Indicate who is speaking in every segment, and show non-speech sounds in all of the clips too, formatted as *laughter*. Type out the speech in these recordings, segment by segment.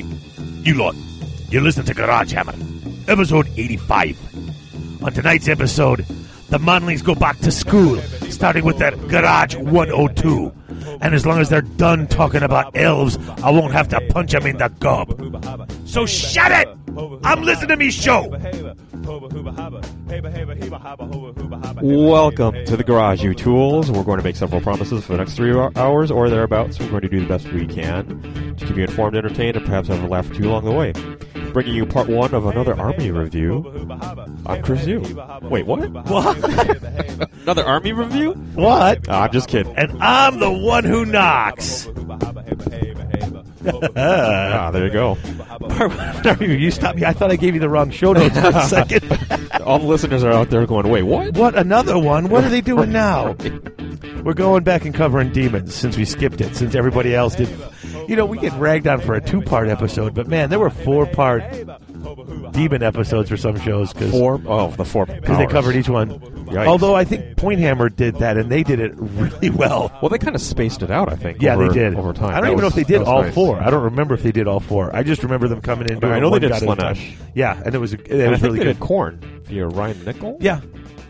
Speaker 1: You lot, you're listening to Garage Hammer, episode 85. On tonight's episode, the Monleys go back to school, starting with their Garage 102. And as long as they're done talking about elves, I won't have to punch them in the gob. So shut it! I'm listening to me show!
Speaker 2: Welcome to the garage, you tools. We're going to make several promises for the next three hou- hours or thereabouts. We're going to do the best we can to keep you informed, entertained, and perhaps have a laugh or two along the way. Bringing you part one of another Army review. I'm Chris Yu. Wait, what?
Speaker 1: What?
Speaker 2: Another Army review?
Speaker 1: What?
Speaker 2: Nah, Ah, I'm just kidding.
Speaker 1: And I'm the one
Speaker 3: *laughs*
Speaker 1: who knocks.
Speaker 2: *laughs* Ah, there you go.
Speaker 3: you stopped me. I thought I gave you the wrong show notes
Speaker 1: *laughs*
Speaker 3: for a second.
Speaker 2: All the listeners are out there going, wait, what?
Speaker 3: what another one? What are they doing now? We're going back and covering demons since we skipped it. Since everybody else did, you know, we get ragged on for a two-part episode, but man, there were four-part demon episodes for some shows because
Speaker 2: Four? Oh,
Speaker 3: *laughs*
Speaker 2: the four.
Speaker 3: they covered each one.
Speaker 2: Yikes.
Speaker 3: Although I think Point Hammer did that, and they did it really well.
Speaker 2: Well, they kind of spaced it out, I think.
Speaker 3: Yeah,
Speaker 2: over-
Speaker 3: they did
Speaker 2: Over time.
Speaker 3: I don't
Speaker 2: That
Speaker 3: even know if
Speaker 2: was-
Speaker 3: they did
Speaker 2: that was
Speaker 3: all
Speaker 2: nice.
Speaker 3: four. I don't remember if they did all four. I just remember them coming in. doing
Speaker 2: I know they
Speaker 3: one
Speaker 2: did
Speaker 3: shot at a time.
Speaker 2: Slanesh.
Speaker 3: Yeah, and it was it was
Speaker 2: And I think
Speaker 3: really
Speaker 2: they
Speaker 3: good.
Speaker 2: did corn via Ryan Nickel.
Speaker 3: Yeah,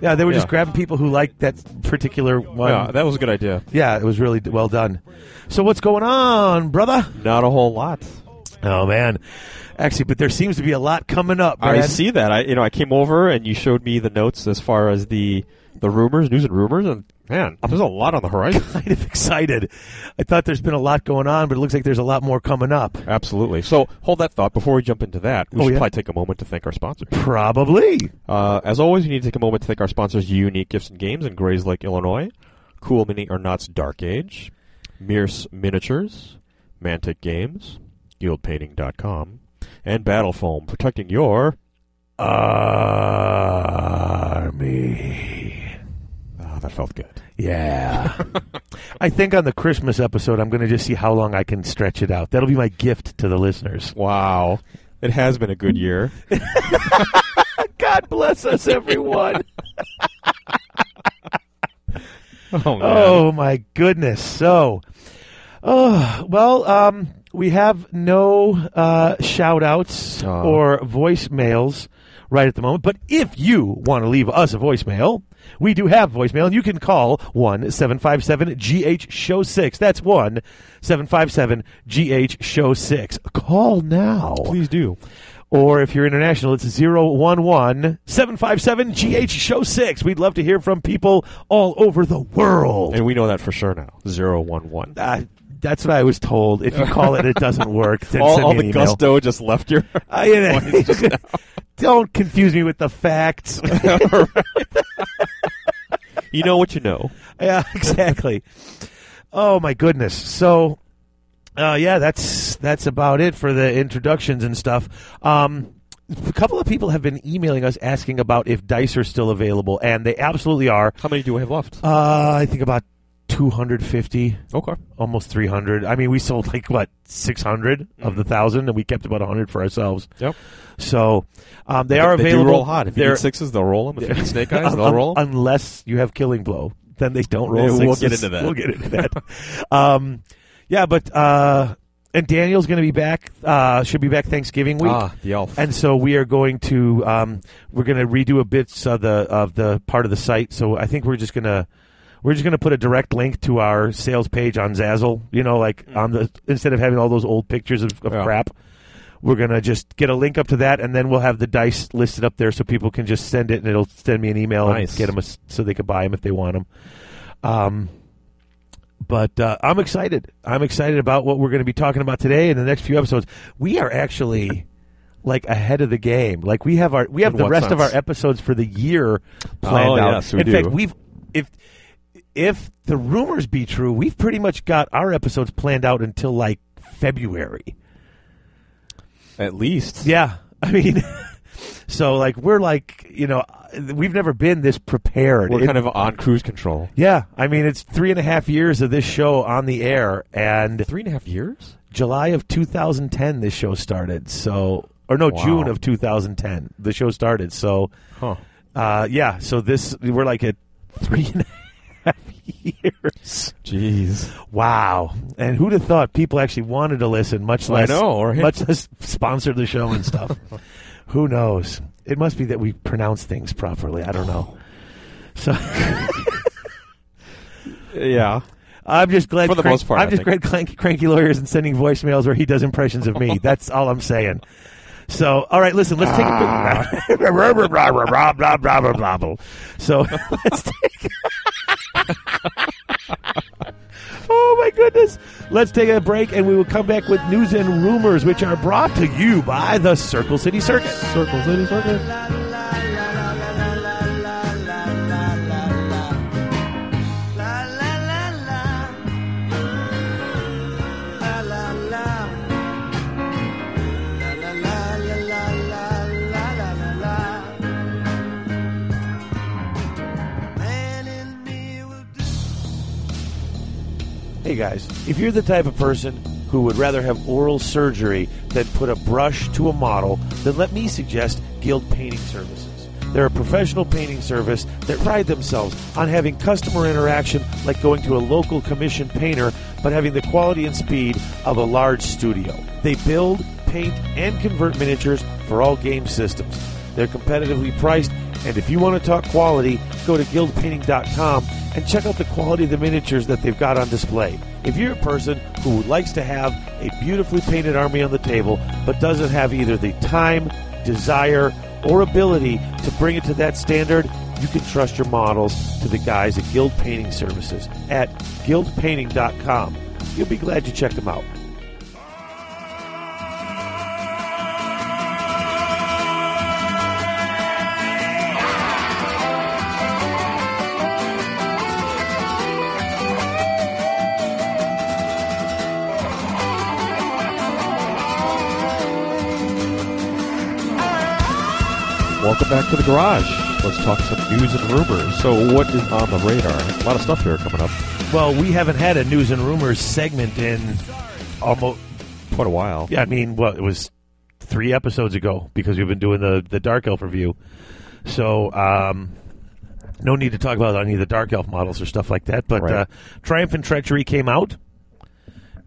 Speaker 3: yeah, they were
Speaker 2: Yeah.
Speaker 3: just grabbing people who liked that particular one.
Speaker 2: Yeah,
Speaker 3: Yeah,
Speaker 2: that was a good idea.
Speaker 3: it was really d- well done. So what's going on, brother?
Speaker 2: Not a whole lot.
Speaker 3: Oh man, actually, but there seems to be a lot coming up.
Speaker 2: I
Speaker 3: Brad.
Speaker 2: see that. I you know I came over and you showed me the notes as far as the the rumors, news and rumors, and man, there's a lot on the horizon.
Speaker 3: *laughs* Kind of excited. I thought there's been a lot going on, but it looks like there's a lot more coming up.
Speaker 2: *laughs* Absolutely. So hold that thought before we jump into that. We
Speaker 3: Oh,
Speaker 2: should
Speaker 3: yeah?
Speaker 2: probably take a moment to thank our sponsors.
Speaker 3: Probably.
Speaker 2: Uh, as always, we need to take a moment to thank our sponsors: Unique Gifts and Games in Grays Lake, Illinois, Cool Mini or Not's Dark Age, Mears Miniatures, Mantic Games, GuildPainting.com, and Battle Foam, protecting your
Speaker 3: Army.
Speaker 2: Ah, that felt good. *laughs*
Speaker 3: Yeah. I think on the Christmas episode, I'm going to just see how long I can stretch it out. That'll be my gift to the listeners.
Speaker 2: Wow. It has been a good year.
Speaker 3: God bless us,
Speaker 2: *laughs*
Speaker 3: everyone.
Speaker 2: *laughs* Oh, *laughs* man.
Speaker 3: Oh my goodness! So, oh well, um, we have no uh, shout outs
Speaker 2: Aw.
Speaker 3: or voicemails right at the moment. But if you want to leave us a voicemail, we do have voicemail, and you can call one seven five seven GH Show six. That's one seven five seven GH Show six. Call now.
Speaker 2: Please do.
Speaker 3: Or if you're international, it's 011 757 GH Show 6. We'd love to hear from people all over the world.
Speaker 2: And we know that for sure now. Zero one one.
Speaker 3: Uh, that's what I was told. If you call it, it doesn't
Speaker 2: *laughs*
Speaker 3: work. Then
Speaker 2: All,
Speaker 3: send
Speaker 2: all
Speaker 3: me
Speaker 2: the
Speaker 3: an email.
Speaker 2: gusto just left *laughs* your.
Speaker 3: I- you know, *laughs* don't confuse me with the
Speaker 2: *laughs*
Speaker 3: facts.
Speaker 2: you know what you know.
Speaker 3: yeah, exactly. Oh my goodness. So, uh, yeah, that's that's about it for the introductions and stuff. Um, a couple of people have been emailing us asking about if dice are still available, and they absolutely are.
Speaker 2: How many do we have left?
Speaker 3: Uh, I think about two hundred fifty.
Speaker 2: Okay.
Speaker 3: almost 300. I mean, we sold like what 600 of the thousand, and we kept about 100 for ourselves.
Speaker 2: Mm-hmm. Yep.
Speaker 3: So um, they are
Speaker 2: they
Speaker 3: available.
Speaker 2: Do roll hot. If you
Speaker 3: They're-
Speaker 2: need sixes, they'll roll them. If you need snake *laughs* eyes,
Speaker 3: un-
Speaker 2: they'll
Speaker 3: un-
Speaker 2: roll 'em.
Speaker 3: unless you have killing blow. Then they don't roll.
Speaker 2: Yeah, we'll
Speaker 3: sixes.
Speaker 2: get into
Speaker 3: *laughs*
Speaker 2: that.
Speaker 3: We'll get into that. um, yeah, but uh, and Daniel's going to be back. Uh, should be back Thanksgiving week.
Speaker 2: ah, the elf.
Speaker 3: And so we are going to um, we're going to redo a bit of the of the part of the site. So I think we're just gonna we're just gonna put a direct link to our sales page on Zazzle. You know, like on the instead of having all those old pictures of, of
Speaker 2: Mm-hmm. Yeah.
Speaker 3: crap, we're gonna just get a link up to that, and then we'll have the dice listed up there so people can just send it, and it'll send me an email
Speaker 2: Nice.
Speaker 3: and get them so they could buy them if they want them. Um, but uh, I'm excited. I'm excited about what we're going to be talking about today in the next few episodes. We are actually like ahead of the game. Like we have our we have
Speaker 2: In
Speaker 3: the
Speaker 2: what
Speaker 3: rest of
Speaker 2: sense?
Speaker 3: our episodes for the year planned
Speaker 2: Oh,
Speaker 3: out.
Speaker 2: yes, we
Speaker 3: in fact,
Speaker 2: do.
Speaker 3: we've if if the rumors be true, we've pretty much got our episodes planned out until like February.
Speaker 2: At least.
Speaker 3: Yeah, *laughs* I mean, so like we're like you know we've never been this prepared.
Speaker 2: We're
Speaker 3: It-
Speaker 2: kind of on cruise control.
Speaker 3: yeah, I mean it's three and a half years of this show on the air, and
Speaker 2: Three and a half years?
Speaker 3: July of 2010 this show started. So or no,
Speaker 2: Wow.
Speaker 3: June of 2010 the show started. So
Speaker 2: Huh.
Speaker 3: uh, yeah, so this we're like at three and a half years.
Speaker 2: Jeez.
Speaker 3: Wow. And who'd have thought people actually wanted to listen, much
Speaker 2: I
Speaker 3: less
Speaker 2: know, right?
Speaker 3: much less sponsor the show and stuff.
Speaker 2: *laughs*
Speaker 3: Who knows? It must be that we pronounce things properly. I don't know. So *laughs*
Speaker 2: Yeah.
Speaker 3: I'm just glad
Speaker 2: For the
Speaker 3: crank-
Speaker 2: most part,
Speaker 3: I'm
Speaker 2: I
Speaker 3: just
Speaker 2: think.
Speaker 3: glad cranky, cranky lawyers and sending voicemails where he does impressions of
Speaker 2: *laughs*
Speaker 3: me. That's all I'm saying. So, all right, listen. Let's take a quick. blah, blah, blah, blah, blah, blah, blah, blah, blah,
Speaker 2: Ah.
Speaker 3: blah. *laughs* So let's take. *laughs* oh my goodness! Let's take a break, and we will come back with news and rumors, which are brought to you by the Circle City Circuit.
Speaker 2: Circles, lady circles.
Speaker 3: Hey guys, if you're the type of person who would rather have oral surgery than put a brush to a model, then let me suggest Guild Painting Services. They're a professional painting service that pride themselves on having customer interaction like going to a local commissioned painter, but having the quality and speed of a large studio. They build, paint, and convert miniatures for all game systems. They're competitively priced, and if you want to talk quality, go to guildpainting.com and check out the quality of the miniatures that they've got on display. If you're a person who likes to have a beautifully painted army on the table but doesn't have either the time, desire, or ability to bring it to that standard, you can trust your models to the guys at Guild Painting Services at guildpainting.com. You'll be glad you checked them out.
Speaker 2: Welcome back to the garage. Let's talk some news and rumors. So, what is on the radar? A lot of stuff here coming up.
Speaker 3: Well, we haven't had a news and rumors segment in almost
Speaker 2: Quite a while.
Speaker 3: Yeah, I mean, well, it was three episodes ago because we've been doing the the Dark Elf review. So, um, no need to talk about any of the Dark Elf models or stuff like that. But
Speaker 2: Right.
Speaker 3: uh, Triumph and Treachery came out,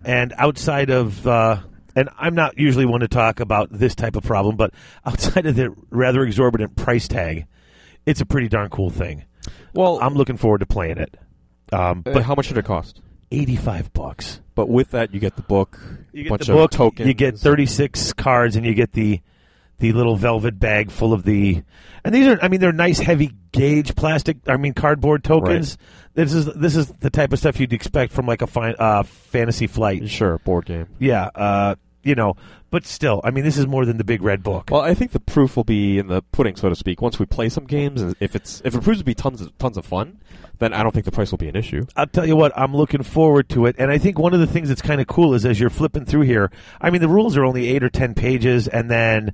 Speaker 3: and outside of uh, and I'm not usually one to talk about this type of problem, but outside of the rather exorbitant price tag, it's a pretty darn cool thing.
Speaker 2: Well, uh,
Speaker 3: I'm looking forward to playing it. Um,
Speaker 2: but
Speaker 3: but
Speaker 2: how much did it cost?
Speaker 3: 85 bucks.
Speaker 2: But with that, you get the book,
Speaker 3: You get
Speaker 2: bunch
Speaker 3: the book,
Speaker 2: of tokens.
Speaker 3: You get thirty six cards, and you get the the little velvet bag full of the. And these are, I mean, they're nice, heavy gauge plastic. I mean, cardboard tokens. This is this is the type of stuff you'd expect from like a fine, uh, fantasy flight.
Speaker 2: Sure, board game.
Speaker 3: Yeah, uh, you know, but still, I mean, this is more than the big red book.
Speaker 2: Well, I think the proof will be in the pudding, so to speak. Once we play some games, and if it's if it proves to be tons of tons of fun, then I don't think the price will be an issue.
Speaker 3: I'll tell you what, I'm looking forward to it. And I think one of the things that's kind of cool is as you're flipping through here, I mean, the rules are only eight or 10 pages, and then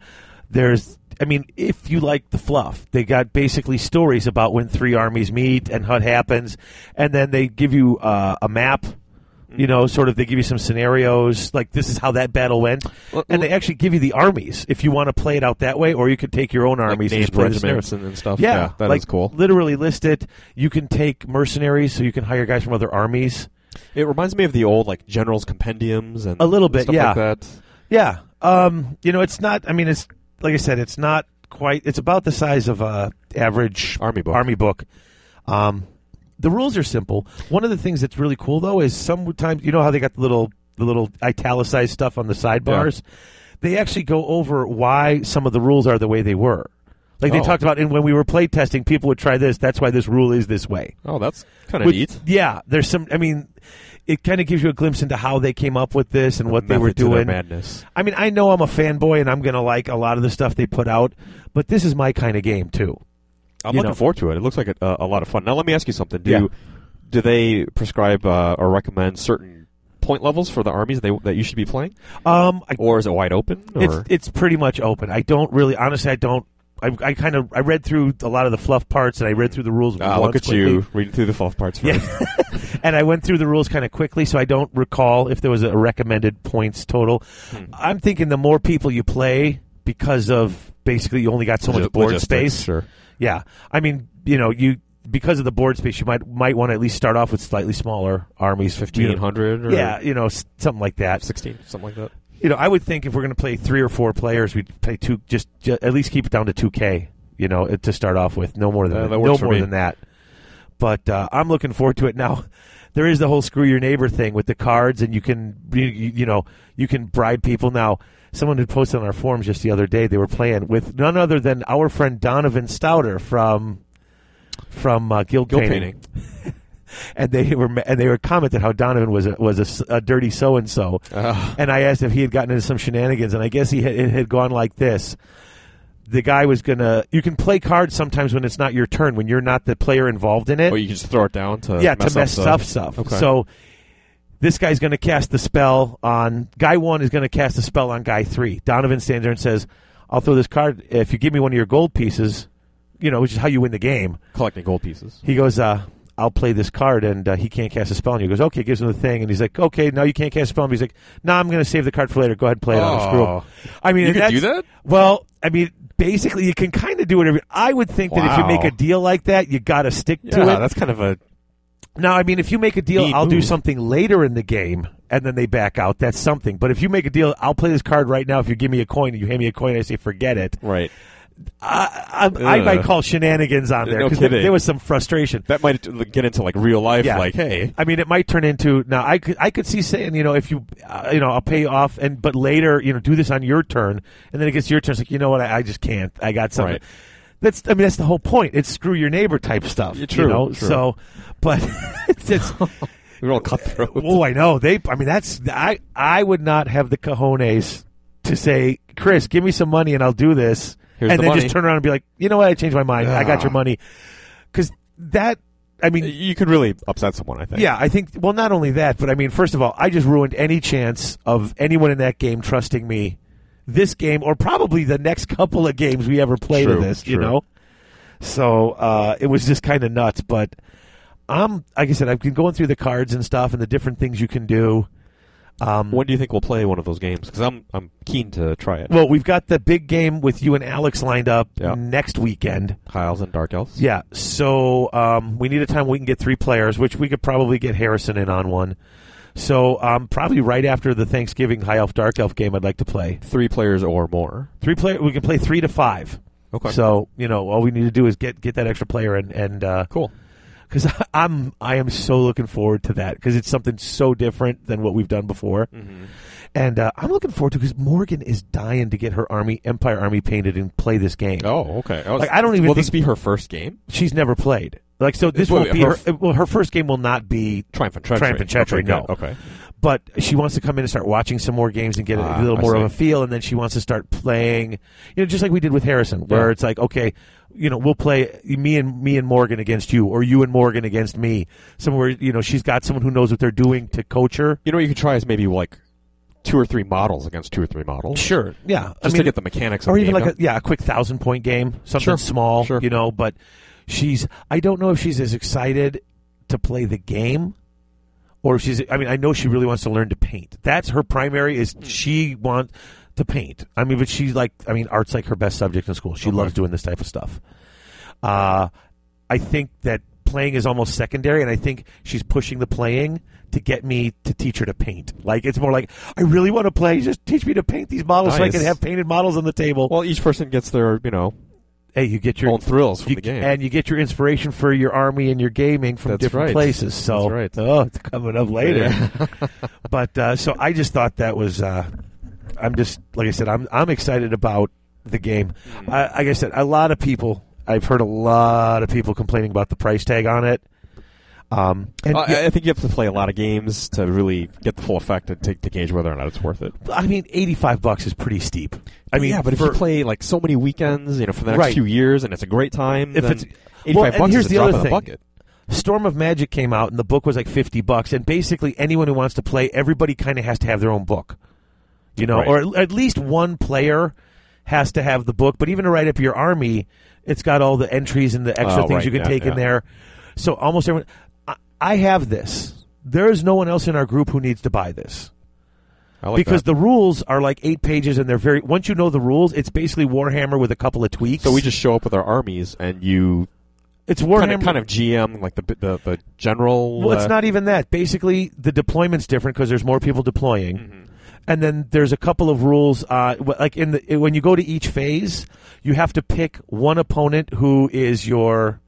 Speaker 3: there's. I mean, if you like the fluff, they got basically stories about when three armies meet and what happens, and then they give you uh, a map.
Speaker 2: Mm-hmm.
Speaker 3: You know, sort of, they give you some scenarios like this is how that battle went,
Speaker 2: Well,
Speaker 3: and they actually give you the armies if you want to play it out that way, or you could take your own armies and
Speaker 2: named
Speaker 3: just play the
Speaker 2: regiments
Speaker 3: scenarios.
Speaker 2: and- and stuff.
Speaker 3: Yeah,
Speaker 2: Yeah, that
Speaker 3: like,
Speaker 2: is cool.
Speaker 3: Literally list it. You can take mercenaries, so you can hire guys from other armies.
Speaker 2: It reminds me of the old like generals compendiums and
Speaker 3: A little bit,
Speaker 2: stuff
Speaker 3: yeah.
Speaker 2: Like that.
Speaker 3: Yeah. Um. You know, it's not. I mean, it's like I said, it's not quite. It's about the size of a average
Speaker 2: Army book.
Speaker 3: Army book. Um. The rules are simple. One of the things that's really cool though is sometimes you know how they got the little the little italicized stuff on the sidebars. They actually go over why some of the rules are the way they were. Like they
Speaker 2: Oh.
Speaker 3: talked about, and when we were play testing, people would try this. That's why this rule is this way.
Speaker 2: Oh, that's kind of
Speaker 3: Which-
Speaker 2: neat.
Speaker 3: Yeah, there's some. I mean, it kind of gives you a glimpse into how they came up with this and what they were
Speaker 2: Method to their
Speaker 3: doing.
Speaker 2: madness.
Speaker 3: I mean, I know I'm a fanboy and I'm gonna like a lot of the stuff they put out, but this is my kind of game too.
Speaker 2: I'm
Speaker 3: you
Speaker 2: looking
Speaker 3: know.
Speaker 2: forward to it. It looks like a, a lot of fun. Now, let me ask you something. Do
Speaker 3: Yeah.
Speaker 2: do they prescribe uh, or recommend certain point levels for the armies they, that you should be playing,
Speaker 3: Um, I,
Speaker 2: or is it wide open? Or
Speaker 3: it's it's pretty much open. I don't really, honestly, I don't. I, I kind of I read through a lot of the fluff parts and I read through the rules.
Speaker 2: Ah, look
Speaker 3: once
Speaker 2: at
Speaker 3: quickly.
Speaker 2: you reading through the fluff parts.
Speaker 3: Yeah.
Speaker 2: First.
Speaker 3: *laughs* and I went through the rules kind of quickly, so I don't recall if there was a recommended points total.
Speaker 2: Hmm.
Speaker 3: I'm thinking the more people you play, because of basically you only got so much
Speaker 2: Logi-
Speaker 3: board
Speaker 2: logistics,
Speaker 3: space.
Speaker 2: Sure.
Speaker 3: Yeah, I mean, you know, you because of the board space, you might might want to at least start off with slightly smaller armies, fifteen hundred.
Speaker 2: 1500 or
Speaker 3: Yeah, you know, s- something like that.
Speaker 2: 16, something like that.
Speaker 3: You know, I would think if we're going to play three or four players, we'd play two. Just, ju- at least keep it down to two K. You know, it- to start off with, no more than
Speaker 2: Uh, that
Speaker 3: no
Speaker 2: works for
Speaker 3: more
Speaker 2: me.
Speaker 3: than that. But uh, I'm looking forward to it now. There is the whole screw your neighbor thing with the cards, and you can you, you you know you can bribe people now. Someone had posted on our forums just the other day. They were playing with none other than our friend Donovan Stouter from from uh, Guild,
Speaker 2: Guild
Speaker 3: Painting
Speaker 2: painting.
Speaker 3: and they were and they were commented how Donovan was a, was a s- a, dirty so and so,
Speaker 2: Ah.
Speaker 3: and I asked if he had gotten into some shenanigans, and I guess he had, it had gone like this. The guy was gonna. You can play cards sometimes when it's not your turn, when you're not the player involved in it.
Speaker 2: Oh, you can just throw it down to
Speaker 3: yeah,
Speaker 2: mess
Speaker 3: to mess
Speaker 2: up
Speaker 3: up stuff.
Speaker 2: Okay.
Speaker 3: So this guy's gonna cast the spell on guy one is gonna cast the spell on guy three. Donovan stands there and says, "I'll throw this card if you give me one of your gold pieces." You know, which is how you win the game.
Speaker 2: collecting gold pieces.
Speaker 3: He goes, uh, I'll play this card, and uh, he can't cast a spell. And he goes, okay, gives him the thing, and he's like, okay, now you can't cast a spell. And he's like, no, I'm going to save the card for later. Go ahead and play it. on
Speaker 2: Oh.
Speaker 3: Screw him. I mean,
Speaker 2: You
Speaker 3: and
Speaker 2: can do
Speaker 3: that's-
Speaker 2: that?
Speaker 3: Well, I mean, basically, you can kind of do whatever. I would think that if you
Speaker 2: Wow.
Speaker 3: make a deal like that, you got to stick to it.
Speaker 2: that's kind of a
Speaker 3: Now, I mean, if you make a deal,
Speaker 2: Neat
Speaker 3: I'll do
Speaker 2: move.
Speaker 3: something later in the game, and then they back out. That's something. But if you make a deal, I'll play this card right now. If you give me a coin and you hand me a coin, I say forget it.
Speaker 2: right.
Speaker 3: I, I, I
Speaker 2: Ugh.
Speaker 3: might call shenanigans on there
Speaker 2: No
Speaker 3: there,
Speaker 2: kidding.
Speaker 3: there was some frustration.
Speaker 2: That might get into like real life.
Speaker 3: Yeah.
Speaker 2: Like, hey,
Speaker 3: I mean, it might turn into now. I could I could see saying, you know, if you, uh, you know, I'll pay off, and but later, you know, do this on your turn, and then it gets your turn. It's like, you know what? I, I just can't. I got something.
Speaker 2: Right.
Speaker 3: That's I mean, that's the whole point. It's screw your neighbor type stuff.
Speaker 2: Yeah, true,
Speaker 3: You know?
Speaker 2: true.
Speaker 3: So, but *laughs* it's,
Speaker 2: *laughs*
Speaker 3: it's
Speaker 2: we're all cutthroat.
Speaker 3: oh, I know they. I mean, that's I I would not have the cojones to say, Chris, give me some money and I'll do this,
Speaker 2: Here's
Speaker 3: and
Speaker 2: the
Speaker 3: then
Speaker 2: money.
Speaker 3: just turn around and be like, you know what? I changed my mind. I got
Speaker 2: Ah.
Speaker 3: your money because that. I mean,
Speaker 2: you could really upset someone. I think.
Speaker 3: yeah, I think. Well, not only that, but I mean, first of all, I just ruined any chance of anyone in that game trusting me this game or probably the next *laughs* couple of games we ever play
Speaker 2: True,
Speaker 3: to this. You
Speaker 2: true.
Speaker 3: know, so uh, it was just kind of nuts. But I'm, like I said, I've been going through the cards and stuff and the different things you can do. Um,
Speaker 2: When do you think we'll play one of those games? Because I'm I'm keen to try it.
Speaker 3: well, we've got the big game with you and Alex lined up
Speaker 2: Yeah.
Speaker 3: next weekend.
Speaker 2: Hiles and Dark Elves.
Speaker 3: Yeah. So um, we need a time we can get three players, which we could probably get Harrison in on one. So um, probably right after the Thanksgiving High Elf Dark Elf game, I'd like to play
Speaker 2: Three players or more.
Speaker 3: three player. We can play three to five.
Speaker 2: Okay.
Speaker 3: So you know, all we need to do is get get that extra player and and
Speaker 2: cool.
Speaker 3: because *laughs* I'm I am so looking forward to that because it's something so different than what we've done before,
Speaker 2: Mm-hmm.
Speaker 3: and uh, I'm looking forward to because Morgan is dying to get her army Empire army painted and play this game.
Speaker 2: Oh, okay. I, was-
Speaker 3: Like, I don't even
Speaker 2: Will this
Speaker 3: think-
Speaker 2: be her first game?
Speaker 3: She's never played. Like so, this
Speaker 2: Wait,
Speaker 3: won't be
Speaker 2: her
Speaker 3: her.
Speaker 2: f-
Speaker 3: well, her first game will not be
Speaker 2: Triumph and Treachery.
Speaker 3: Triumph and Treachery,
Speaker 2: Okay, good.
Speaker 3: no.
Speaker 2: Okay.
Speaker 3: but she wants to come in and start watching some more games and get a
Speaker 2: Ah,
Speaker 3: little
Speaker 2: I
Speaker 3: more of
Speaker 2: see.
Speaker 3: a feel and then she wants to start playing you know just like we did with Harrison where
Speaker 2: Yeah.
Speaker 3: it's like okay you know we'll play me and me and Morgan against you or you and Morgan against me somewhere you know she's got someone who knows what they're doing to coach her
Speaker 2: You know, what you could try is maybe like two or three models against two or three models.
Speaker 3: sure yeah
Speaker 2: Just
Speaker 3: I mean
Speaker 2: to get the mechanics. Of
Speaker 3: or
Speaker 2: the
Speaker 3: even
Speaker 2: game
Speaker 3: like a,
Speaker 2: down.
Speaker 3: yeah a quick 1000 point game something
Speaker 2: Sure,
Speaker 3: small
Speaker 2: sure.
Speaker 3: you know but she's I don't know if she's as excited to play the game or if she's I mean I know she really wants to learn to paint. That's her primary
Speaker 2: Hmm.
Speaker 3: is she wants to paint. I mean but she's like I mean art's like her best subject in school. She loves doing this type of stuff. Uh I think that playing is almost secondary and I think she's pushing the playing to get me to teach her to paint. Like it's more like I really want to play just teach me to paint these models so I
Speaker 2: Nice.
Speaker 3: can have painted models on the table.
Speaker 2: Well, each person gets their you know
Speaker 3: hey, you get your
Speaker 2: own thrills from
Speaker 3: you-
Speaker 2: the game.
Speaker 3: And you get your inspiration for your army and your gaming from
Speaker 2: That's
Speaker 3: different
Speaker 2: right.
Speaker 3: places. So
Speaker 2: That's right.
Speaker 3: oh, it's coming up later. *laughs* but uh, so I just thought that was uh, I'm just like I said, I'm I'm excited about the game. I, like I said, a lot of people I've heard a lot of people complaining about the price tag on it. Um, and
Speaker 2: Uh,
Speaker 3: yeah,
Speaker 2: I I think you have to play a lot of games to really get the full effect and to, to gauge whether or not it's worth it.
Speaker 3: I mean, eighty five bucks is pretty steep. I mean,
Speaker 2: yeah, but if
Speaker 3: for,
Speaker 2: you play like so many weekends, you know, for the next
Speaker 3: Right.
Speaker 2: few years, and it's a great time,
Speaker 3: If
Speaker 2: then
Speaker 3: it's-
Speaker 2: eighty-five
Speaker 3: well, and
Speaker 2: bucks
Speaker 3: here's
Speaker 2: is a
Speaker 3: the
Speaker 2: drop
Speaker 3: other
Speaker 2: in
Speaker 3: thing.
Speaker 2: the bucket.
Speaker 3: Storm of Magic came out, and the book was like fifty bucks. And basically, anyone who wants to play, everybody kind of has to have their own book, you know,
Speaker 2: Right.
Speaker 3: or at- at least one player has to have the book. But even to write up your army, it's got all the entries and the extra
Speaker 2: Oh,
Speaker 3: things
Speaker 2: right,
Speaker 3: you can
Speaker 2: yeah,
Speaker 3: take
Speaker 2: yeah.
Speaker 3: in there. So almost everyone, I, I have this. There is no one else in our group who needs to buy this
Speaker 2: I like
Speaker 3: because
Speaker 2: that.
Speaker 3: the rules are like eight pages, and they're very. Once you know the rules, it's basically Warhammer with a couple of tweaks.
Speaker 2: so we just show up with our armies, and you
Speaker 3: It's
Speaker 2: Kind
Speaker 3: Warhammer.
Speaker 2: of, kind of GM, like the the, the general.
Speaker 3: Well, it's
Speaker 2: uh,
Speaker 3: not even that. Basically, the deployment's different because there's more people deploying,
Speaker 2: Mm-hmm.
Speaker 3: and then there's a couple of rules. Uh, w- like in the when you go to each phase, you have to pick one opponent who is your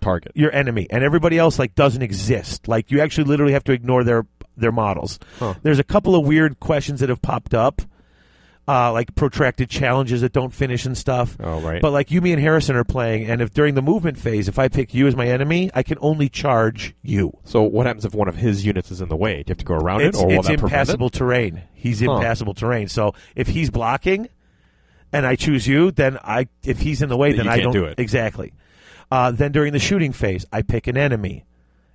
Speaker 2: target.
Speaker 3: your enemy, and everybody else like doesn't exist. Like you actually literally have to ignore their their models.
Speaker 2: Huh.
Speaker 3: There's a couple of weird questions that have popped up, uh, like protracted challenges that don't finish and stuff.
Speaker 2: Oh, right.
Speaker 3: But like you, me, and Harrison are playing, and if during the movement phase, if I pick you as my enemy, I can only charge you.
Speaker 2: so what happens if one of his units is in the way? Do you have to go around
Speaker 3: It's,
Speaker 2: it, or will
Speaker 3: it's
Speaker 2: that prevent it?
Speaker 3: impassable terrain. He's
Speaker 2: Huh.
Speaker 3: impassable terrain. So if he's blocking, and I choose you, then I if he's in the way,
Speaker 2: Then
Speaker 3: then
Speaker 2: you
Speaker 3: I don't
Speaker 2: can't do it.
Speaker 3: exactly. Uh, then during the shooting phase, I pick an enemy.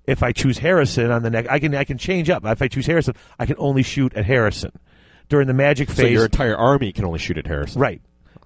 Speaker 3: If I choose Harrison on the next, I can I can change up. If I choose Harrison, I can only shoot at Harrison. During the magic
Speaker 2: So
Speaker 3: phase,
Speaker 2: your entire army can only shoot at Harrison.
Speaker 3: Right.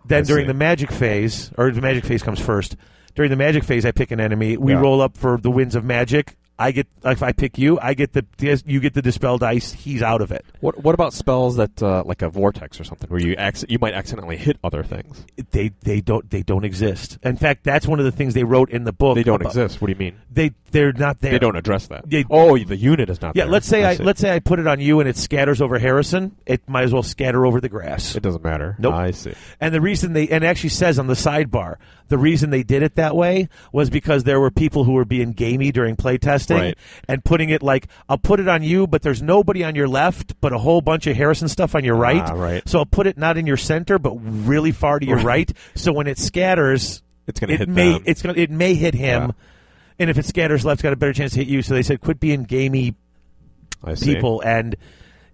Speaker 3: Then
Speaker 2: I
Speaker 3: during
Speaker 2: see.
Speaker 3: the magic phase, or the magic phase comes first. During the magic phase, I pick an enemy. We
Speaker 2: Yeah.
Speaker 3: roll up for the winds of magic. I get if I pick you, I get the you get the dispel dice. He's out of it.
Speaker 2: What What about spells that uh, like a vortex or something, where you acc- you might accidentally hit other things?
Speaker 3: They they don't they don't exist. In fact, that's one of the things they wrote in the book.
Speaker 2: They don't
Speaker 3: about-
Speaker 2: exist. What do you mean?
Speaker 3: They they're not there.
Speaker 2: They don't address that.
Speaker 3: They-
Speaker 2: oh, the unit is not.
Speaker 3: Yeah,
Speaker 2: there.
Speaker 3: let's say I,
Speaker 2: see.
Speaker 3: let's say I put it on you and it scatters over Harrison. It might as well scatter over the grass.
Speaker 2: It doesn't matter.
Speaker 3: Nope.
Speaker 2: I see.
Speaker 3: And the reason they and it actually says on the sidebar the reason they did it that way was because there were people who were being gamey during playtesting
Speaker 2: Right.
Speaker 3: and putting it like I'll put it on you, but there's nobody on your left, but a whole bunch of Harrison stuff on your right.
Speaker 2: Ah, right.
Speaker 3: So I'll put it not in your center, but really far to your right. So when it scatters,
Speaker 2: It's gonna
Speaker 3: it
Speaker 2: hit
Speaker 3: may
Speaker 2: them.
Speaker 3: it's gonna it may hit him,
Speaker 2: Yeah.
Speaker 3: and if it scatters left, it's got a better chance to hit you. So they said quit being gamey
Speaker 2: I see.
Speaker 3: people and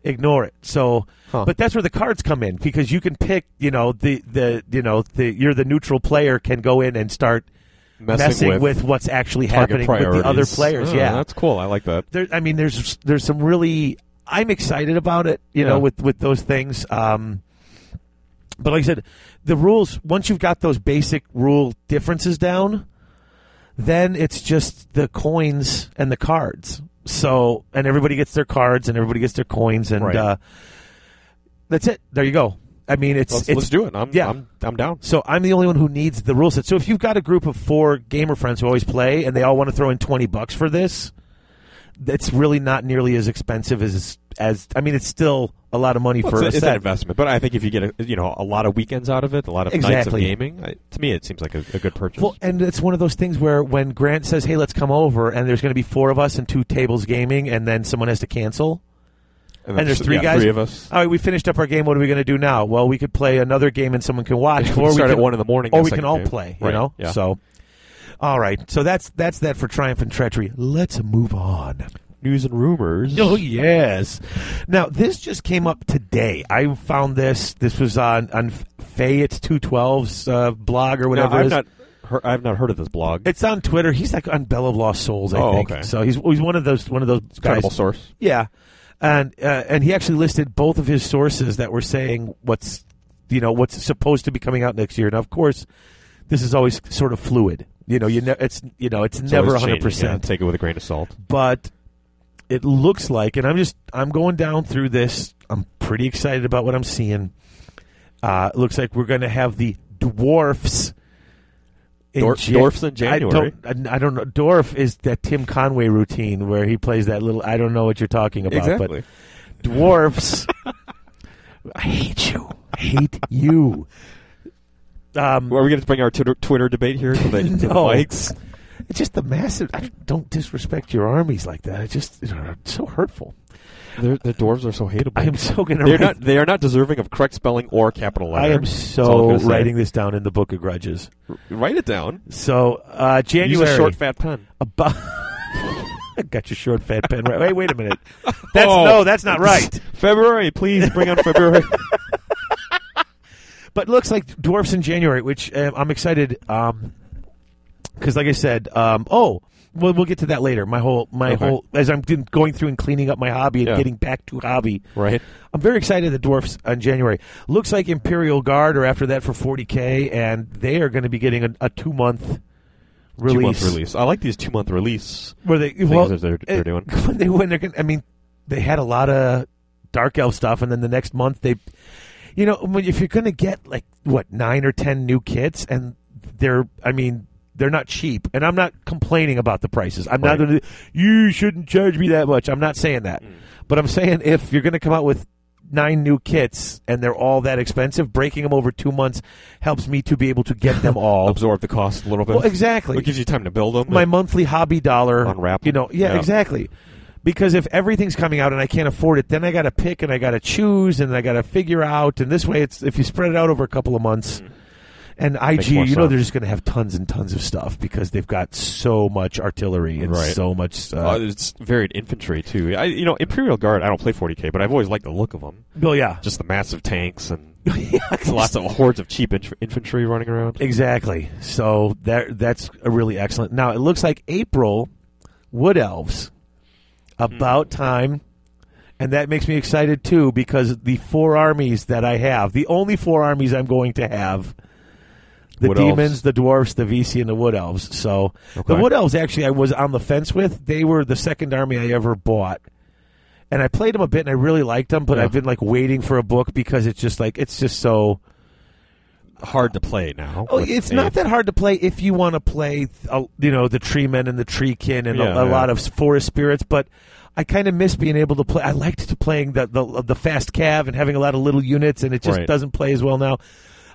Speaker 3: ignore it. So,
Speaker 2: Huh.
Speaker 3: but that's where the cards come in because you can pick. You know, the the you know the you're the neutral player can go in and start
Speaker 2: messing,
Speaker 3: with, what's actually
Speaker 2: target
Speaker 3: happening
Speaker 2: priorities.
Speaker 3: with the other players.
Speaker 2: Oh,
Speaker 3: yeah,
Speaker 2: that's cool. I like that.
Speaker 3: there, I mean, there's there's some really I'm excited about it. You
Speaker 2: Yeah.
Speaker 3: know, with with those things. Um, but like I said, the rules once you've got those basic rule differences down, then it's just the coins and the cards. So and everybody gets their cards and everybody gets their coins and
Speaker 2: Right.
Speaker 3: uh, that's it. There you go. I mean, it's
Speaker 2: Let's,
Speaker 3: it's
Speaker 2: let's do it. I'm,
Speaker 3: yeah.
Speaker 2: I'm I'm down.
Speaker 3: so I'm the only one who needs the rule set. So if you've got a group of four gamer friends who always play and they all want to throw in twenty bucks for this, that's really not nearly as expensive as as I mean, it's still a lot of money
Speaker 2: Well,
Speaker 3: for
Speaker 2: it's, a-
Speaker 3: a
Speaker 2: it's an
Speaker 3: set.
Speaker 2: investment, but I think if you get a, you know a lot of weekends out of it, a lot of
Speaker 3: Exactly.
Speaker 2: nights of gaming, I, to me it seems like a, a good purchase.
Speaker 3: Well, and it's one of those things where when Grant says, "Hey, let's come over," and there's going to be four of us and two tables gaming, and then someone has to cancel.
Speaker 2: then
Speaker 3: and there's
Speaker 2: just-
Speaker 3: three
Speaker 2: yeah,
Speaker 3: guys?
Speaker 2: three of us.
Speaker 3: All right, we finished up our game. What are we going to do now? Well, we could play another game and someone can watch,
Speaker 2: We
Speaker 3: or we
Speaker 2: start
Speaker 3: can,
Speaker 2: at one in the morning.
Speaker 3: or
Speaker 2: the
Speaker 3: we can
Speaker 2: second
Speaker 3: all
Speaker 2: game.
Speaker 3: play.
Speaker 2: Right,
Speaker 3: You know,
Speaker 2: yeah.
Speaker 3: so. All right, so that's that's that for Triumph and Treachery. Let's move
Speaker 2: *laughs*
Speaker 3: on.
Speaker 2: news and rumors.
Speaker 3: Oh yes. Now this just came up today. I found this. This was on on Fayette's two twelve's uh, blog or
Speaker 2: Now,
Speaker 3: whatever. it
Speaker 2: I've
Speaker 3: is.
Speaker 2: not heard, I've not heard of this blog.
Speaker 3: it's on Twitter. He's like on Bell of Lost Souls, I
Speaker 2: Oh,
Speaker 3: think.
Speaker 2: okay.
Speaker 3: So he's he's one of those one of those guys.
Speaker 2: credible source.
Speaker 3: Yeah, and uh, and he actually listed both of his sources that were saying what's you know what's supposed to be coming out next year. Now, of course, this is always sort of fluid. You know, you ne- it's you know it's
Speaker 2: It's
Speaker 3: never
Speaker 2: always changing,
Speaker 3: hundred percent
Speaker 2: yeah, Take it with a grain of salt.
Speaker 3: but it looks like and i'm just i'm going down through this i'm pretty excited about what i'm seeing uh it looks like we're going to have the dwarfs in
Speaker 2: Dor-
Speaker 3: Jan-
Speaker 2: dwarfs in January.
Speaker 3: I don't, I don't know. Dwarf is that Tim Conway routine where he plays that little. I don't know what you're talking about,
Speaker 2: Exactly.
Speaker 3: but dwarfs. *laughs* I hate you. Hate you. Um,
Speaker 2: Are we going to bring our Twitter, Twitter debate here to
Speaker 3: *laughs*
Speaker 2: the, to the
Speaker 3: No.
Speaker 2: mics?
Speaker 3: It's just the massive. I don't disrespect your armies like that. It's just it's so hurtful.
Speaker 2: They're, the dwarves are so hateable.
Speaker 3: I am so gonna.
Speaker 2: They're
Speaker 3: write-
Speaker 2: not. They are not deserving of correct spelling or capital
Speaker 3: I
Speaker 2: letters.
Speaker 3: am
Speaker 2: That's all
Speaker 3: so
Speaker 2: I'm gonna say.
Speaker 3: writing this down in the book of grudges.
Speaker 2: Write it down.
Speaker 3: So uh, January
Speaker 2: Use a short fat pen.
Speaker 3: *laughs* about. Got your short fat pen right. Wait, wait a
Speaker 2: *laughs*
Speaker 3: minute. That's
Speaker 2: Oh.
Speaker 3: no, that's not right.
Speaker 2: *laughs* February, please bring on
Speaker 3: *laughs*
Speaker 2: February.
Speaker 3: But looks like dwarfs in January, which uh, I'm excited. Um, because like I said, um, oh, well, we'll get to that later. My whole, my
Speaker 2: Okay.
Speaker 3: whole, as I'm doing- going through and cleaning up my hobby and
Speaker 2: Yeah.
Speaker 3: getting back to hobby.
Speaker 2: right.
Speaker 3: I'm very excited the dwarfs on January. Looks like Imperial Guard are after that for 40k, and they are going to be getting a, a two month
Speaker 2: Two
Speaker 3: release.
Speaker 2: month release. I like these two month release.
Speaker 3: Where they well,
Speaker 2: that they're- they're
Speaker 3: it-
Speaker 2: doing.
Speaker 3: when Eh, *laughs* they when they're gonna, I mean, they had a lot of dark elf stuff, and then the next month they, you know, when, if you're going to get like what nine or ten new kits, and they're, I mean, They're not cheap, and I'm not complaining about the prices. I'm not
Speaker 2: Right. Mm.
Speaker 3: going to. You shouldn't charge me that much. I'm not saying that, but I'm saying if you're going to come out with nine new kits and they're all that expensive, breaking them over two months helps me to be able to get
Speaker 2: *laughs*
Speaker 3: them all.
Speaker 2: absorb the cost a little bit.
Speaker 3: well, exactly
Speaker 2: It gives you time to build them.
Speaker 3: my monthly hobby dollar
Speaker 2: Unwrap 'em.
Speaker 3: You know, yeah,
Speaker 2: Yeah.
Speaker 3: exactly. Because if everything's coming out and I can't afford it, then I got to pick and I got to choose and I got to figure out. And this way, it's if you spread it out over a couple of months. And IG,
Speaker 2: Mm-hmm. more
Speaker 3: you know,
Speaker 2: sense.
Speaker 3: they're just going to have tons and tons of stuff because they've got so much artillery and
Speaker 2: Right.
Speaker 3: so much.
Speaker 2: uh,
Speaker 3: Uh,
Speaker 2: it's varied infantry too. I, you know, Imperial Guard. I don't play 40k, but I've always liked the look of them.
Speaker 3: well, yeah,
Speaker 2: Just the massive tanks *laughs* and
Speaker 3: Yeah,
Speaker 2: lots of hordes of cheap inf- infantry running around.
Speaker 3: Exactly. So that that's a really excellent. Now it looks like April Wood Elves
Speaker 2: Hmm.
Speaker 3: about time. And that makes me excited too because the four armies that I have, the only four armies I'm going to have the
Speaker 2: Wood
Speaker 3: demons,
Speaker 2: Elves.
Speaker 3: the dwarfs, the VC, and the wood elves. So the
Speaker 2: Okay.
Speaker 3: wood elves actually I was on the fence with. They were the second army I ever bought. And I played them a bit and I really liked them, but
Speaker 2: Yeah.
Speaker 3: I've been like waiting for a book because it's just like it's just so
Speaker 2: Hard to play now.
Speaker 3: Oh,
Speaker 2: with
Speaker 3: it's
Speaker 2: a-
Speaker 3: not that hard to play if you want to play, uh, you know, the tree men and the tree kin and
Speaker 2: Yeah,
Speaker 3: a, a
Speaker 2: yeah.
Speaker 3: lot of forest spirits. But I kind of miss being able to play. I liked to playing the, the the fast cav and having a lot of little units, and it just
Speaker 2: Right.
Speaker 3: doesn't play as well now.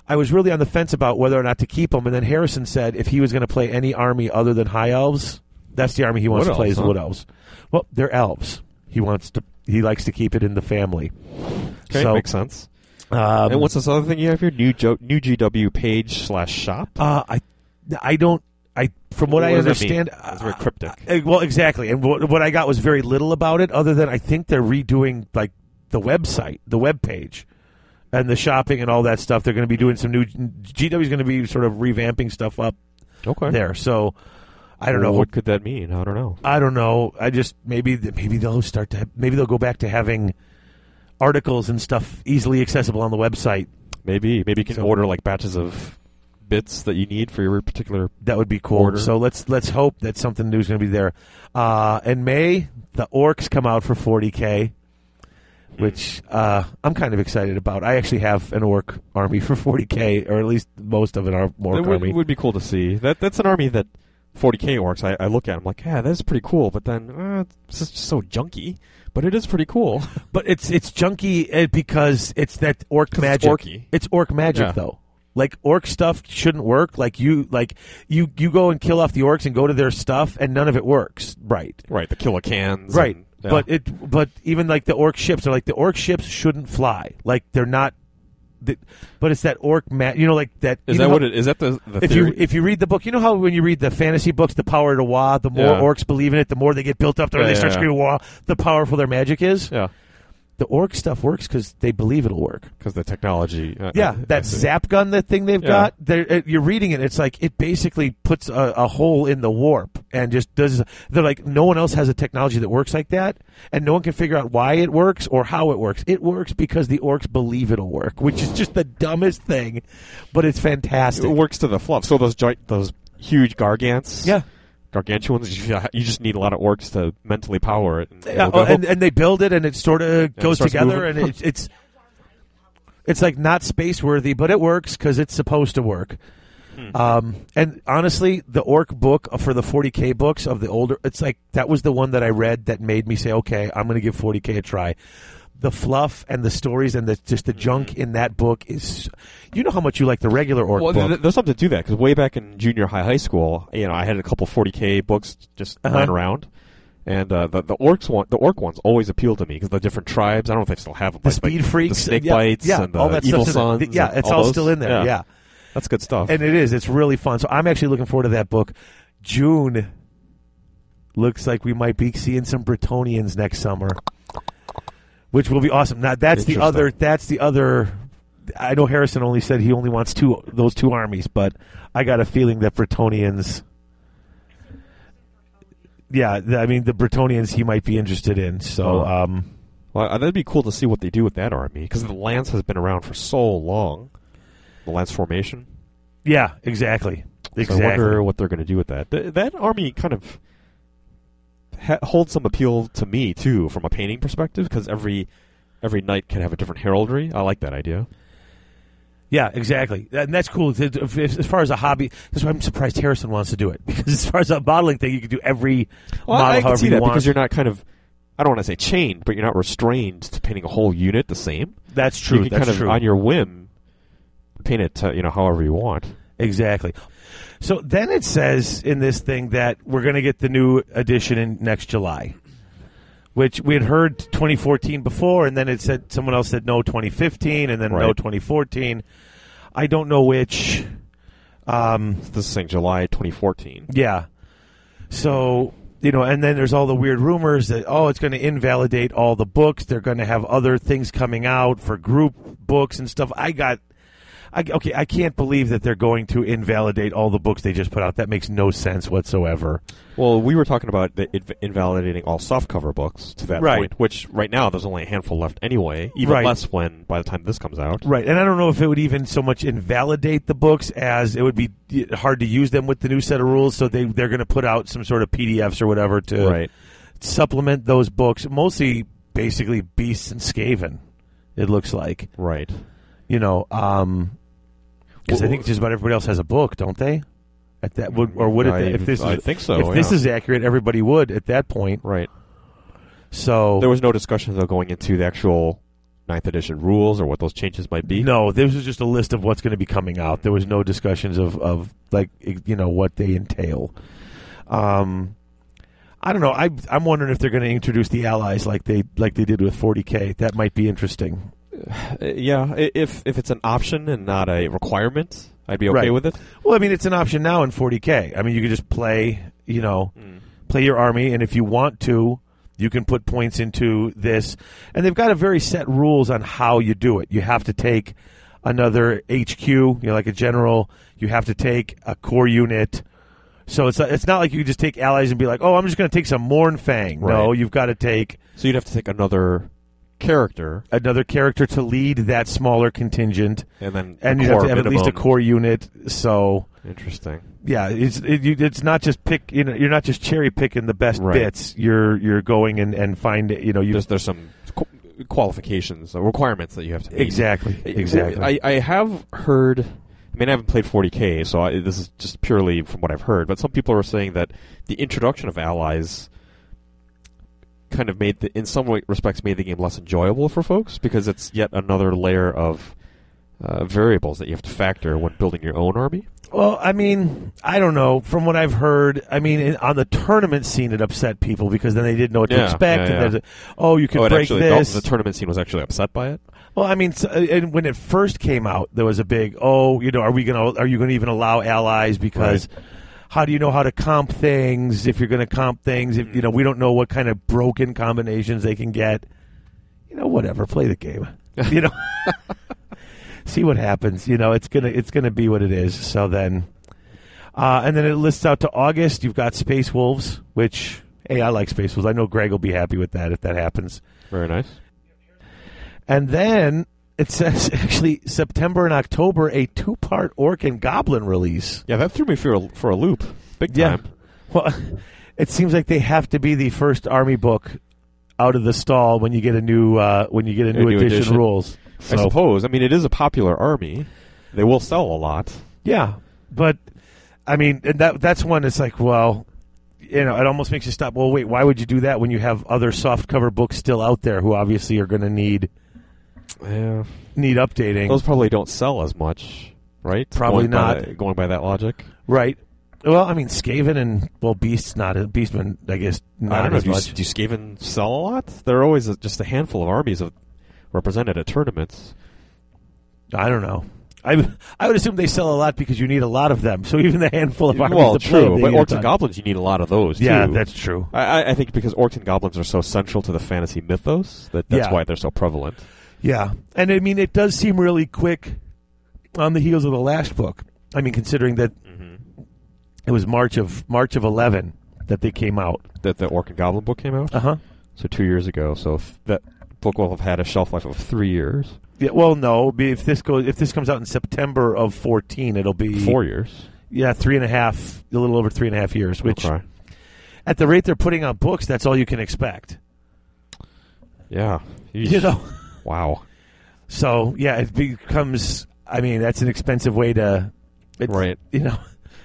Speaker 3: I was really on the fence about whether or not to keep them, and then Harrison said if he was going to play any army other than high elves, that's the army he wants
Speaker 2: Wood
Speaker 3: to play
Speaker 2: elves,
Speaker 3: is
Speaker 2: huh?
Speaker 3: wood elves. Well, they're elves. He wants to. He likes to keep it in the family.
Speaker 2: Okay,
Speaker 3: so,
Speaker 2: makes sense.
Speaker 3: Um,
Speaker 2: and what's this other thing you have here? New jo- new GW page slash shop.
Speaker 3: Uh, I, I don't. I from what,
Speaker 2: What
Speaker 3: I
Speaker 2: does that
Speaker 3: understand,
Speaker 2: mean? That's very
Speaker 3: uh,
Speaker 2: cryptic.
Speaker 3: uh, well, exactly. And what, what I got was very little about it, other than I think they're redoing like the website, the web page, and the shopping and all that stuff. They're going to be doing some new. GW is going to be sort of revamping stuff up
Speaker 2: Okay,
Speaker 3: there. So I don't know.
Speaker 2: What could that mean? I don't know.
Speaker 3: I don't know. I just maybe maybe they'll start to maybe they'll go back to having articles and stuff easily accessible on the website.
Speaker 2: Maybe maybe you can
Speaker 3: So-
Speaker 2: order like batches of bits that you need for your particular.
Speaker 3: That would be cool.
Speaker 2: Order.
Speaker 3: So let's let's hope that something new is going to be there. Uh, in May, the orcs come out for 40k, which uh, I'm kind of excited about. I actually have an orc army for 40k, or at least most of an ar- orc
Speaker 2: It would,
Speaker 3: army.
Speaker 2: would be cool to see. That that's an army that 40k orcs. I, I look at. I'm like, yeah, that's pretty cool. But then uh, it's just so junky. But it is pretty cool. *laughs*
Speaker 3: But it's it's junky eh, because it's that orc
Speaker 2: 'Cause it's
Speaker 3: magic.
Speaker 2: orky.
Speaker 3: It's orc magic
Speaker 2: Yeah.
Speaker 3: though. Like orc stuff shouldn't work. Like you like you you go and kill off the orcs and go to their stuff, and none of it works. Right.
Speaker 2: Right, the killer cans.
Speaker 3: right
Speaker 2: and- yeah.
Speaker 3: but it but even like the orc ships are like the orc ships shouldn't fly like they're not the, but it's that orc ma- you know like that
Speaker 2: is
Speaker 3: you know
Speaker 2: that
Speaker 3: how-
Speaker 2: what it is? That the, the
Speaker 3: if
Speaker 2: theory?
Speaker 3: you if you read the book, you know how when you read the fantasy books, the power to Wah, the more
Speaker 2: Yeah.
Speaker 3: orcs believe in it, the more they get built up, the more
Speaker 2: Yeah,
Speaker 3: they
Speaker 2: yeah,
Speaker 3: start
Speaker 2: yeah.
Speaker 3: screaming Wah, the powerful their magic is.
Speaker 2: yeah,
Speaker 3: The orc stuff works because they believe it'll work.
Speaker 2: because the technology. uh,
Speaker 3: Yeah,
Speaker 2: uh, I
Speaker 3: that
Speaker 2: see.
Speaker 3: zap gun, that thing they've
Speaker 2: Yeah.
Speaker 3: got. They're, uh, you're reading it. It's like it basically puts a, a hole in the warp and just does. They're like no one else has a technology that works like that, and no one can figure out why it works or how it works. It works because the orcs believe it'll work, which is just the dumbest thing, but it's
Speaker 2: It
Speaker 3: fantastic.
Speaker 2: works to the fluff. So those giant, those huge gargants.
Speaker 3: Yeah.
Speaker 2: gargantuans. You, you just need a lot of orcs to mentally power it. And
Speaker 3: Yeah,
Speaker 2: it'll
Speaker 3: oh,
Speaker 2: go.
Speaker 3: and, and they build it, and it sort of goes
Speaker 2: starts
Speaker 3: together,
Speaker 2: moving.
Speaker 3: and it, it's it's like not space worthy, but it works because it's supposed to work.
Speaker 2: Hmm.
Speaker 3: Um, and honestly, the orc book for the 40k books of the older, it's like that was the one that I read that made me say, okay, I'm going to give 40k a try. The fluff and the stories and the, just the
Speaker 2: Mm-hmm.
Speaker 3: junk in that book is, you know how much you like the regular orc
Speaker 2: well,
Speaker 3: book.
Speaker 2: th- th- there's something to that because way back in junior high, high school, you know, I had a couple 40k books just
Speaker 3: Uh-huh.
Speaker 2: lying around, and uh, the the orcs one, the orc ones always appeal to me because the different tribes. I don't know if they still have them.
Speaker 3: the
Speaker 2: but, like,
Speaker 3: speed freaks,
Speaker 2: the snake
Speaker 3: yeah,
Speaker 2: bites,
Speaker 3: yeah,
Speaker 2: and the
Speaker 3: all that
Speaker 2: evil
Speaker 3: stuff's in
Speaker 2: sons.
Speaker 3: there. yeah,
Speaker 2: and
Speaker 3: it's all
Speaker 2: those.
Speaker 3: still in there. yeah.
Speaker 2: that's good stuff.
Speaker 3: And it is. It's really fun. So I'm actually looking forward to that book. June looks like we might be seeing some Bretonians next summer, which will be awesome. Now that's the
Speaker 2: Interesting.
Speaker 3: other. That's the other. I know Harrison only said he only wants two those two armies, but I got a feeling that Bretonians. Yeah, th- I mean the Bretonians he might be interested in. So
Speaker 2: Huh.
Speaker 3: um,
Speaker 2: Well, uh, that'd be cool to see what they do with that army because the lance has been around for so long. The lance formation.
Speaker 3: yeah, exactly,
Speaker 2: So I
Speaker 3: exactly.
Speaker 2: wonder what they're going to do with that. Th- that army kind of ha- holds some appeal to me too, from a painting perspective, because every every knight can have a different heraldry. I like that idea.
Speaker 3: Yeah, exactly, and that's cool. Th- if- if- As far as a hobby, that's why I'm surprised Harrison wants to do it *laughs* because as far as a modeling thing, you can do every
Speaker 2: Well,
Speaker 3: model
Speaker 2: I can
Speaker 3: however
Speaker 2: see
Speaker 3: you
Speaker 2: that
Speaker 3: want.
Speaker 2: because you're not kind of. I don't want to say chained, but you're not restrained to painting a whole unit the same.
Speaker 3: that's true.
Speaker 2: you can
Speaker 3: that's
Speaker 2: kind of
Speaker 3: true.
Speaker 2: on your whim paint it to, you know however you want.
Speaker 3: Exactly. So then it says in this thing that we're going to get the new edition in next July, which we had heard 2014 before, and then it said someone else said no 2015, and then no
Speaker 2: Right.
Speaker 3: 2014. I don't know which. Um,
Speaker 2: This thing July 2014.
Speaker 3: yeah. So you know, and then there's all the weird rumors that oh, it's going to invalidate all the books. They're going to have other things coming out for group books and stuff. I got. I, okay, I can't believe that they're going to invalidate all the books they just put out. That makes no sense whatsoever.
Speaker 2: Well, we were talking about the inv- invalidating all softcover books to that
Speaker 3: Right.
Speaker 2: point, which right now there's only a handful left anyway. Even
Speaker 3: Right.
Speaker 2: less when by the time this comes out.
Speaker 3: Right, and I don't know if it would even so much invalidate the books as it would be hard to use them with the new set of rules. So they they're going to put out some sort of PDFs or whatever to
Speaker 2: Right.
Speaker 3: supplement those books, mostly basically Beasts and Skaven. It looks like
Speaker 2: Right.
Speaker 3: you know, um 'cause because I
Speaker 2: Well-
Speaker 3: think just about everybody else has a book, don't they? At that would or would it?
Speaker 2: I,
Speaker 3: if this
Speaker 2: I
Speaker 3: is,
Speaker 2: think so.
Speaker 3: if this
Speaker 2: yeah.
Speaker 3: is accurate, everybody would at that point.
Speaker 2: right,
Speaker 3: So
Speaker 2: there was no discussion though going into the actual ninth edition rules or what those changes might be.
Speaker 3: No, this was just a list of what's going to be coming out. There was no discussions of, of like you know what they entail. Um, I don't know. I I'm wondering if they're going to introduce the allies like they like they did with 40k. That might be interesting.
Speaker 2: Uh, yeah, i- if if it's an option and not a requirement, I'd be okay
Speaker 3: Right.
Speaker 2: with it.
Speaker 3: Well, I mean, it's an option now in 40k. I mean, you can just play you know play your army, and if you want to. You can put points into this, and they've got a very set rules on how you do it. You have to take another HQ, you know, like a general. You have to take a core unit. So it's it's not like you just take allies and be like, oh, I'm just going to take some Mornfang. No,
Speaker 2: Right.
Speaker 3: you've got to take
Speaker 2: So you'd have to take another character
Speaker 3: another character to lead that smaller contingent,
Speaker 2: and then
Speaker 3: and
Speaker 2: a
Speaker 3: you have
Speaker 2: core
Speaker 3: to have at least a
Speaker 2: minimum.
Speaker 3: core unit. So
Speaker 2: Interesting.
Speaker 3: yeah, it's it, you, it's not just pick. You know, you're not just cherry picking the best
Speaker 2: Right.
Speaker 3: bits. You're you're going and and find you know you
Speaker 2: There's there's some qu- qualifications, uh, requirements that you have to meet.
Speaker 3: exactly exactly.
Speaker 2: I, I have heard. I mean, I haven't played 40k, so I, this is just purely from what I've heard. But some people are saying that the introduction of allies kind of made, the, in some way, respects, made the game less enjoyable for folks because it's yet another layer of uh, variables that you have to factor when building your own army.
Speaker 3: Well, I mean, I don't know. From what I've heard, I mean, in, on the tournament scene, it upset people because then they didn't know what to
Speaker 2: Yeah,
Speaker 3: expect.
Speaker 2: yeah,
Speaker 3: and
Speaker 2: yeah.
Speaker 3: there's a, oh, you could
Speaker 2: it
Speaker 3: break
Speaker 2: actually, the-
Speaker 3: this.
Speaker 2: The, tournament scene was actually upset by it.
Speaker 3: well, I mean, so, and when it first came out, there was a big oh, you know, are we gonna are you gonna even allow allies because. How do you know how to comp things? If you're going to comp things, if you know we don't know what kind of broken combinations they can get. You know, whatever. Play the game. You know, *laughs* see what happens. You know, it's gonna it's gonna be what it is. So then, uh, and then it lists out to August. You've got Space Wolves, which hey, I like Space Wolves. I know Greg will be happy with that if that happens.
Speaker 2: Very nice.
Speaker 3: And then it says *laughs* actually September and October a two part Orc and Goblin release.
Speaker 2: Yeah, that threw me for a, for a loop, big
Speaker 3: Yeah.
Speaker 2: time.
Speaker 3: Well, it seems like they have to be the first army book out of the stall when you get a new uh, when you get a new,
Speaker 2: new
Speaker 3: edition,
Speaker 2: edition.
Speaker 3: rules.
Speaker 2: I
Speaker 3: So
Speaker 2: suppose. I mean, it is a popular army. They will sell a lot.
Speaker 3: yeah, but I mean and that that's one that's like well, you know, it almost makes you stop. Well, wait, why would you do that when you have other soft cover books still out there who obviously are going to need
Speaker 2: Yeah.
Speaker 3: need updating?
Speaker 2: Those probably don't sell as much, right?
Speaker 3: Probably
Speaker 2: Going by
Speaker 3: not.
Speaker 2: that- going by that logic,
Speaker 3: right. Well, I mean, Skaven and well, Beast's not a Beastman. I guess
Speaker 2: I
Speaker 3: not
Speaker 2: don't know.
Speaker 3: as
Speaker 2: Do,
Speaker 3: much.
Speaker 2: do Skaven sell a lot? There are always a, just a handful of armies of, represented at tournaments.
Speaker 3: I don't know. I, I would assume they sell a lot because you need a lot of them. So even the handful of armies
Speaker 2: well,
Speaker 3: to play,
Speaker 2: true,
Speaker 3: they
Speaker 2: but
Speaker 3: need a
Speaker 2: orcs
Speaker 3: ton.
Speaker 2: and goblins, you need a lot of those.
Speaker 3: Yeah,
Speaker 2: too.
Speaker 3: that's true.
Speaker 2: I, I- I think because orcs and goblins are so central to the fantasy mythos that that's
Speaker 3: Yeah.
Speaker 2: why they're so prevalent.
Speaker 3: Yeah, and I mean it does seem really quick on the heels of the last book. I mean, considering that
Speaker 2: Mm-hmm.
Speaker 3: it was March of March of eleven that they came out.
Speaker 2: That the orc and goblin book came out,
Speaker 3: Uh huh.
Speaker 2: so two years ago. So if that book will have had a shelf life of three years,
Speaker 3: Yeah. Well, no. be- If this goes, if this comes out in September of fourteen, it'll be
Speaker 2: four years.
Speaker 3: Yeah, three and a half, a little over three and a half years. Which,
Speaker 2: Okay.
Speaker 3: at the rate they're putting out books, that's all you can expect.
Speaker 2: yeah,
Speaker 3: You *laughs*
Speaker 2: Yeesh.
Speaker 3: know.
Speaker 2: wow.
Speaker 3: So yeah, it becomes. I mean, that's an expensive way to, it-
Speaker 2: Right.
Speaker 3: You know,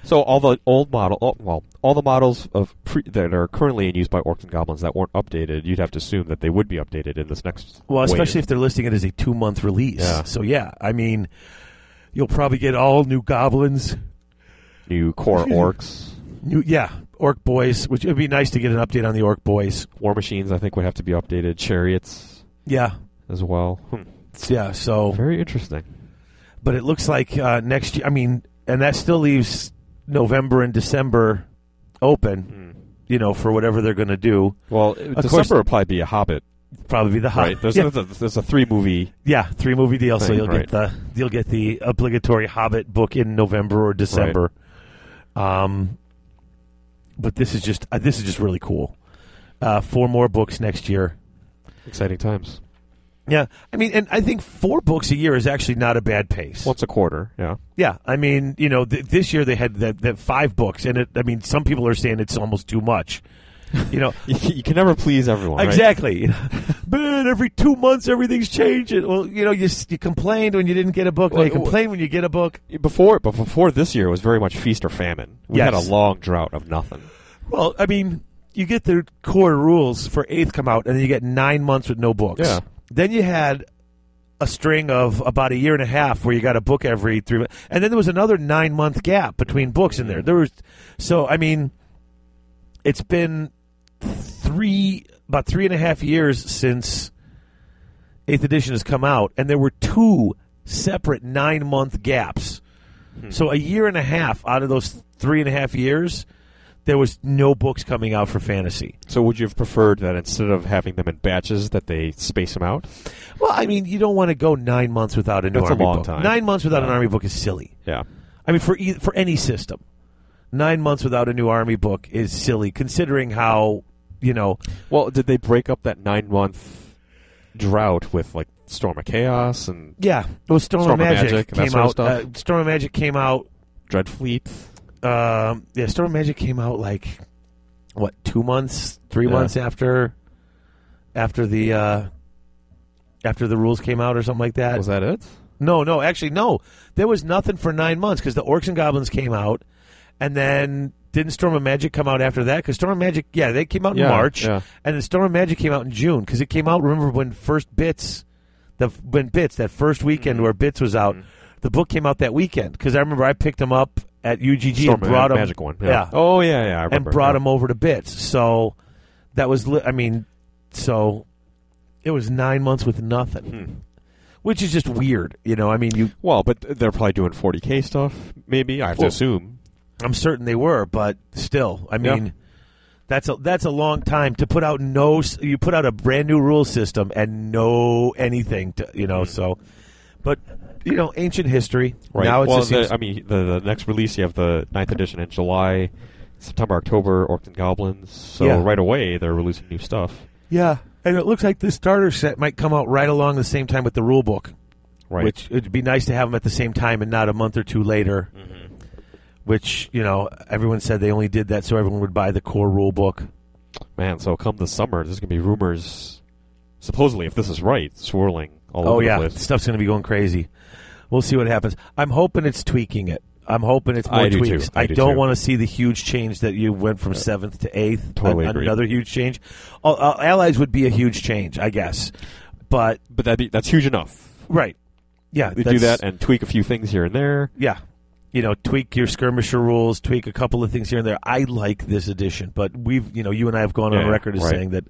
Speaker 2: So all the old model, oh, well, all the models of pre- that are currently in use by orcs and goblins that weren't updated, you'd have to assume that they would be updated in this next.
Speaker 3: well,
Speaker 2: wave.
Speaker 3: especially if they're listing it as a two month release.
Speaker 2: Yeah.
Speaker 3: So yeah, I mean, you'll probably get all new goblins,
Speaker 2: new
Speaker 3: *laughs*
Speaker 2: core orcs,
Speaker 3: new yeah, orc boys, which it'd be nice to get an update on the orc boys.
Speaker 2: war machines, I think would have to be updated, chariots
Speaker 3: Yeah,
Speaker 2: as well. Hmm.
Speaker 3: yeah. So
Speaker 2: Very interesting.
Speaker 3: but it looks like uh, next year. I mean, and that still leaves November and December open. You know, for whatever they're going to do,
Speaker 2: Well, December
Speaker 3: Hmm. course-
Speaker 2: would probably be a Hobbit,
Speaker 3: probably the Hobbit.
Speaker 2: right? There's,
Speaker 3: yeah,
Speaker 2: there's a, there's a three movie.
Speaker 3: yeah, three movie deal. so
Speaker 2: Thing,
Speaker 3: you'll
Speaker 2: right.
Speaker 3: get the you'll get the obligatory Hobbit book in November or December. Um, but this is just uh, this is just really cool. Uh, four more books next year.
Speaker 2: Exciting times.
Speaker 3: Yeah, I mean, and I think four books a year is actually not a bad pace.
Speaker 2: Once a quarter, yeah. *laughs*
Speaker 3: Yeah, I mean, you know, th- this year they had that that five books, and it, I mean, some people are saying it's almost too much. You know,
Speaker 2: you can never please everyone. right?
Speaker 3: exactly. *laughs* Man, every two months everything's changing. Well, you know, you s- you complained when you didn't get a book. Now
Speaker 2: Well,
Speaker 3: you complain when you get a book.
Speaker 2: Before, but before this year it was very much feast or famine. We had a
Speaker 3: Yes.
Speaker 2: long drought of nothing.
Speaker 3: Well, I mean, you get the core rules for eighth come out, and then you get nine months with no books.
Speaker 2: Yeah.
Speaker 3: Then you had a string of about a year and a half where you got a book every three, months. and then there was another nine month gap between books in there. There was so I mean, it's been three about three and a half years since eighth edition has come out, and there were two separate nine month gaps. So a year and a half out of those three and a half years, there was no books coming out for fantasy.
Speaker 2: So would you have preferred that instead of having them in batches, that they space them out?
Speaker 3: Well, I mean, you don't want to go nine months without a new
Speaker 2: That's a
Speaker 3: army
Speaker 2: long
Speaker 3: book.
Speaker 2: time.
Speaker 3: Nine months without an
Speaker 2: Yeah.
Speaker 3: army book is silly.
Speaker 2: Yeah.
Speaker 3: I mean, for e- for any system, nine months without a new army book is silly, considering how you know.
Speaker 2: Well, did they break up that nine month drought with like Storm of Chaos and
Speaker 3: Yeah, well, Storm,
Speaker 2: Storm of
Speaker 3: of Magic,
Speaker 2: Magic and that
Speaker 3: came
Speaker 2: sort of
Speaker 3: out.
Speaker 2: stuff?
Speaker 3: Uh, Storm of Magic came out.
Speaker 2: Dreadfleet?
Speaker 3: Um, yeah, Storm of Magic came out like what two months, three
Speaker 2: Yeah.
Speaker 3: months after after the uh, after the rules came out or something like that.
Speaker 2: Was that it?
Speaker 3: No, no, actually, no. There was nothing for nine months because the Orcs and Goblins came out, and then didn't Storm of Magic come out after that? Because Storm of Magic, yeah, they came out in
Speaker 2: Yeah,
Speaker 3: March,
Speaker 2: yeah.
Speaker 3: and then Storm of Magic came out in June because it came out. Remember when first Bits, the when Bits that first weekend
Speaker 2: Mm-hmm.
Speaker 3: where Bits was out, the book came out that weekend because I remember I picked them up at UGG
Speaker 2: Storm
Speaker 3: and brought
Speaker 2: of
Speaker 3: them
Speaker 2: Magic one. Yeah.
Speaker 3: yeah.
Speaker 2: Oh yeah, yeah. I remember.
Speaker 3: and brought
Speaker 2: yeah.
Speaker 3: them over to Bits. So that was, li- I mean, so it was nine months with nothing.
Speaker 2: Hmm.
Speaker 3: Which is just weird, you know. I mean, you
Speaker 2: Well, but they're probably doing 40k stuff. Maybe I have
Speaker 3: Well-
Speaker 2: to assume.
Speaker 3: I'm certain they were, but still, I
Speaker 2: Yeah.
Speaker 3: mean, that's a that's a long time to put out no. s- You put out a brand new rule system and no anything, to, you know. So, but you know, ancient history.
Speaker 2: Hmm. Right.
Speaker 3: Now it's
Speaker 2: well,
Speaker 3: just seems,
Speaker 2: the, I mean, the, the next release you have the ninth edition in July, September, October, Orcs and Goblins. So
Speaker 3: Yeah.
Speaker 2: right away they're releasing new stuff.
Speaker 3: yeah, and it looks like the starter set might come out right along the same time with the rule book,
Speaker 2: Right.
Speaker 3: which it'd be nice to have them at the same time and not a month or two later.
Speaker 2: Mm-hmm.
Speaker 3: Which you know, everyone said they only did that so everyone would buy the core rule book.
Speaker 2: Man, so come the summer, there's gonna be rumors. Supposedly, if this is right, swirling all
Speaker 3: Oh
Speaker 2: over
Speaker 3: yeah,
Speaker 2: the place.
Speaker 3: stuff's going to be going crazy. We'll see what happens. I'm hoping it's tweaking it. I'm hoping it's more
Speaker 2: I do too.
Speaker 3: tweaks.
Speaker 2: I
Speaker 3: I,
Speaker 2: do
Speaker 3: not
Speaker 2: too.
Speaker 3: want to see the huge change that you went from seventh to eighth.
Speaker 2: Totally
Speaker 3: An-
Speaker 2: agree.
Speaker 3: another huge change. Uh, uh, allies would be a huge change, I guess. But
Speaker 2: But that be, that's huge enough.
Speaker 3: right, yeah,
Speaker 2: They do
Speaker 3: that's-
Speaker 2: that and tweak a few things here and there.
Speaker 3: Yeah, you know, tweak your skirmisher rules, tweak a couple of things here and there. I like this edition, but we've you know you and I have gone on
Speaker 2: Yeah,
Speaker 3: record as
Speaker 2: right.
Speaker 3: saying that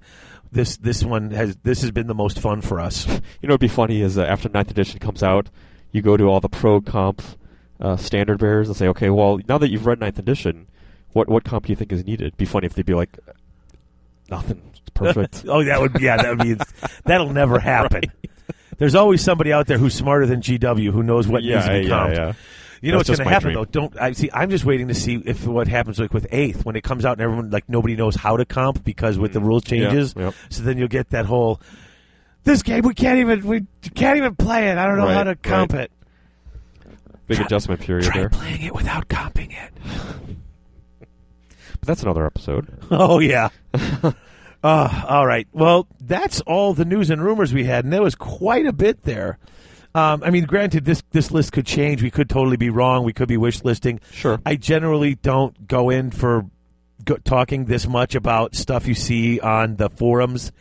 Speaker 3: this this one has this has been the most fun for us.
Speaker 2: You know, what'd be funny is uh, after ninth edition comes out, you go to all the pro comp uh, standard bearers and say, okay, well, now that you've read ninth edition, what what comp do you think is needed? It'd be funny if they'd be like, nothing. It's perfect.
Speaker 3: *laughs* Oh, that would yeah, that would be that'll
Speaker 2: *laughs*
Speaker 3: never happen. There's always somebody out there who's smarter than GW who knows what needs to be comped. You know
Speaker 2: That's
Speaker 3: what's
Speaker 2: just
Speaker 3: going
Speaker 2: my
Speaker 3: to happen
Speaker 2: dream.
Speaker 3: though. Don't I see? I'm just waiting to see if what happens like with eighth when it comes out and everyone like nobody knows how to comp because with the
Speaker 2: Mm.
Speaker 3: rules changes.
Speaker 2: yep.
Speaker 3: So then you'll get that whole this game we can't even we can't even play it. I don't know
Speaker 2: Right,
Speaker 3: how to comp
Speaker 2: right.
Speaker 3: it.
Speaker 2: Big
Speaker 3: Try-
Speaker 2: adjustment period
Speaker 3: Try
Speaker 2: there.
Speaker 3: playing it without comping it.
Speaker 2: But that's another episode.
Speaker 3: *laughs* Oh *laughs* yeah. Uh, all right. Well, that's all the news and rumors we had, and there was quite a bit there. Um, I mean, granted, this this list could change. We could totally be wrong. We could be wish listing.
Speaker 2: Sure.
Speaker 3: I generally don't go in for go- talking this much about stuff you see on the forums,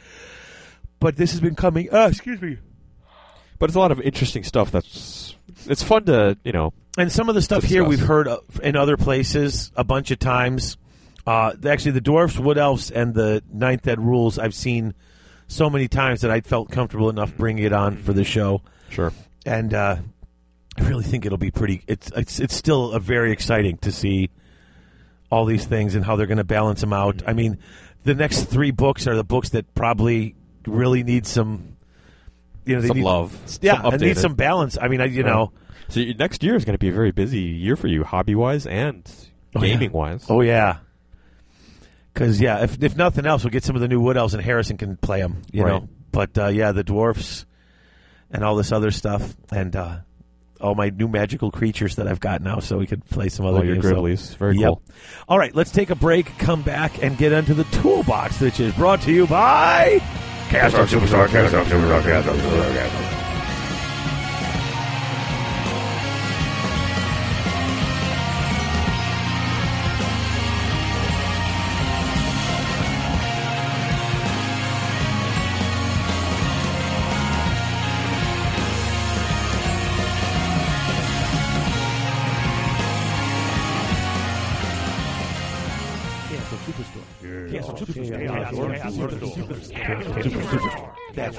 Speaker 3: but this has been coming. Uh, excuse me.
Speaker 2: But it's a lot of interesting stuff. That's it's fun to you know.
Speaker 3: And some of the stuff here
Speaker 2: Discuss.
Speaker 3: we've heard uh, in other places a bunch of times. Uh, actually, the dwarfs, wood elves, and the ninth ed rules I've seen so many times that I felt comfortable enough bringing it on for the show.
Speaker 2: Sure.
Speaker 3: and uh, I really think it'll be pretty. It's it's it's still a very exciting to see all these things and how they're going to balance them out. I mean, the next three books are the books that probably really need some, you know, they
Speaker 2: Some
Speaker 3: need,
Speaker 2: love.
Speaker 3: yeah,
Speaker 2: Some
Speaker 3: and need
Speaker 2: updated.
Speaker 3: some balance. I mean, I you
Speaker 2: Right.
Speaker 3: know,
Speaker 2: So your- next year is going to be a very busy year for you, hobby wise and
Speaker 3: Oh, yeah.
Speaker 2: gaming wise.
Speaker 3: oh yeah. Because yeah, if if nothing else, we'll get some of the new wood elves and Harrison can play them. You
Speaker 2: Right.
Speaker 3: know, but uh, yeah, the dwarfs and all this other stuff, and uh, all my new magical creatures that I've got now, so we could play some other
Speaker 2: All your
Speaker 3: games. So-
Speaker 2: gribblies. Very
Speaker 3: Yep.
Speaker 2: cool.
Speaker 3: All right, let's take a break, come back, and get into the toolbox, which is brought to you by.
Speaker 1: Cast on Superstar, cast on Superstar, cast on Superstar, cast on
Speaker 3: That's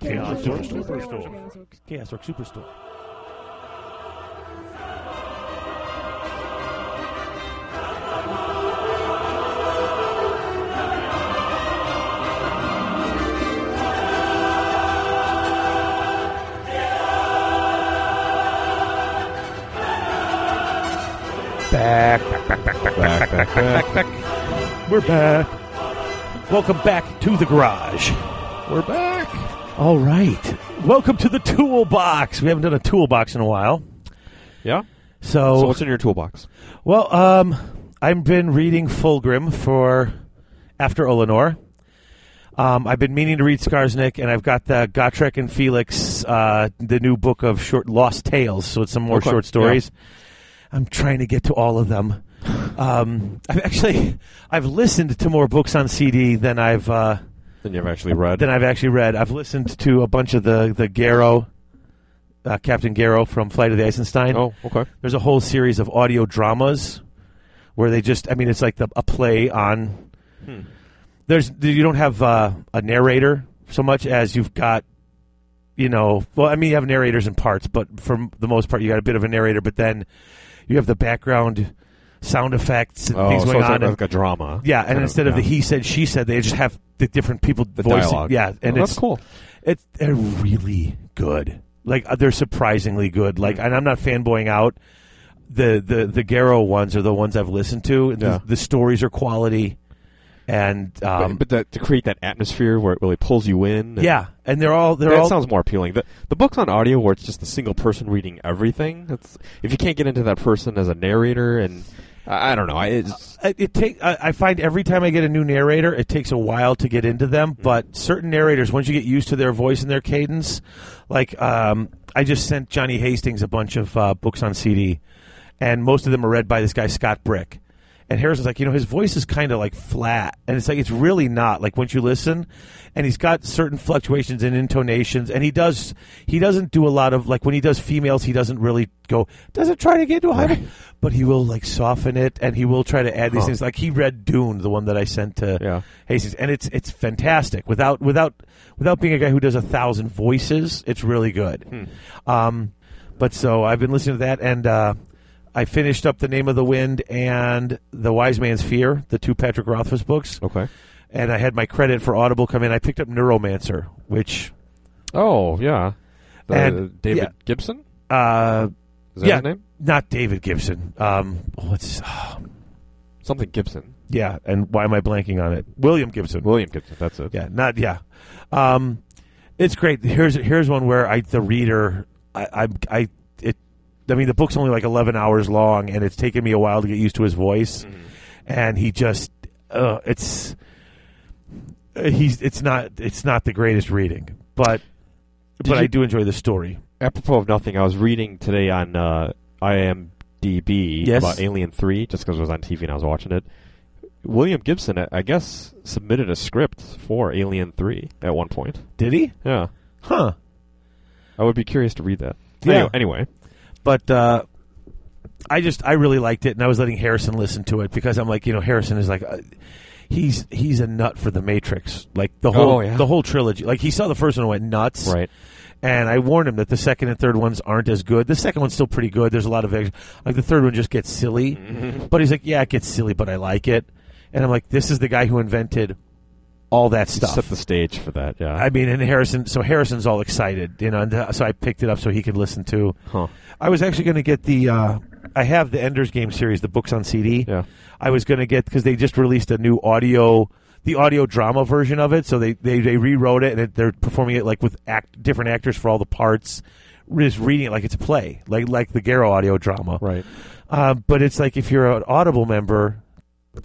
Speaker 3: Chaos.org Superstore.
Speaker 2: Back, back, back, back.
Speaker 3: We're back. Welcome back to the garage.
Speaker 2: We're back.
Speaker 3: All right. Welcome to the toolbox. We haven't done a toolbox in a while.
Speaker 2: Yeah. So
Speaker 3: So,
Speaker 2: what's in your toolbox?
Speaker 3: well, um, I've been reading Fulgrim for after Olinor. Um, I've been meaning to read Skarsnik, and I've got the Gotrek and Felix, uh, the new book of short Lost Tales. So it's some more
Speaker 2: Okay,
Speaker 3: short stories. I'm trying to get to all of them. Um, I've actually I've listened to more books on CD than I've. Uh,
Speaker 2: Then you've actually read.
Speaker 3: than I've actually read. I've listened to a bunch of the the Garrow, uh, Captain Garrow from Flight of the Eisenstein.
Speaker 2: oh, okay.
Speaker 3: There's a whole series of audio dramas where they just, I mean, it's like the, a play on.
Speaker 2: Hmm.
Speaker 3: There's you don't have uh, a narrator so much as you've got, you know, well, I mean, you have narrators in parts, but for the most part, you got a bit of a narrator, but then you have the background sound effects and
Speaker 2: Oh,
Speaker 3: things
Speaker 2: so
Speaker 3: going
Speaker 2: it's
Speaker 3: on.
Speaker 2: like,
Speaker 3: and-
Speaker 2: like a drama.
Speaker 3: yeah, and
Speaker 2: Kind
Speaker 3: instead of the
Speaker 2: yeah.
Speaker 3: he said she said, they just have the different people
Speaker 2: the
Speaker 3: voicing.
Speaker 2: dialogue.
Speaker 3: Yeah, and
Speaker 2: Oh,
Speaker 3: it's
Speaker 2: that's cool.
Speaker 3: it's they're really good. Like uh, they're surprisingly good.
Speaker 2: Mm.
Speaker 3: Like, and I'm not fanboying out. The the the Garrow ones are the ones I've listened to. The,
Speaker 2: Yeah.
Speaker 3: the stories are quality, and um,
Speaker 2: but that, to create that atmosphere where it really pulls you in. and-
Speaker 3: yeah, and they're all they're
Speaker 2: that
Speaker 3: all
Speaker 2: sounds more appealing. The, the books on audio where it's just a single person reading everything. That's if you can't get into that person as a narrator, and I, I don't know. I, it's,
Speaker 3: I- it take I, I find every time I get a new narrator, it takes a while to get into them.
Speaker 2: Mm.
Speaker 3: But certain narrators, once you get used to their voice and their cadence, like um, I just sent Johnny Hastings a bunch of uh, books on CD, and most of them are read by this guy Scott Brick. And Harrison's like, you know, his voice is kind of like flat, and it's like it's really not. Like once you listen, and he's got certain fluctuations in intonations, and he does he doesn't do a lot of like when he does females, he doesn't really go doesn't try to get to a high, but he will like soften it, and he will try to add these
Speaker 2: Huh.
Speaker 3: things. Like he read Dune, the one that I sent to
Speaker 2: Yeah.
Speaker 3: Hastings, and it's it's fantastic. Without without without being a guy who does a thousand voices, it's really good.
Speaker 2: Hmm.
Speaker 3: Um, but so I've been listening to that, and uh, I finished up the Name of the Wind and the Wise Man's Fear, the two Patrick Rothfuss books,
Speaker 2: okay.
Speaker 3: and I had my credit for Audible come in. I picked up Neuromancer, which
Speaker 2: Oh yeah, the,
Speaker 3: And-
Speaker 2: David
Speaker 3: yeah.
Speaker 2: Gibson.
Speaker 3: uh,
Speaker 2: Is Is that
Speaker 3: yeah,
Speaker 2: his name?
Speaker 3: not David Gibson. Um, what's *sighs*
Speaker 2: Something Gibson.
Speaker 3: yeah? And why am I blanking on it? William Gibson.
Speaker 2: William Gibson. That's it.
Speaker 3: Yeah, not yeah. Um, it's great. Here's here's one where I the reader I I, I it I mean the book's only like eleven hours long and it's taken me a while to get used to his voice, and he just uh, it's uh, he's it's not it's not the greatest reading, but but I
Speaker 2: you-
Speaker 3: do enjoy the story.
Speaker 2: Apropos of nothing, I was reading today on uh, IMDb
Speaker 3: Yes.
Speaker 2: about Alien Three, just because it was on TV and I was watching it. William Gibson, I- I guess, submitted a script for Alien Three at one point.
Speaker 3: Did he?
Speaker 2: Yeah,
Speaker 3: Huh.
Speaker 2: I would be curious to read that.
Speaker 3: Yeah.
Speaker 2: Anyway, anyway.
Speaker 3: but uh, I just I really liked it, and I was letting Harrison listen to it because I'm like, you know, Harrison is like, uh, he's he's a nut for the Matrix, like the whole
Speaker 2: Oh, yeah.
Speaker 3: the whole trilogy. Like he saw the first one and went nuts,
Speaker 2: right?
Speaker 3: and I warned him that the second and third ones aren't as good. The second one's still pretty good. There's a lot of ex- like the third one just gets silly,
Speaker 2: Mm-hmm.
Speaker 3: but he's like, yeah, it gets silly, but I like it. And I'm like, this is the guy who invented all that stuff.
Speaker 2: Set the stage for that. Yeah.
Speaker 3: I mean, and Harrison. So Harrison's all excited, you know. And uh, so I picked it up so he could listen to.
Speaker 2: Huh.
Speaker 3: I was actually going to get the. Uh, I have the Ender's Game series, the books on CD.
Speaker 2: Yeah.
Speaker 3: I was going to get because they just released a new audio, the audio drama version of it. So they they, they rewrote it and it, they're performing it like with act different actors for all the parts. Just reading it like it's a play, like like the Garrow audio drama.
Speaker 2: Right.
Speaker 3: Uh, but it's like if you're an Audible member,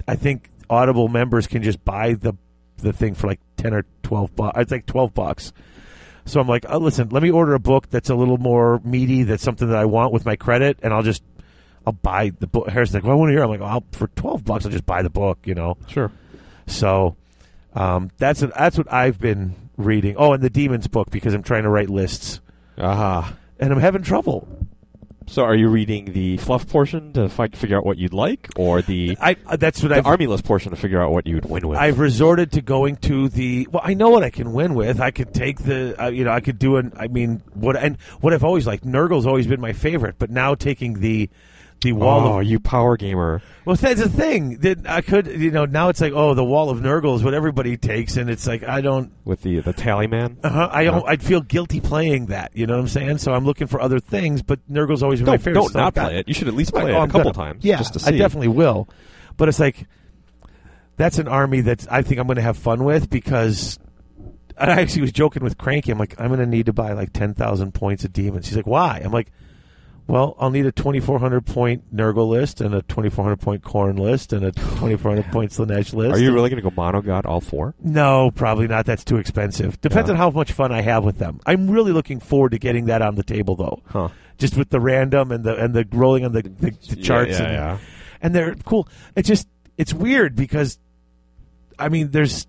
Speaker 3: I think Audible members can just buy the the thing for like ten or twelve bucks. It's like twelve bucks. So I'm like, oh, listen, let me order a book that's a little more meaty, that's something that I want with my credit, and I'll just I'll buy the book. Harrison's like, well, I want to hear. I'm like, oh, I'll, for twelve bucks, I'll just buy the book, you know.
Speaker 2: Sure.
Speaker 3: So um, that's what, that's what I've been reading. Oh, and the demons book because I'm trying to write lists
Speaker 2: Ah.
Speaker 3: and I'm having trouble.
Speaker 2: So, are you reading the fluff portion to fi- figure out what you'd like, or the
Speaker 3: I uh, that's what
Speaker 2: the
Speaker 3: I've
Speaker 2: army list portion to figure out what you'd win with?
Speaker 3: I've resorted to going to the. Well, I know what I can win with. I could take the. Uh, you know, I could do an. I mean, what and what I've always liked. Nurgle's always been my favorite, but now taking the, the wall
Speaker 2: oh,
Speaker 3: of.
Speaker 2: you power gamer!
Speaker 3: Well, that's the thing that I could. You know, now it's like, oh, the wall of Nurgle is what everybody takes, and it's like I don't.
Speaker 2: with the the tally man.
Speaker 3: Uh, I don't. I'd feel guilty playing that. You know what I'm saying? So I'm looking for other things, but Nurgle's always been my
Speaker 2: Don't,
Speaker 3: favorite.
Speaker 2: don't
Speaker 3: so
Speaker 2: not
Speaker 3: I've got-
Speaker 2: play it. You should at least play
Speaker 3: Right,
Speaker 2: it
Speaker 3: oh,
Speaker 2: a
Speaker 3: I'm
Speaker 2: couple
Speaker 3: gonna-
Speaker 2: times.
Speaker 3: Yeah,
Speaker 2: just to see.
Speaker 3: I definitely will. But it's like that's an army that I think I'm going to have fun with because and I actually was joking with Cranky. I'm like, I'm going to need to buy like ten thousand points of demons. He's like, why? I'm like, well, I'll need a 2,400 point Nurgle list and a 2,400 point Corn list and a 2,400 point Slanesh list.
Speaker 2: Are you really going to go mono god all four?
Speaker 3: No, probably not. That's too expensive. Depends
Speaker 2: Yeah.
Speaker 3: on how much fun I have with them. I'm really looking forward to getting that on the table, though.
Speaker 2: Huh.
Speaker 3: Just with the random and the and the rolling on the, the, the
Speaker 2: Yeah,
Speaker 3: charts,
Speaker 2: yeah,
Speaker 3: and,
Speaker 2: yeah.
Speaker 3: and they're cool. It's just it's weird because, I mean, there's.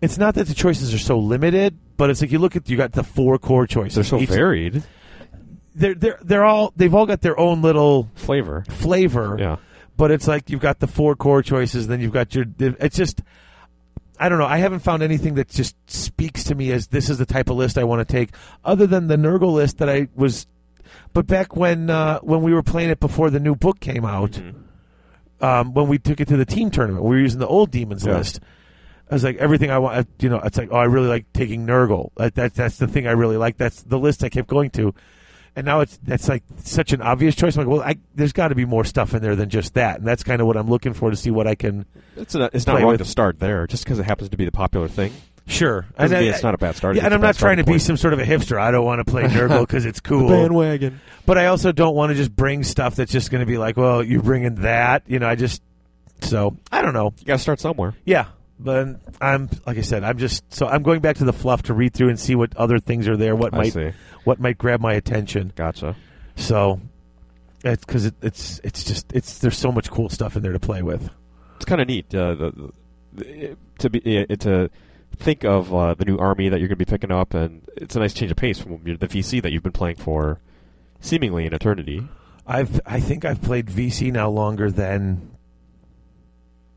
Speaker 3: It's not that the choices are so limited, but it's like you look at you got the four core choices.
Speaker 2: They're so
Speaker 3: Each-
Speaker 2: varied
Speaker 3: They're they're they're all they've all got their own little
Speaker 2: flavor.
Speaker 3: flavor
Speaker 2: Yeah.
Speaker 3: but it's like you've got the four core choices, then you've got your. It's just, I don't know. I haven't found anything that just speaks to me as this is the type of list I want to take, other than the Nurgle list that I was. But back when uh, when we were playing it before the new book came out, um, when we took it to the team tournament, we were using the old demons
Speaker 2: Mm-hmm. Yeah.
Speaker 3: list. I was like everything I want, you know. It's like oh, I really like taking Nurgle. Like, That, that's the thing I really like. That's the list I kept going to, and now it's that's like such an obvious choice. I'm like, well, I, there's got to be more stuff in there than just that, and that's kind of what I'm looking for to see what I can.
Speaker 2: It's not, it's not
Speaker 3: Play
Speaker 2: wrong
Speaker 3: with-
Speaker 2: to start there, just because it happens to be the popular thing.
Speaker 3: Sure,
Speaker 2: Doesn't
Speaker 3: And
Speaker 2: mean
Speaker 3: I-
Speaker 2: it's not a bad start.
Speaker 3: Yeah,
Speaker 2: It's
Speaker 3: and
Speaker 2: a
Speaker 3: I'm
Speaker 2: bad
Speaker 3: not trying to
Speaker 2: starting
Speaker 3: be
Speaker 2: point.
Speaker 3: some sort of a hipster. I don't want to
Speaker 2: *laughs*
Speaker 3: play Nurgle because it's cool.
Speaker 2: bandwagon.
Speaker 3: but I also don't want to just bring stuff that's just going to be like, well, you're bringing that. You know, I just so I don't know.
Speaker 2: You got to start somewhere.
Speaker 3: Yeah, but I'm like I said, I'm just so I'm going back to the fluff to read through and see what other things are there, what
Speaker 2: I
Speaker 3: might
Speaker 2: see.
Speaker 3: what might grab my attention.
Speaker 2: Gotcha.
Speaker 3: So it's because it, it's it's just it's there's so much cool stuff in there to play with.
Speaker 2: It's kind of neat uh, the, the, to be uh, to think of uh, the new army that you're going to be picking up, and it's a nice change of pace from your- the VC that you've been playing for seemingly an eternity.
Speaker 3: I've I think I've played VC now longer than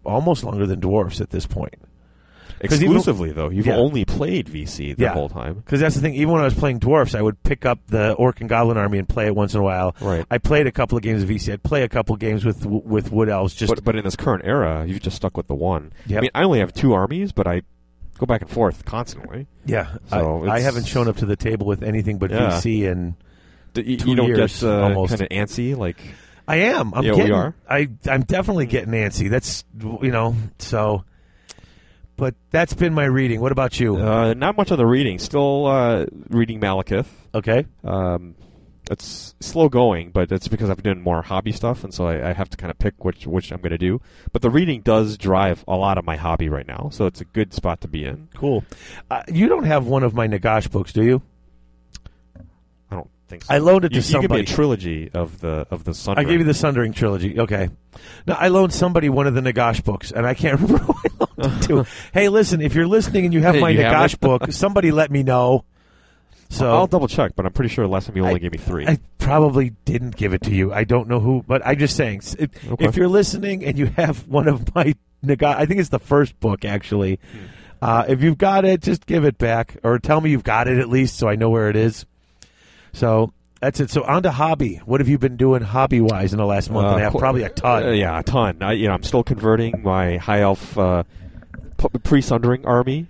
Speaker 3: almost longer than dwarfs at this point. 'Cause even-
Speaker 2: Exclusively, though, you've
Speaker 3: Yeah.
Speaker 2: only played VC the
Speaker 3: Yeah.
Speaker 2: whole time.
Speaker 3: Because that's the thing. Even when I was playing dwarfs, I would pick up the orc and goblin army and play it once in a while.
Speaker 2: Right.
Speaker 3: I played a couple of games of VC. I'd play a couple games with with wood elves. Just
Speaker 2: but but in this current era, you've just stuck with the one.
Speaker 3: Yep.
Speaker 2: I mean, I only have two armies, but I go back and forth constantly.
Speaker 3: Yeah,
Speaker 2: So
Speaker 3: I, I
Speaker 2: it's-
Speaker 3: haven't shown up to the table with anything but
Speaker 2: Yeah.
Speaker 3: VC and
Speaker 2: D- y-
Speaker 3: two
Speaker 2: you don't
Speaker 3: years
Speaker 2: get uh,
Speaker 3: almost.
Speaker 2: kind of antsy, like
Speaker 3: I am. I'm
Speaker 2: Yeah, we
Speaker 3: getting,
Speaker 2: are.
Speaker 3: I I'm definitely getting antsy. That's you know so. But that's been my reading. What about you?
Speaker 2: uh, not much on the reading. Still uh, reading Malekith.
Speaker 3: okay.
Speaker 2: Um, it's slow going, but it's because I've done more hobby stuff, and so I, I have to kind of pick which which I'm going to do. But the reading does drive a lot of my hobby right now, so it's a good spot to be in.
Speaker 3: Cool. Uh, you don't have one of my Nagash books, do you?
Speaker 2: I don't think so.
Speaker 3: I loaned it to
Speaker 2: you, you give me
Speaker 3: somebody.
Speaker 2: a trilogy of the of the sun.
Speaker 3: I gave you the Sundering trilogy. Okay. Now I loaned somebody one of the Nagash books, and I can't *laughs* remember who I loaned it
Speaker 2: *laughs*
Speaker 3: to. hey, listen, if you're listening and you have
Speaker 2: Hey,
Speaker 3: my
Speaker 2: you have
Speaker 3: Nagash
Speaker 2: it? *laughs*
Speaker 3: book, somebody let me know. So
Speaker 2: I'll double check, but I'm pretty sure last time you only gave me three.
Speaker 3: uh, I probably didn't give it to you. I don't know who, but I'm just saying. s- If,
Speaker 2: Okay.
Speaker 3: if you're listening and you have one of my *laughs* Nagash, I think it's the first book actually.
Speaker 2: Hmm.
Speaker 3: Uh, if you've got it, just give it back or tell me you've got it at least, so I know where it is. So that's it. So on to hobby. What have you been doing hobby wise in the last month and a
Speaker 2: Uh,
Speaker 3: half?
Speaker 2: qu-
Speaker 3: Probably a ton.
Speaker 2: uh, yeah, a ton. I, you know, I'm still converting my high elf uh, pre sundering army.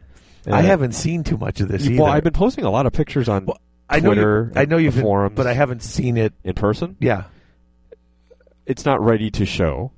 Speaker 3: I
Speaker 2: Uh,
Speaker 3: haven't seen too much of this either.
Speaker 2: Well, I've been posting a lot of pictures on
Speaker 3: Well, I know
Speaker 2: Twitter
Speaker 3: You, I know
Speaker 2: and
Speaker 3: you've
Speaker 2: the
Speaker 3: been,
Speaker 2: forums.
Speaker 3: but I haven't seen it.
Speaker 2: in person.
Speaker 3: Yeah.
Speaker 2: It's not ready to show.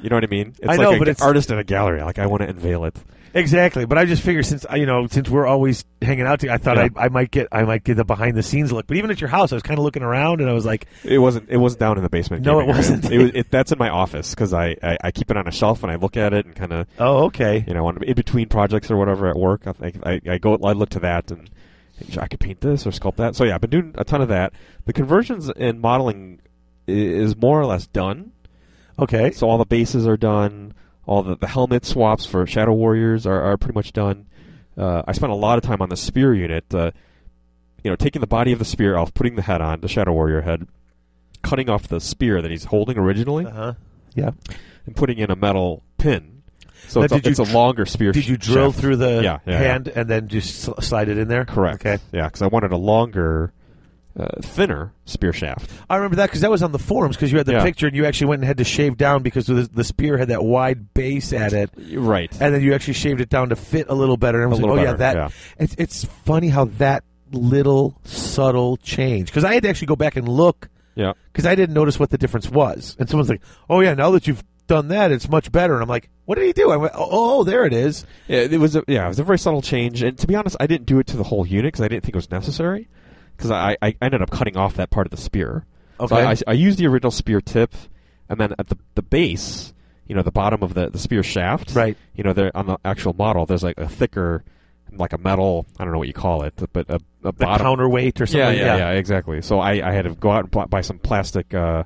Speaker 2: You know what I mean? It's
Speaker 3: I
Speaker 2: like
Speaker 3: know,
Speaker 2: a
Speaker 3: but it's-
Speaker 2: artist in a gallery. Like I want to unveil it.
Speaker 3: Exactly, but I just figure since I- you know since we're always hanging out together, I thought
Speaker 2: Yeah.
Speaker 3: I, I might get I might get the behind the scenes look. But even at your house, I was kind of looking around and I was like,
Speaker 2: It wasn't. It wasn't down in the basement.
Speaker 3: No,
Speaker 2: gaming
Speaker 3: it
Speaker 2: area.
Speaker 3: wasn't.
Speaker 2: It, was- it, that's in my office because I, I, I keep it on a shelf and I look at it and kind of
Speaker 3: oh okay,
Speaker 2: you know on, in between projects or whatever at work. I, think- I I go I look to that and think, "Sure, I could paint this or sculpt that. So yeah, I've been doing a ton of that. The conversions and modeling i- is more or less done.
Speaker 3: okay,
Speaker 2: So all the bases are done. All the, the helmet swaps for Shadow Warriors are, are pretty much done. Uh, I spent a lot of time on the spear unit. Uh, you know, taking the body of the spear elf, putting the head on the Shadow Warrior head, cutting off the spear that he's holding originally,
Speaker 3: uh-huh.
Speaker 2: and putting in a metal pin. So
Speaker 3: Now,
Speaker 2: it's, a,
Speaker 3: did you
Speaker 2: it's a
Speaker 3: dr-
Speaker 2: longer spear.
Speaker 3: Did
Speaker 2: sh-
Speaker 3: you drill
Speaker 2: shaft.
Speaker 3: through the
Speaker 2: Yeah, yeah, yeah.
Speaker 3: hand and then just sl- slide it in there?
Speaker 2: Correct.
Speaker 3: Okay,
Speaker 2: Yeah, because I wanted a longer, uh, thinner spear shaft.
Speaker 3: I remember that because that was on the forums because you had the
Speaker 2: Yeah.
Speaker 3: picture and you actually went and had to shave down because the, the spear had that wide base at it,
Speaker 2: Right.
Speaker 3: and then you actually shaved it down to fit a little better. And I was
Speaker 2: A
Speaker 3: like, oh
Speaker 2: little
Speaker 3: yeah,
Speaker 2: better,
Speaker 3: that
Speaker 2: yeah.
Speaker 3: It's, it's funny how that little subtle change because I had to actually go back and look
Speaker 2: yeah.
Speaker 3: because I didn't notice what the difference was. And someone's like, "Oh yeah, now that you've done that, it's much better." And I'm like, "What did he do?" I went, "Oh, oh, there it is."
Speaker 2: Yeah, it was a, yeah, it was a very subtle change, and to be honest, I didn't do it to the whole unit because I didn't think it was necessary. Because I, I ended up cutting off that part of the spear. So I, I, I used the original spear tip, and then at the the base, you know, the bottom of the, the spear shaft,
Speaker 3: Right.
Speaker 2: You know, there on the actual model, there's like a thicker, like a metal. I don't know what you call it, but a, a
Speaker 3: the
Speaker 2: bottom
Speaker 3: counterweight or something.
Speaker 2: yeah, yeah, yeah, exactly. So I, I had to go out and pl- buy some plastic uh,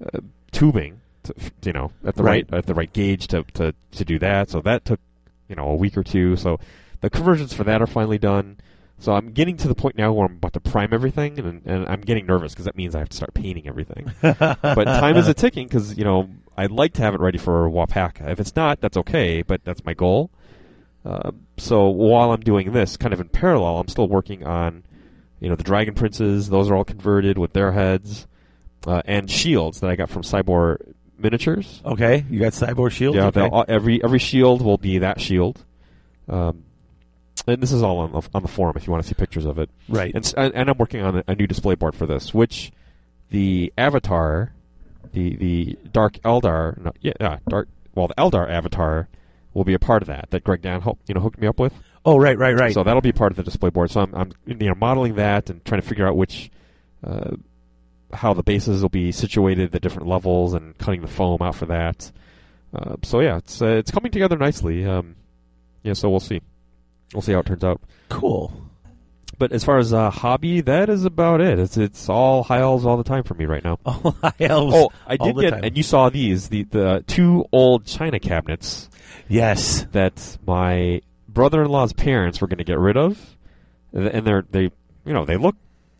Speaker 2: uh, tubing, to, f- you know, at the
Speaker 3: Right.
Speaker 2: right. at the right gauge to, to to do that. So that took you know a week or two. So the conversions for that are finally done. So I'm getting to the point now where I'm about to prime everything, and, and I'm getting nervous because that means I have to start painting everything.
Speaker 3: *laughs*
Speaker 2: but time is a ticking because you know I'd like to have it ready for Wapaka. If it's not, that's okay, but that's my goal. Uh, so while I'm doing this, kind of in parallel, I'm still working on, you know, the Dragon Princes. Those are all converted with their heads uh, and shields that I got from Cyborg Miniatures.
Speaker 3: Okay, you got cyborg shield.
Speaker 2: yeah,
Speaker 3: Oh, okay.
Speaker 2: they'll all- every every shield will be that shield. Um, and this is all on the, on the forum if you want to see pictures of it.
Speaker 3: right.
Speaker 2: And, s- and and I'm working on a, a new display board for this, which the avatar, the the Dark Eldar, no, yeah, yeah, Dark, well, the Eldar avatar will be a part of that that Greg Dan hook- you know hooked me up with.
Speaker 3: Oh, right, right, right.
Speaker 2: So that'll be part of the display board. So I'm, I'm you know modeling that and trying to figure out which. Uh, how the bases will be situated, the different levels, and cutting the foam out for that. Uh, so yeah, it's uh, it's coming together nicely. Um, yeah, so we'll see, we'll see how it turns out.
Speaker 3: cool. *laughs*
Speaker 2: But as far as uh, hobby, that is about it. It's it's all high elves all the time for me right now.
Speaker 3: Oh, I elves.
Speaker 2: Oh, I
Speaker 3: all
Speaker 2: did
Speaker 3: the
Speaker 2: get,
Speaker 3: time.
Speaker 2: and you saw these the the two old china cabinets
Speaker 3: yes.
Speaker 2: that my brother-in-law's parents were going to get rid of, and they're they you know they look.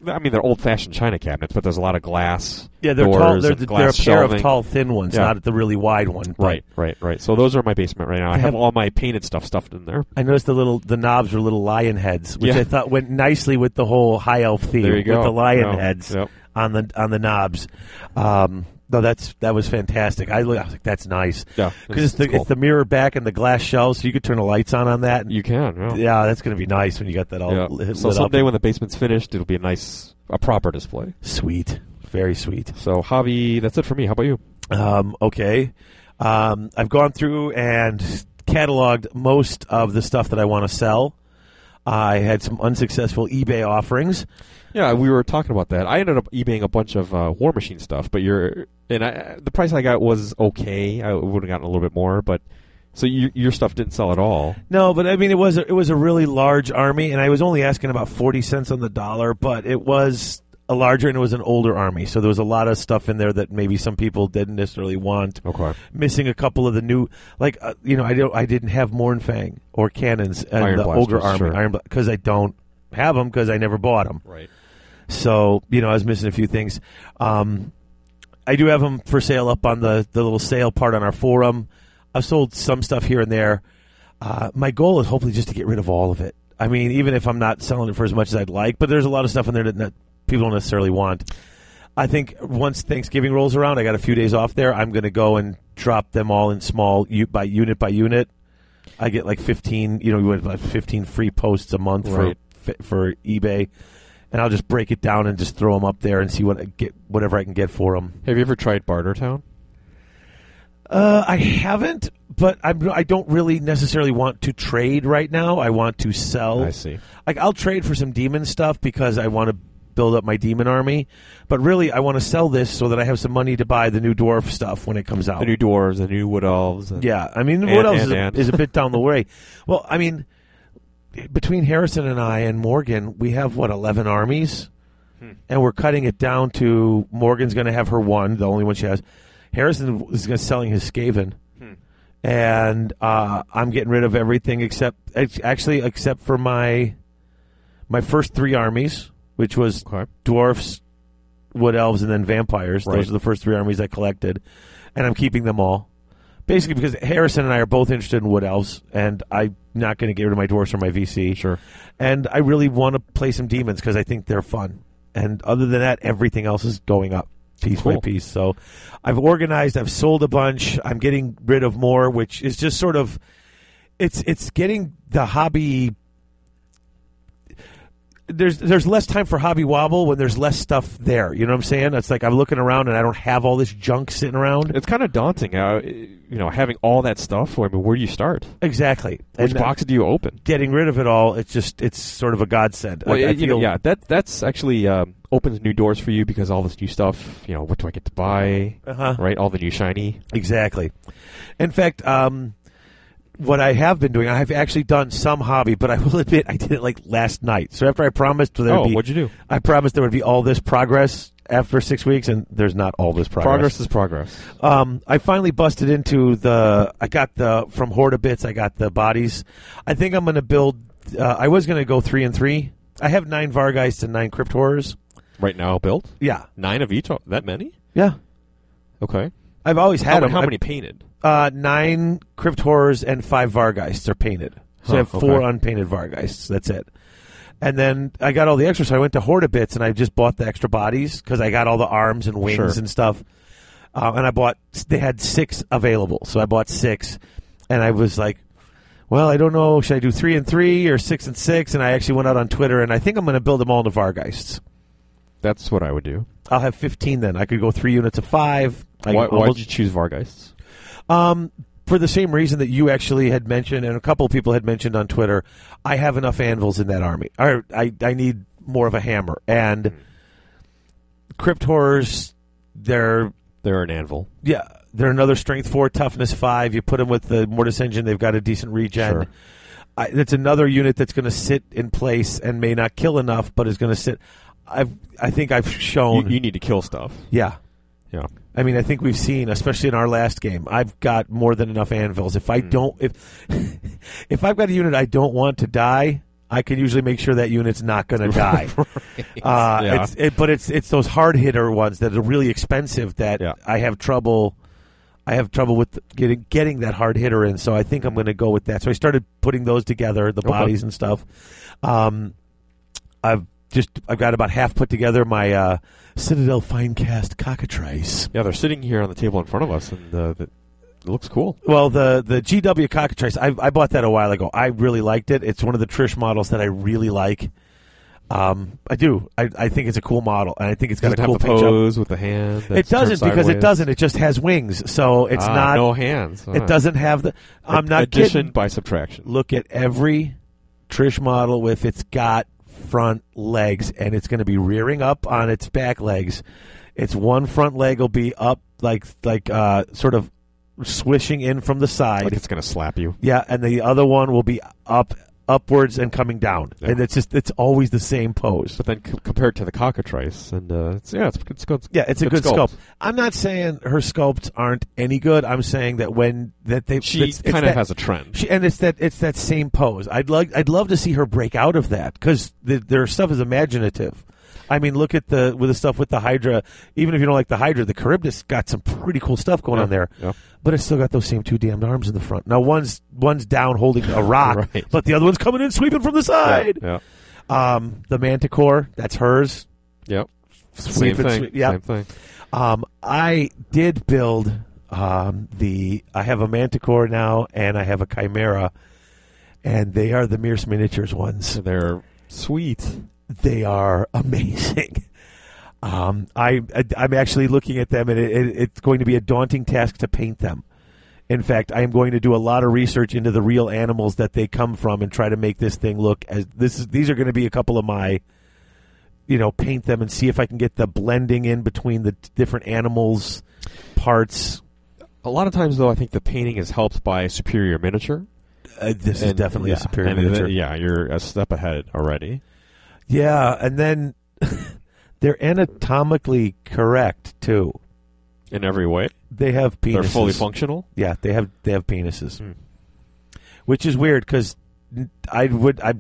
Speaker 2: I mean, they're old-fashioned china cabinets, but there's a lot of glass.
Speaker 3: Yeah, they're
Speaker 2: doors
Speaker 3: tall. They're,
Speaker 2: and
Speaker 3: the- they're a pair
Speaker 2: glass
Speaker 3: of
Speaker 2: shelving.
Speaker 3: tall, thin ones,
Speaker 2: Yeah.
Speaker 3: not the really wide one. but
Speaker 2: Right, right, right. So those are in my basement right now. I have
Speaker 3: have-
Speaker 2: all my painted stuff stuffed in there.
Speaker 3: I noticed the little the knobs were little lion heads, which
Speaker 2: Yeah.
Speaker 3: I thought went nicely with the whole high elf theme.
Speaker 2: There you go.
Speaker 3: With the lion
Speaker 2: Yeah.
Speaker 3: heads
Speaker 2: Yep.
Speaker 3: on the on the knobs. Um, No, that's that was fantastic. I, li- I was like, that's nice.
Speaker 2: Yeah,
Speaker 3: because it's,
Speaker 2: it's-
Speaker 3: the
Speaker 2: it's cool.
Speaker 3: it's the mirror back and the glass shelves, so you could turn the lights on on that. and-
Speaker 2: You can. Yeah.
Speaker 3: yeah, that's going to be nice when you got that all
Speaker 2: Yeah.
Speaker 3: lit,
Speaker 2: So
Speaker 3: lit
Speaker 2: someday
Speaker 3: up.
Speaker 2: when the basement's finished, it'll be a nice, a proper display.
Speaker 3: Sweet, very sweet.
Speaker 2: So hobby. That's it for me. How about you?
Speaker 3: Um, okay. Um, I've gone through and cataloged most of the stuff that I want to sell. I had some unsuccessful eBay offerings.
Speaker 2: Yeah, we were talking about that. I ended up eBaying a bunch of uh, War Machine stuff, but you're and I, the price I got was okay. I would have gotten a little bit more, but so you, your stuff didn't sell at all.
Speaker 3: No, but I mean it was a, it was a really large army, and I was only asking about forty cents on the dollar, but it was a larger and it was an older army, so there was a lot of stuff in there that maybe some people didn't necessarily want.
Speaker 2: Okay.
Speaker 3: missing a couple of the new, like uh, you know, I don't, I didn't have Mornfang or cannons and
Speaker 2: Iron
Speaker 3: the
Speaker 2: blasters,
Speaker 3: older army,
Speaker 2: sure.
Speaker 3: iron because I don't have them because I never bought them.
Speaker 2: Right.
Speaker 3: So you know, I was missing a few things. Um, I do have them for sale up on the the little sale part on our forum. I've sold some stuff here and there. Uh, my goal is hopefully just to get rid of all of it. I mean, even if I'm not selling it for as much as I'd like, but there's a lot of stuff in there that not, people don't necessarily want. I think once Thanksgiving rolls around, I got a few days off there. I'm going to go and drop them all in small u- by unit by unit. I get like 15, you know, we went like 15 free posts a month
Speaker 2: Right.
Speaker 3: for fi- for eBay, and I'll just break it down and just throw them up there and see what I get, whatever I can get for them.
Speaker 2: Have you ever tried Barter Town?
Speaker 3: Uh, I haven't, but I'm, I don't really necessarily want to trade right now. I want to sell.
Speaker 2: I see.
Speaker 3: Like I'll trade for some demon stuff because I want to build up my demon army, but really I want to sell this so that I have some money to buy the new dwarf stuff when it comes out.
Speaker 2: The new dwarves, the new wood elves. And
Speaker 3: yeah, I mean,
Speaker 2: And-
Speaker 3: what else
Speaker 2: and-
Speaker 3: is, a-
Speaker 2: and.
Speaker 3: is a bit down the way? Well, I mean, between Harrison and I and Morgan, we have what eleven armies, and we're cutting it down to Morgan's going to have her one, the only one she has. Harrison is going to selling his Skaven. And uh, I'm getting rid of everything except ex- actually except for my my first three armies, which was
Speaker 2: Okay.
Speaker 3: dwarfs, wood elves, and then vampires.
Speaker 2: Right.
Speaker 3: Those are the first three armies I collected, and I'm keeping them all. Basically, because Harrison and I are both interested in wood elves, and I'm not going to get rid of my dwarfs or my VC.
Speaker 2: Sure.
Speaker 3: And I really want to play some demons because I think they're fun. And other than that, everything else is going up piece by
Speaker 2: Cool.
Speaker 3: piece. So I've organized. I've sold a bunch. I'm getting rid of more, which is just sort of it's it's getting the hobby there's there's less time for hobby wobble when there's less stuff there. You know what I'm saying? It's like I'm looking around and I don't have all this junk sitting around.
Speaker 2: It's kind of daunting, uh, you know, having all that stuff. I mean, where do you start?
Speaker 3: Exactly.
Speaker 2: Which
Speaker 3: and uh,
Speaker 2: box do you open?
Speaker 3: getting rid of it all, it's just it's sort of a godsend.
Speaker 2: Well,
Speaker 3: I, I
Speaker 2: uh, you know,
Speaker 3: feel-
Speaker 2: yeah, that that's actually um, opens new doors for you because all this new stuff. You know, what do I get to buy?
Speaker 3: Uh-huh.
Speaker 2: Right, all the new shiny.
Speaker 3: Exactly. In fact, um, what I have been doing, I have actually done some hobby, but I will *laughs* admit I did it like last night. So after I promised there
Speaker 2: oh,
Speaker 3: would be,
Speaker 2: what'd you do?
Speaker 3: I promised there would be all this progress after six weeks, and there's not all this
Speaker 2: Progress is progress.
Speaker 3: um, I finally busted into the. I got the from Horta Bits. I got the bodies. I think I'm going to build. Uh, I was going to go three and three. I have nine Vargeist and nine Crypt Horrors.
Speaker 2: Right now, built
Speaker 3: Yeah,
Speaker 2: nine of each. Oh, That many?
Speaker 3: yeah.
Speaker 2: Okay.
Speaker 3: I've always had
Speaker 2: How,
Speaker 3: them.
Speaker 2: how
Speaker 3: I-
Speaker 2: many painted?
Speaker 3: Uh, nine Crypt Horrors and five Vargeists are painted. So I
Speaker 2: Huh,
Speaker 3: have four
Speaker 2: okay.
Speaker 3: unpainted Vargeists. That's it. And then I got all the extra, so I went to Horta Bits and I just bought the extra bodies because I got all the arms and wings
Speaker 2: Sure.
Speaker 3: and stuff. Uh, and I bought, they had six available, so I bought six. And I was like, well, I don't know, should I do three and three or six and six? And I actually went out on Twitter and I think I'm going to build them all into Vargeists.
Speaker 2: That's what I would do.
Speaker 3: I'll have 15 then. I could go three units of five. I
Speaker 2: Why,
Speaker 3: could
Speaker 2: why
Speaker 3: almost-
Speaker 2: did you choose Vargeists?
Speaker 3: um, for the same reason that you actually had mentioned, and a couple of people had mentioned on Twitter, I have enough anvils in that army. Or I, I need more of a hammer. And
Speaker 2: Hmm.
Speaker 3: Crypt Horrors, they're
Speaker 2: They're an anvil.
Speaker 3: yeah, they're another strength four, toughness five. You put them with the Mortis engine, they've got a decent regen.
Speaker 2: Sure.
Speaker 3: I, that's another unit that's going to sit in place and may not kill enough, but is going to sit. I've I think I've
Speaker 2: You,
Speaker 3: shown
Speaker 2: you need to kill stuff.
Speaker 3: yeah.
Speaker 2: Yeah.
Speaker 3: I mean, I think we've seen, especially in our last game, I've got more than enough anvils. If I
Speaker 2: Hmm.
Speaker 3: don't, if if *laughs* I've got a unit I don't want to die, I can usually make sure that unit's not going to
Speaker 2: *laughs*
Speaker 3: die. uh,
Speaker 2: Yeah.
Speaker 3: it's, it, but it's it's those hard hitter ones that are really expensive that
Speaker 2: Yeah.
Speaker 3: I have trouble. I have trouble with getting getting that hard hitter in, so I think
Speaker 2: Hmm.
Speaker 3: I'm going to go with that. So I started putting those together, the bodies and stuff. Um, I've just I've got about half put together my uh, Citadel Finecast cockatrice.
Speaker 2: Yeah, they're sitting here on the table in front of us, and uh, that it looks cool.
Speaker 3: Well, the the GW cockatrice, I, I bought that a while ago. I really liked it. It's one of the Trish models that I really like. Um, I do. I, I think it's a cool model, and I think it's got
Speaker 2: Does it
Speaker 3: a
Speaker 2: have
Speaker 3: cool
Speaker 2: the
Speaker 3: paint job.
Speaker 2: pose with the hand?
Speaker 3: It
Speaker 2: that's turned
Speaker 3: doesn't because it
Speaker 2: sideways?
Speaker 3: doesn't. It just has wings, so it's
Speaker 2: Ah,
Speaker 3: not.
Speaker 2: no hands.
Speaker 3: It doesn't have the. I'm not
Speaker 2: addition
Speaker 3: kidding.
Speaker 2: by subtraction.
Speaker 3: Look at every Trish model with it's got front legs, and it's going to be rearing up on its back legs. Its one front leg will be up, like like uh, sort of swishing in from the side.
Speaker 2: Like it's gonna slap you.
Speaker 3: Yeah, and the other one will be up upwards and coming down.
Speaker 2: Yeah.
Speaker 3: And it's just it's always the same pose.
Speaker 2: But then c- compared to the cockatrice, and uh, it's, yeah, it's, it's good.
Speaker 3: Yeah, it's a good, sculpt.
Speaker 2: sculpt.
Speaker 3: I'm not saying her sculpts aren't any good. I'm saying that when that they
Speaker 2: She
Speaker 3: it's- it's
Speaker 2: kind of
Speaker 3: that-
Speaker 2: has a trend.
Speaker 3: she, and it's that it's that same pose. I'd like I'd love to see her break out of that because the, their stuff is imaginative. I mean, look at the with the stuff with the Hydra. Even if you don't like the Hydra, the Charybdis got some pretty cool stuff going on there.
Speaker 2: Yeah.
Speaker 3: But it's still got those same two damned arms in the front. Now one's one's down holding a rock,
Speaker 2: *laughs* Right.
Speaker 3: but the other one's coming in sweeping from the
Speaker 2: Yeah,
Speaker 3: side.
Speaker 2: yeah,
Speaker 3: Um, the Manticore, that's hers.
Speaker 2: yeah.
Speaker 3: Sweep
Speaker 2: Same
Speaker 3: and
Speaker 2: thing.
Speaker 3: sweep, yeah.
Speaker 2: Same thing.
Speaker 3: Um, I did build um, the. I have a Manticore now, and I have a Chimera, and they are the Mears miniatures ones.
Speaker 2: They're sweet.
Speaker 3: They are amazing. *laughs* Um, I, I I'm actually looking at them, and it, it, it's going to be a daunting task to paint them. In fact, I am going to do a lot of research into the real animals that they come from and try to make this thing look as this is. These are going to be a couple of my, you know, paint them and see if I can get the blending in between the t- different animals parts.
Speaker 2: A lot of times, though, I think the painting is helped by a superior miniature.
Speaker 3: Uh, this is
Speaker 2: And-
Speaker 3: definitely a
Speaker 2: yeah,
Speaker 3: superior
Speaker 2: and
Speaker 3: miniature.
Speaker 2: then- yeah, you're a step ahead already.
Speaker 3: yeah, and then *laughs* they're anatomically correct too.
Speaker 2: In every way,
Speaker 3: They have penises.
Speaker 2: they're fully functional.
Speaker 3: Yeah, they have they have penises,
Speaker 2: Hmm.
Speaker 3: which is weird because I would I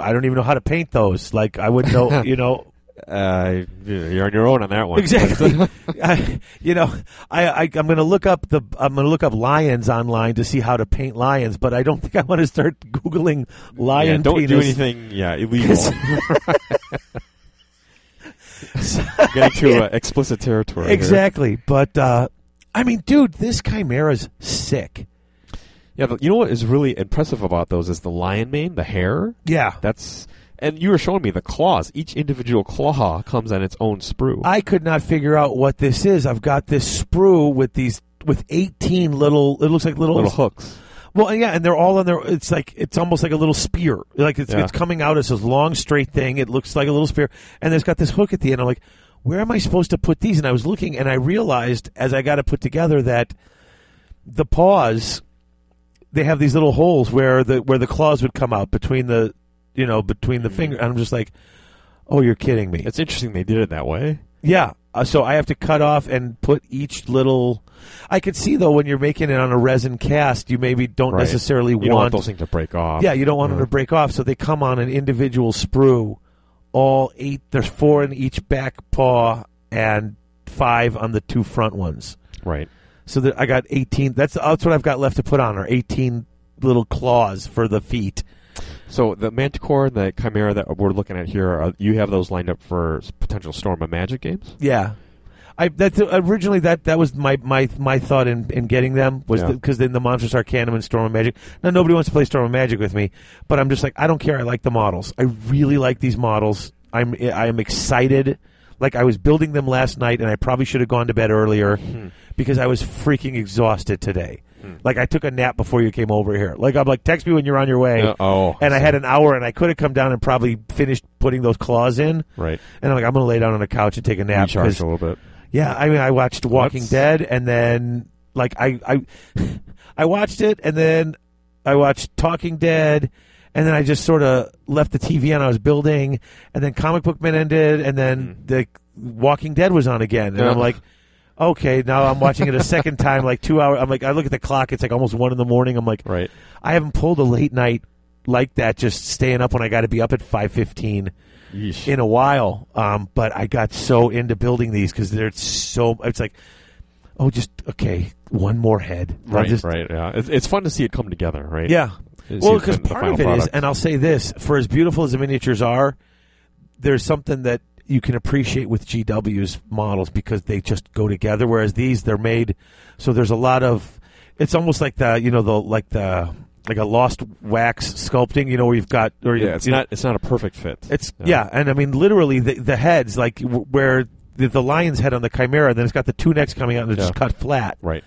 Speaker 3: I don't even know how to paint those. Like I wouldn't
Speaker 2: *laughs*
Speaker 3: know, you know.
Speaker 2: Uh, you're on your own on that one. *laughs*
Speaker 3: Exactly. I, you know, I, I I'm going to look up the I'm going to look up lions online to see how to paint lions, but I don't think I want to start googling lion.
Speaker 2: yeah, don't
Speaker 3: penis.
Speaker 2: do
Speaker 3: *laughs*
Speaker 2: anything. Yeah, illegal.
Speaker 3: 'Cause-
Speaker 2: *laughs* Getting to uh, explicit territory. here.
Speaker 3: Exactly, but uh, I mean, dude, this chimera's sick.
Speaker 2: Yeah, but you know what is really impressive about those is the lion mane, the hair.
Speaker 3: Yeah,
Speaker 2: That's and you were showing me the claws. Each individual claw comes on its own sprue.
Speaker 3: I could not figure out what this is. I've got this sprue with these with 18 little it looks like little,
Speaker 2: Little hooks.
Speaker 3: well yeah and they're all on their it's like it's almost like a little spear like it's,
Speaker 2: Yeah.
Speaker 3: it's coming out as this long straight thing it looks like a little spear and it's got this hook at the end i'm like where am i supposed to put these and i was looking and i realized as i got it put together that the paws they have these little holes where the where the claws would come out between the you know between the finger and i'm just like oh you're kidding me
Speaker 2: It's interesting they did it that way.
Speaker 3: yeah. Uh, so I have to cut off and put each little. I could see though when you're making it on a resin cast, you maybe don't
Speaker 2: Right.
Speaker 3: necessarily
Speaker 2: You
Speaker 3: want.
Speaker 2: don't want those things to break off. Mm-hmm.
Speaker 3: yeah, you don't want them
Speaker 2: Yeah.
Speaker 3: to break off, so they come on an individual sprue. All eight. There's four in each back paw and five on the two front ones.
Speaker 2: Right.
Speaker 3: So that I got 18. That's that's what I've got left to put on. Are 18 little claws for the feet.
Speaker 2: So the Manticore and the Chimera that we're looking at here, are, you have those lined up for s- potential Storm of Magic games?
Speaker 3: Yeah. I that's originally that that was my my my thought in, in getting them was
Speaker 2: Yeah.
Speaker 3: because then the monsters Arcanum and Storm of Magic. Now nobody wants to play Storm of Magic with me, but I'm just like I don't care. I like the models. I really like these models. I'm I am excited. Like I was building them last night, and I probably should have gone to bed earlier
Speaker 2: Hmm.
Speaker 3: because I was freaking exhausted today. Like I took a nap before you came over here. Like I'm like text me when you're on your way.
Speaker 2: Uh, oh.
Speaker 3: And I
Speaker 2: see.
Speaker 3: had an hour, and I could have come down and probably finished putting those claws in.
Speaker 2: Right.
Speaker 3: And I'm like, I'm going to lay down on the couch and take a nap.
Speaker 2: Recharge
Speaker 3: 'cause-
Speaker 2: a little bit.
Speaker 3: yeah, I mean, I watched Walking
Speaker 2: What's-
Speaker 3: Dead, and then like I I *laughs* I watched it, and then I watched Talking Dead, and then I just sort of left the TV on. I was building, and then Comic Book Man ended, and then the Walking Dead was on again, and I'm
Speaker 2: Yeah.
Speaker 3: like. Okay, now I'm watching it a second time, like two hours. I'm like, I look at the clock; it's like almost one in the morning. I'm like,
Speaker 2: Right.
Speaker 3: I haven't pulled a late night like that, just staying up when I got to be up at five fifteen
Speaker 2: Yeesh.
Speaker 3: in a while. Um, but I got so into building these because they're so. It's like, oh, just okay, one more head. I'll
Speaker 2: right.
Speaker 3: just-
Speaker 2: right. Yeah. It's, it's fun to see it come together. Right.
Speaker 3: Yeah.
Speaker 2: To see
Speaker 3: Well,
Speaker 2: the fin-
Speaker 3: because
Speaker 2: the
Speaker 3: part
Speaker 2: final
Speaker 3: of it is,
Speaker 2: product.
Speaker 3: and I'll say this: for as beautiful as the miniatures are, there's something that you can appreciate with GW's models because they just go together. Whereas these, they're made so there's a lot of. It's almost like the you know the like the like a lost wax sculpting. You know where you've got or you-
Speaker 2: Yeah, it's
Speaker 3: you know,
Speaker 2: not it's not a perfect fit.
Speaker 3: It's yeah. and I mean literally the the heads like w- where the, the lion's head on the chimera, then it's got the two necks coming out and they're just
Speaker 2: Yeah.
Speaker 3: cut flat.
Speaker 2: right.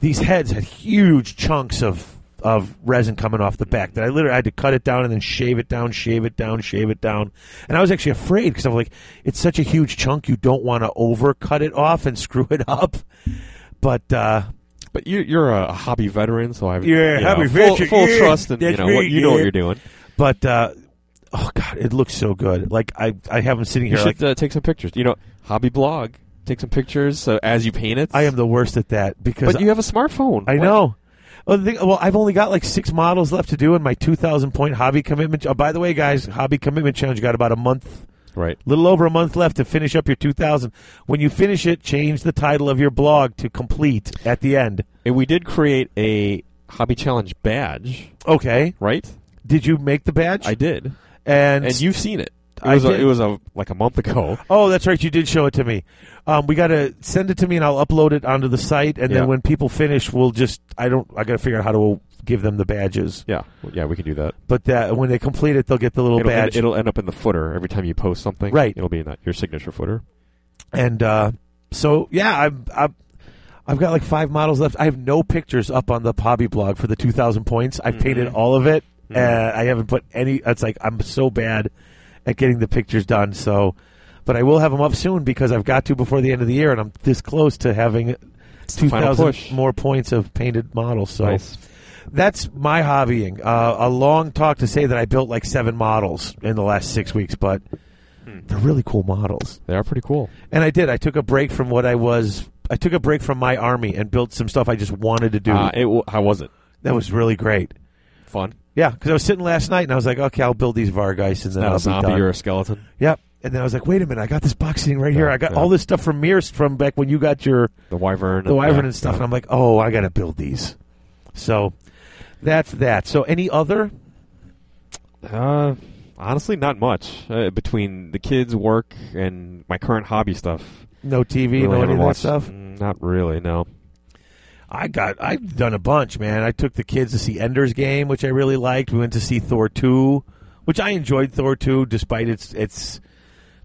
Speaker 3: These heads had huge chunks of of resin coming off the back that I literally had to cut it down and then shave it down, shave it down, shave it down. And I was actually afraid because I'm like, it's such a huge chunk, you don't want to overcut it off and *laughs* screw it up. But uh,
Speaker 2: But you, you're a hobby veteran, so I have
Speaker 3: Yeah,
Speaker 2: you know,
Speaker 3: hobby
Speaker 2: full,
Speaker 3: veteran,
Speaker 2: full
Speaker 3: yeah,
Speaker 2: trust and you
Speaker 3: that's
Speaker 2: know what
Speaker 3: right,
Speaker 2: you know what
Speaker 3: yeah.
Speaker 2: you're doing.
Speaker 3: but uh, oh god, it looks so good. Like I I have them sitting
Speaker 2: You
Speaker 3: here like
Speaker 2: should uh, take some pictures. You know, hobby blog. Take some pictures uh, as you paint it.
Speaker 3: I am the worst at that because
Speaker 2: But you have a smartphone.
Speaker 3: I
Speaker 2: What-
Speaker 3: know. Well, the thing, well, I've only got like six models left to do in my 2,000 point hobby commitment. Oh, by the way, guys, hobby commitment challenge. You got about a month,
Speaker 2: Right.
Speaker 3: little over a month left to finish up your 2,000. When you finish it, change the title of your blog to complete at the end.
Speaker 2: And we did create a hobby challenge badge,
Speaker 3: Okay.
Speaker 2: right?
Speaker 3: Did you make the badge?
Speaker 2: I did.
Speaker 3: and
Speaker 2: And you've seen it. It
Speaker 3: I
Speaker 2: was, A,
Speaker 3: did.
Speaker 2: it was a, like a
Speaker 3: *laughs*
Speaker 2: month ago.
Speaker 3: oh, that's right. You did show it to me. Um, we got to send it to me, and I'll upload it onto the site. And
Speaker 2: Yeah.
Speaker 3: then when people finish, we'll just I don't I got to figure out how to give them the badges.
Speaker 2: Yeah. Well, Yeah, we can do that.
Speaker 3: But that when they complete it, they'll get the little
Speaker 2: It'll
Speaker 3: badge.
Speaker 2: end, it'll end up in the footer every time you post something.
Speaker 3: Right.
Speaker 2: It'll be in that, your signature footer.
Speaker 3: and uh, so yeah, I'm, I'm I've got like five models left. I have no pictures up on the Pobby blog for the two thousand points. I've
Speaker 2: Mm-hmm.
Speaker 3: painted all of it, and I haven't put any. It's like I'm so bad at getting the pictures done. So, but I will have them up soon because I've got to before the end of the year, and I'm this close to having two
Speaker 2: the final push.
Speaker 3: thousand more points of painted models. So.
Speaker 2: Nice.
Speaker 3: That's my hobbying. Uh, a long talk to say that I built like seven models in the last six weeks, but
Speaker 2: Hmm.
Speaker 3: they're really cool models.
Speaker 2: They are pretty cool.
Speaker 3: And I did. I took a break from what I was. I took a break from my army and built some stuff I just wanted to do.
Speaker 2: Uh, it, w- how was it?
Speaker 3: that was really great.
Speaker 2: Fun?
Speaker 3: Yeah, because I was sitting last night and I was like, okay, I'll build these Vargeis and then
Speaker 2: Not
Speaker 3: I'll
Speaker 2: a
Speaker 3: be
Speaker 2: zombie
Speaker 3: done.
Speaker 2: or a skeleton?
Speaker 3: Yep. And then I was like, wait a minute, I got this box sitting right here. I got
Speaker 2: yeah.
Speaker 3: all this stuff from Mears from back when you got your
Speaker 2: The wyvern?
Speaker 3: the wyvern
Speaker 2: yeah.
Speaker 3: and stuff. And I'm like, oh, I got to build these. So that's that. So any other?
Speaker 2: Uh, honestly, not much. Uh, between the kids' work and my current hobby stuff,
Speaker 3: No TV,
Speaker 2: really
Speaker 3: no any
Speaker 2: haven't
Speaker 3: of that
Speaker 2: watched-
Speaker 3: stuff.
Speaker 2: mm, Not really. No.
Speaker 3: I got I've done a bunch, man. I took the kids to see Ender's Game, which I really liked. We went to see Thor two, which I enjoyed Thor two, despite its its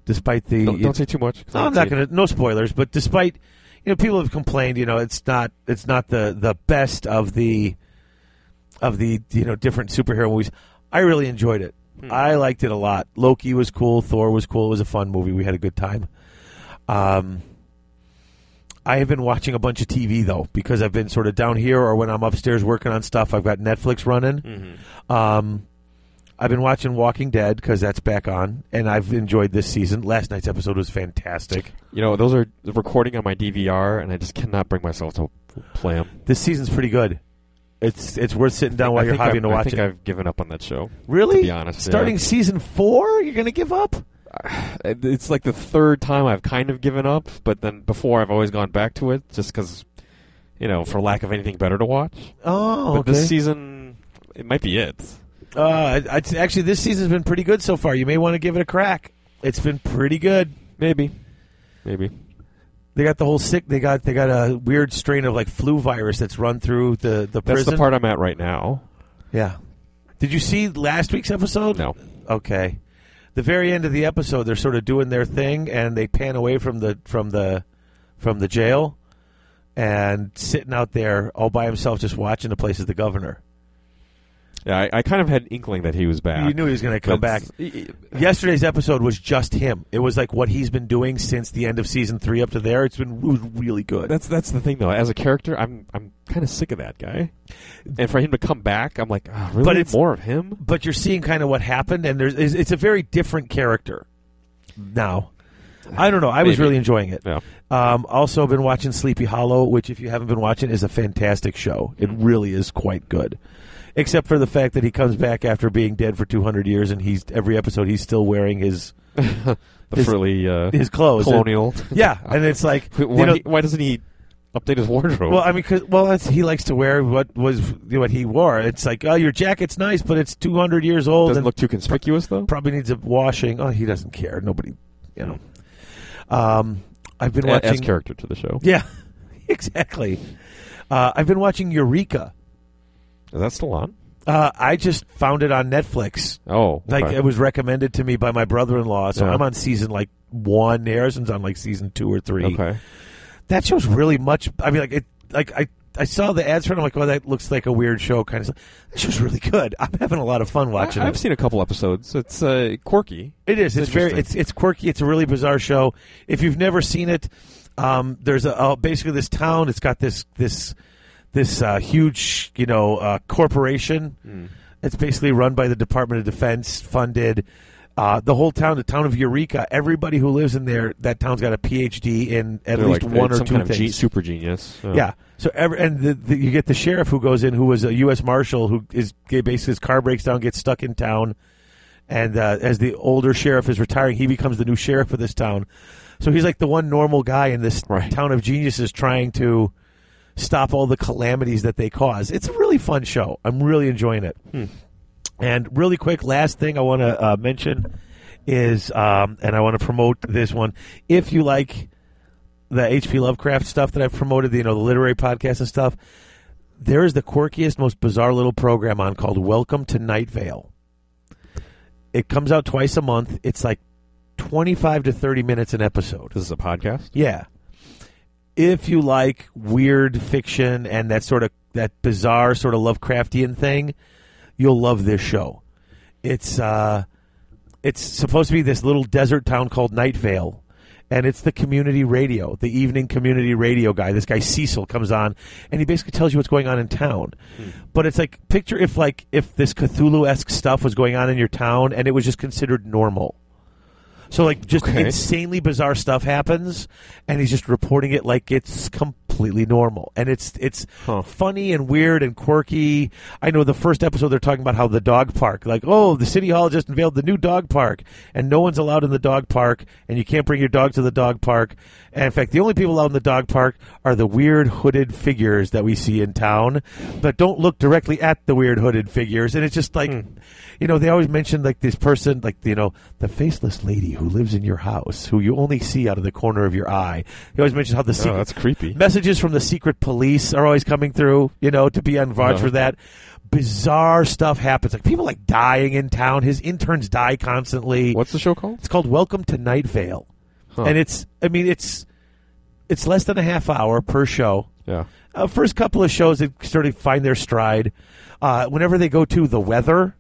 Speaker 3: despite the.
Speaker 2: Don't, don't say too much. 'cause I
Speaker 3: No, I'm
Speaker 2: haven't
Speaker 3: not
Speaker 2: seen it.
Speaker 3: going to no spoilers, but despite you know people have complained, you know it's not it's not the the best of the of the you know different superhero movies. I really enjoyed it. I liked it a lot. Loki was cool. Thor was cool. It was a fun movie. We had a good time. Um, I have been watching a bunch of TV though because I've been sort of down here or when I'm upstairs working on stuff. I've got Netflix running. Um, I've been watching Walking Dead because that's back on, and I've enjoyed this season. Last night's episode was fantastic.
Speaker 2: You know, those are recording on my DVR, and I just cannot bring myself to play them.
Speaker 3: This season's pretty good. It's it's worth sitting down while
Speaker 2: I
Speaker 3: you're
Speaker 2: think I've-
Speaker 3: having to watch
Speaker 2: I think
Speaker 3: it.
Speaker 2: I've given up on that show.
Speaker 3: really,
Speaker 2: to be honest, yeah.
Speaker 3: starting season four, you're gonna give up?
Speaker 2: Uh, It's like the third time I've kind of given up, but then before I've always gone back to it just because, you know, for lack of anything better to watch.
Speaker 3: Oh,
Speaker 2: But
Speaker 3: okay.
Speaker 2: this season, it might be it.
Speaker 3: uh, i I'd- actually, this season's been pretty good so far. You may want to give it a crack. It's been pretty good.
Speaker 2: Maybe. Maybe.
Speaker 3: They got the whole sick. They got they got a weird strain of like flu virus that's run through the the
Speaker 2: That's
Speaker 3: prison.
Speaker 2: the part I'm at right now.
Speaker 3: Yeah. Did you see last week's episode?
Speaker 2: No.
Speaker 3: Okay. The very end of the episode, they're sort of doing their thing, and they pan away from the from the from the jail, and sitting out there all by himself, just watching the place is the governor.
Speaker 2: Yeah, I, I kind of had an inkling that he was back.
Speaker 3: You knew he was going to come back. Yesterday's episode was just him. It was like what he's been doing since the end of season three up to there. It's been it was really good.
Speaker 2: That's that's the thing though. As a character, I'm I'm kind of sick of that guy. And for him to come back, I'm like, oh, really?
Speaker 3: But it's-
Speaker 2: more of him?
Speaker 3: but you're seeing kind of what happened, and there's it's it's a very different character now. I don't know. I was
Speaker 2: Maybe.
Speaker 3: really enjoying it.
Speaker 2: Yeah.
Speaker 3: Um, also, been watching Sleepy Hollow, which, if you haven't been watching, is a fantastic show. It
Speaker 2: Mm-hmm.
Speaker 3: really is quite good, except for the fact that he comes back after being dead for 200 years, and he's every episode he's still wearing his
Speaker 2: The
Speaker 3: His-
Speaker 2: frilly uh,
Speaker 3: his clothes.
Speaker 2: colonial.
Speaker 3: yeah, and it's like *laughs*
Speaker 2: Why, *laughs*
Speaker 3: you know,
Speaker 2: he- why doesn't he update his wardrobe.
Speaker 3: Well, I mean, 'cause- well, it's, he likes to wear what was what he wore. It's like, oh, your jacket's nice, but it's 200 years old
Speaker 2: doesn't
Speaker 3: and
Speaker 2: look too conspicuous though.
Speaker 3: probably needs a washing. Oh, he doesn't care. Nobody, you know. Um, I've been
Speaker 2: Mm. A-
Speaker 3: watching.
Speaker 2: Adds character to the show.
Speaker 3: Yeah, *laughs* exactly. Uh, I've been watching Eureka.
Speaker 2: Is that still on?
Speaker 3: Uh, I just found it on Netflix.
Speaker 2: Oh,
Speaker 3: Like
Speaker 2: okay.
Speaker 3: it was recommended to me by my brother-in-law, so
Speaker 2: Yeah.
Speaker 3: I'm on season like one. Harrison's on like season two or three.
Speaker 2: okay.
Speaker 3: That show's really much. I mean, like it. Like I, I saw the ads for it. I'm like, well, that looks like a weird show kind of. Stuff. That show's really good. I'm having a lot of fun watching
Speaker 2: I,
Speaker 3: it.
Speaker 2: have seen a couple episodes. It's uh, quirky.
Speaker 3: It is. It's, very. It's
Speaker 2: interesting.
Speaker 3: it's quirky. It's a really bizarre show. If you've never seen it, um, there's a, uh basically this town. It's got this this this uh, huge you know uh, corporation.
Speaker 2: Hmm.
Speaker 3: It's basically run by the Department of Defense, funded. Uh, the whole town, the town of Eureka. Everybody who lives in there, that town's got a PhD in at
Speaker 2: They're
Speaker 3: least
Speaker 2: like,
Speaker 3: one
Speaker 2: it's
Speaker 3: or
Speaker 2: some
Speaker 3: two
Speaker 2: kind
Speaker 3: things.
Speaker 2: Of ge- super genius. Uh,
Speaker 3: Yeah. So every, and the, the, you get the sheriff who goes in, who was a U.S. marshal, who is basically his car breaks down, gets stuck in town, and uh, as the older sheriff is retiring, he becomes the new sheriff of this town. So he's like the one normal guy in this
Speaker 2: Right.
Speaker 3: town of geniuses trying to stop all the calamities that they cause. It's a really fun show. I'm really enjoying it. And really quick, last thing I want to uh, mention is, um, and I want to promote this one. If you like the H.P. Lovecraft stuff that I've promoted, you know, the literary podcast and stuff, there is the quirkiest, most bizarre little program on called Welcome to Night Vale. It comes out twice a month. It's like 25 to 30 minutes an episode.
Speaker 2: This is a podcast.
Speaker 3: Yeah. If you like weird fiction and that sort of that bizarre sort of Lovecraftian thing, you'll love this show. It's uh it's supposed to be this little desert town called Night Vale. And it's the community radio, the evening community radio guy. This guy Cecil comes on, and he basically tells you what's going on in town. But it's like picture if like if this Cthulhu esque stuff was going on in your town, and it was just considered normal. So like just
Speaker 2: Okay.
Speaker 3: insanely bizarre stuff happens, and he's just reporting it like it's completely normal, and it's it's
Speaker 2: Huh.
Speaker 3: funny and weird and quirky. I know the first episode they're talking about how the dog park, like oh, the city hall just unveiled the new dog park, and no one's allowed in the dog park, and you can't bring your dog to the dog park. And in fact, the only people allowed in the dog park are the weird hooded figures that we see in town, but don't look directly at the weird hooded figures. And it's just like,
Speaker 2: Hmm.
Speaker 3: you know, they always mention like this person, like you know, the faceless lady who lives in your house, who you only see out of the corner of your eye. They always mention how the secret
Speaker 2: Oh, that's creepy.
Speaker 3: messages from the secret police are always coming through, you know, to be on watch
Speaker 2: Uh-huh.
Speaker 3: for that. Bizarre stuff happens. Like people like dying in town. His interns die constantly.
Speaker 2: What's the show called?
Speaker 3: It's called Welcome to Night Vale.
Speaker 2: Huh.
Speaker 3: And it's I mean it's it's less than a half hour per show.
Speaker 2: Yeah.
Speaker 3: Uh, first couple of shows they sort of find their stride. Uh, whenever they go to the weather,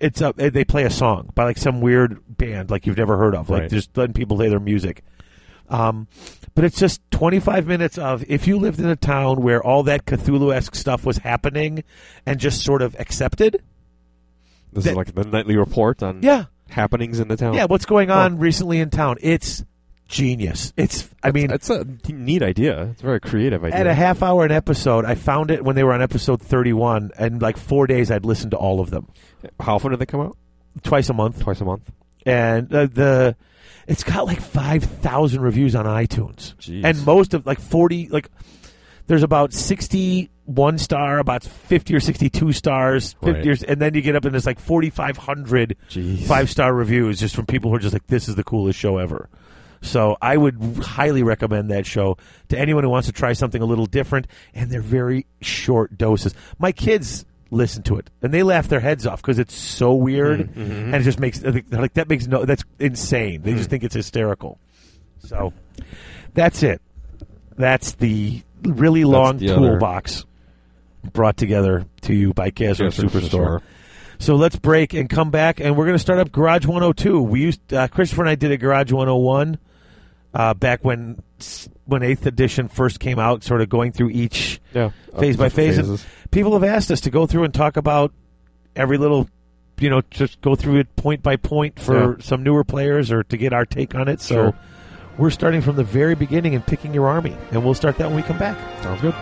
Speaker 3: it's a, eh, they play a song by like some weird band like you've never heard of, like
Speaker 2: Right.
Speaker 3: just letting people play their music. Um, but it's just 25 minutes of if you lived in a town where all that Cthulhu esque stuff was happening and just sort of accepted.
Speaker 2: This is
Speaker 3: That-
Speaker 2: like the nightly report on
Speaker 3: Yeah.
Speaker 2: happenings in the town.
Speaker 3: Yeah. What's going
Speaker 2: Oh.
Speaker 3: on recently in town? It's genius. It's, I mean,
Speaker 2: That's a neat idea. It's a very creative idea.
Speaker 3: at a half hour an episode, I found it when they were on episode 31, and like four days I'd listened to all of them.
Speaker 2: How often do they come out?
Speaker 3: twice a month,
Speaker 2: Twice a month.
Speaker 3: and uh, the it's got like five thousand reviews on iTunes,
Speaker 2: Jeez.
Speaker 3: and most of like forty like there's about sixty one star, about fifty or sixty two stars,
Speaker 2: Right.
Speaker 3: 50 or, and then you get up and there's like forty five hundred
Speaker 2: Jeez.
Speaker 3: five star reviews just from people who are just like this is the coolest show ever. So I would highly recommend that show to anyone who wants to try something a little different, and they're very short doses. My kids listen to it and they laugh their heads off because it's so weird
Speaker 2: Mm.
Speaker 3: and it just makes they're like that makes no that's insane. They
Speaker 2: Hmm.
Speaker 3: just think it's hysterical. So that's it. That's the really long
Speaker 2: the other-
Speaker 3: toolbox brought together to you by Casper
Speaker 2: Casper
Speaker 3: Superstore. So let's break and come back, and we're going to start up Garage 102. We used uh, Christopher and I did a Garage 101 uh, back when when Eighth Edition first came out, sort of going through each
Speaker 2: Yeah. Uh,
Speaker 3: phase by
Speaker 2: Different
Speaker 3: phase. And
Speaker 2: phases.
Speaker 3: people have asked us to go through and talk about every little, you know, just go through it point by point for
Speaker 2: Yeah.
Speaker 3: some newer players or to get our take on it. So
Speaker 2: Sure.
Speaker 3: we're starting from the very beginning and picking your army, and we'll start that when we come back.
Speaker 2: Sounds good.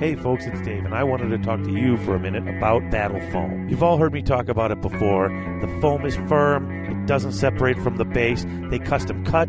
Speaker 4: Hey folks, it's Dave, and I wanted to talk to you for a minute about Battle Foam. You've all heard me talk about it before. The foam is firm, it doesn't separate from the base. They custom cut,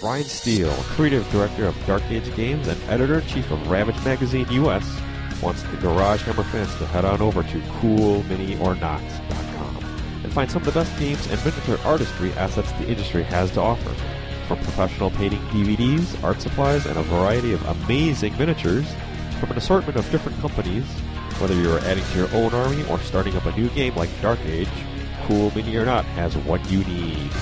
Speaker 2: Brian Steele, creative director of Dark Age Games and editor in chief of Ravage Magazine US, wants the Garage Hammer fans to head on over to CoolMiniOrNot.com and find some of the best games and miniature artistry assets the industry has to offer. From professional painting DVDs, art supplies, and a variety of amazing miniatures from an assortment of different companies, whether you are adding to your own army or starting up a new game like Dark Age, Cool Mini or Not has what you need.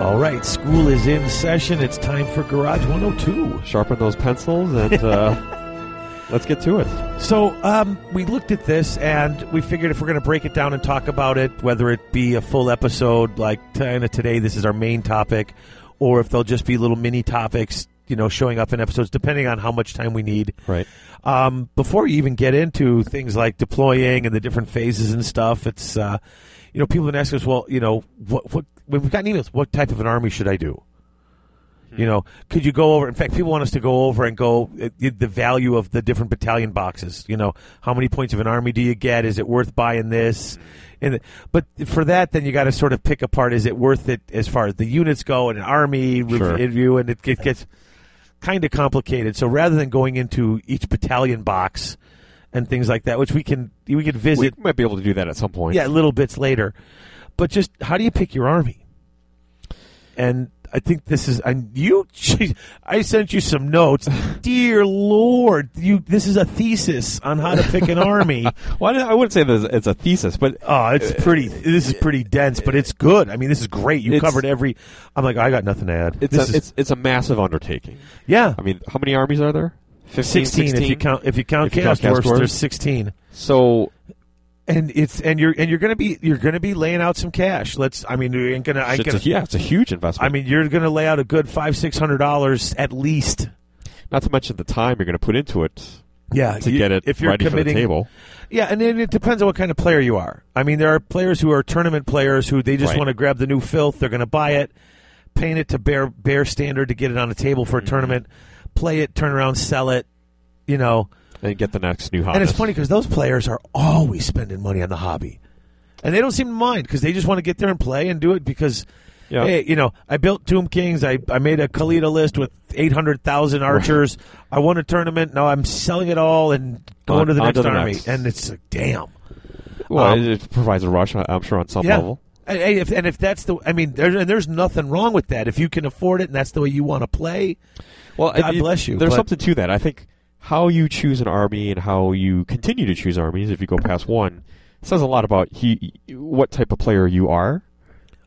Speaker 4: All right, school is in session. It's time for Garage 102.
Speaker 2: sharpen those pencils and uh, *laughs* let's get to it.
Speaker 4: So um, we looked at this and we figured if we're going to break it down and talk about it, whether it be a full episode like kind of today, this is our main topic, or if they'll just be little mini topics, you know, showing up in episodes depending on how much time we need.
Speaker 2: Right.
Speaker 4: Um, before you even get into things like deploying and the different phases and stuff, it's uh, you know people have been asking us, well, you know, what what we've gotten emails, what type of an army should I do? You know, could you go over? In fact, people want us to go over and go uh, the value of the different battalion boxes. You know, how many points of an army do you get? Is it worth buying this? And but for that, then you got to sort of pick apart: is it worth it as far as the units go and an army
Speaker 2: Sure.
Speaker 4: review? And it, it gets kind of complicated. So rather than going into each battalion box and things like that, which we can we can
Speaker 2: We
Speaker 4: visit,
Speaker 2: might be able to do that at some point.
Speaker 4: yeah, little bits later. But just how do you pick your army? And I think this is and you. *laughs* geez, I sent you
Speaker 2: *laughs*
Speaker 4: some notes, dear lord. You this is a thesis on how to
Speaker 2: *laughs*
Speaker 4: pick an army.
Speaker 2: Well, I don't- I wouldn't say that it's a thesis, but
Speaker 4: Oh, it's pretty. This is pretty dense, but it's good. I mean, this is great. You
Speaker 2: It's-
Speaker 4: covered every. I'm like, I got nothing to add.
Speaker 2: it's
Speaker 4: this
Speaker 2: a,
Speaker 4: is,
Speaker 2: it's it's a massive undertaking.
Speaker 4: yeah,
Speaker 2: I mean, how many armies are there? 15,
Speaker 4: 16, if you count if you count
Speaker 2: If you
Speaker 4: chaos
Speaker 2: count Chaos
Speaker 4: dwarfs,
Speaker 2: Dwarfs.
Speaker 4: there's 16.
Speaker 2: So
Speaker 4: and it's and you're and you're gonna be you're gonna be laying out some cash. Let's I mean you ain't gonna I
Speaker 2: it's
Speaker 4: gonna,
Speaker 2: a, yeah, it's a huge
Speaker 4: I
Speaker 2: investment.
Speaker 4: mean you're gonna lay out a good five six hundred dollars at least.
Speaker 2: not to mention the time you're going to put into it
Speaker 4: Yeah,
Speaker 2: to get it
Speaker 4: if you're
Speaker 2: ready
Speaker 4: committing,
Speaker 2: for the table.
Speaker 4: Yeah, and then it depends on what kind of player you are. I mean there are players who are tournament players who they just
Speaker 2: Right.
Speaker 4: want to grab the new filth. They're gonna buy it, paint it to bare bare standard to get it on the table
Speaker 2: Mm-hmm.
Speaker 4: for a tournament, play it, turn around, sell it. You know,
Speaker 2: And get the next new hobby.
Speaker 4: and it's funny because those players are always spending money on the hobby, and they don't seem to mind because they just want to get there and play and do it because.
Speaker 2: Yeah.
Speaker 4: Hey, you know, I built Tomb Kings. I, I made a Kalita list with 800,000 archers. I won a tournament. Now I'm selling it all and going
Speaker 2: On-
Speaker 4: to the
Speaker 2: on
Speaker 4: next
Speaker 2: to the
Speaker 4: army.
Speaker 2: next.
Speaker 4: And it's like, damn.
Speaker 2: Well,
Speaker 4: um,
Speaker 2: it, it provides a rush, I- I'm sure, on some
Speaker 4: Yeah.
Speaker 2: level.
Speaker 4: And, and if, and if that's the, I mean, there, and there's nothing wrong with that. If you can afford it and that's the way you want to play,
Speaker 2: Well,
Speaker 4: God
Speaker 2: it-
Speaker 4: bless you,
Speaker 2: There's
Speaker 4: but-
Speaker 2: something to that. I think how you choose an army and how you continue to choose armies, if you go past one, says a lot about he, what type of player you are.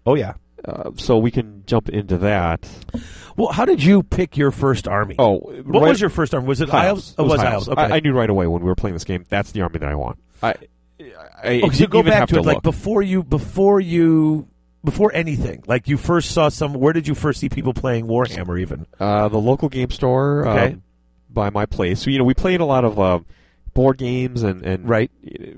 Speaker 4: oh, yeah.
Speaker 2: Uh, so we can jump into that.
Speaker 4: Well, how did you pick your first army?
Speaker 2: Oh,
Speaker 4: what was your first army? Was it Isles?
Speaker 2: It
Speaker 4: Oh, was Isles. Okay.
Speaker 2: I, I knew right away when we were playing this game. That's the army that I want. I, I
Speaker 4: Oh, 'cause you
Speaker 2: didn't
Speaker 4: go
Speaker 2: even
Speaker 4: back
Speaker 2: have
Speaker 4: to it like
Speaker 2: look.
Speaker 4: before you before you before anything like you first saw some where did you first see people playing warhammer even
Speaker 2: Uh, the local game store
Speaker 4: Okay.
Speaker 2: um, by my place. So, you know, we played a lot of uh, board games and, and
Speaker 4: Right.
Speaker 2: uh,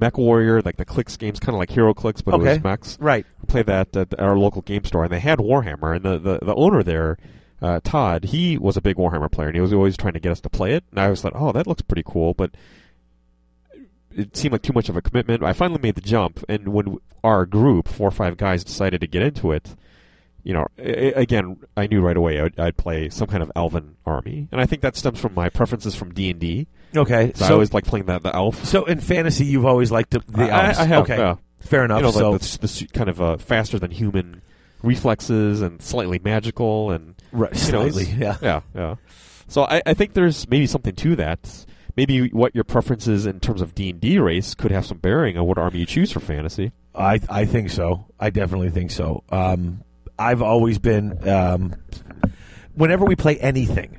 Speaker 2: Mech Warrior, like the Clicks games, kind of like Hero Clicks, but it
Speaker 4: Okay.
Speaker 2: was mechs.
Speaker 4: right
Speaker 2: We played that at our local game store, and they had Warhammer, and the, the, the owner there, uh, Todd, he was a big Warhammer player, and he was always trying to get us to play it. And I always thought, oh, that looks pretty cool, but it seemed like too much of a commitment. I finally made the jump, and when our group, four or five guys, decided to get into it, you know, a- a- again, I knew right away I'd, I'd play some kind of elven army, and I think that stems from my preferences from D and D.
Speaker 4: okay
Speaker 2: So I
Speaker 4: so
Speaker 2: always like playing the the elf.
Speaker 4: so in fantasy you've always liked the, the
Speaker 2: I,
Speaker 4: elves
Speaker 2: I have,
Speaker 4: okay
Speaker 2: uh,
Speaker 4: fair enough
Speaker 2: you know,
Speaker 4: so
Speaker 2: like the, the, kind of uh, faster than human reflexes and slightly magical and
Speaker 4: Right,
Speaker 2: you know,
Speaker 4: slightly, yeah.
Speaker 2: it's- yeah, yeah. So I, I think there's maybe something to that. Maybe what your preferences in terms of D and D race could have some bearing on what army you choose for fantasy.
Speaker 4: I I think so. I definitely think so. Um, I've always been um, whenever we play anything,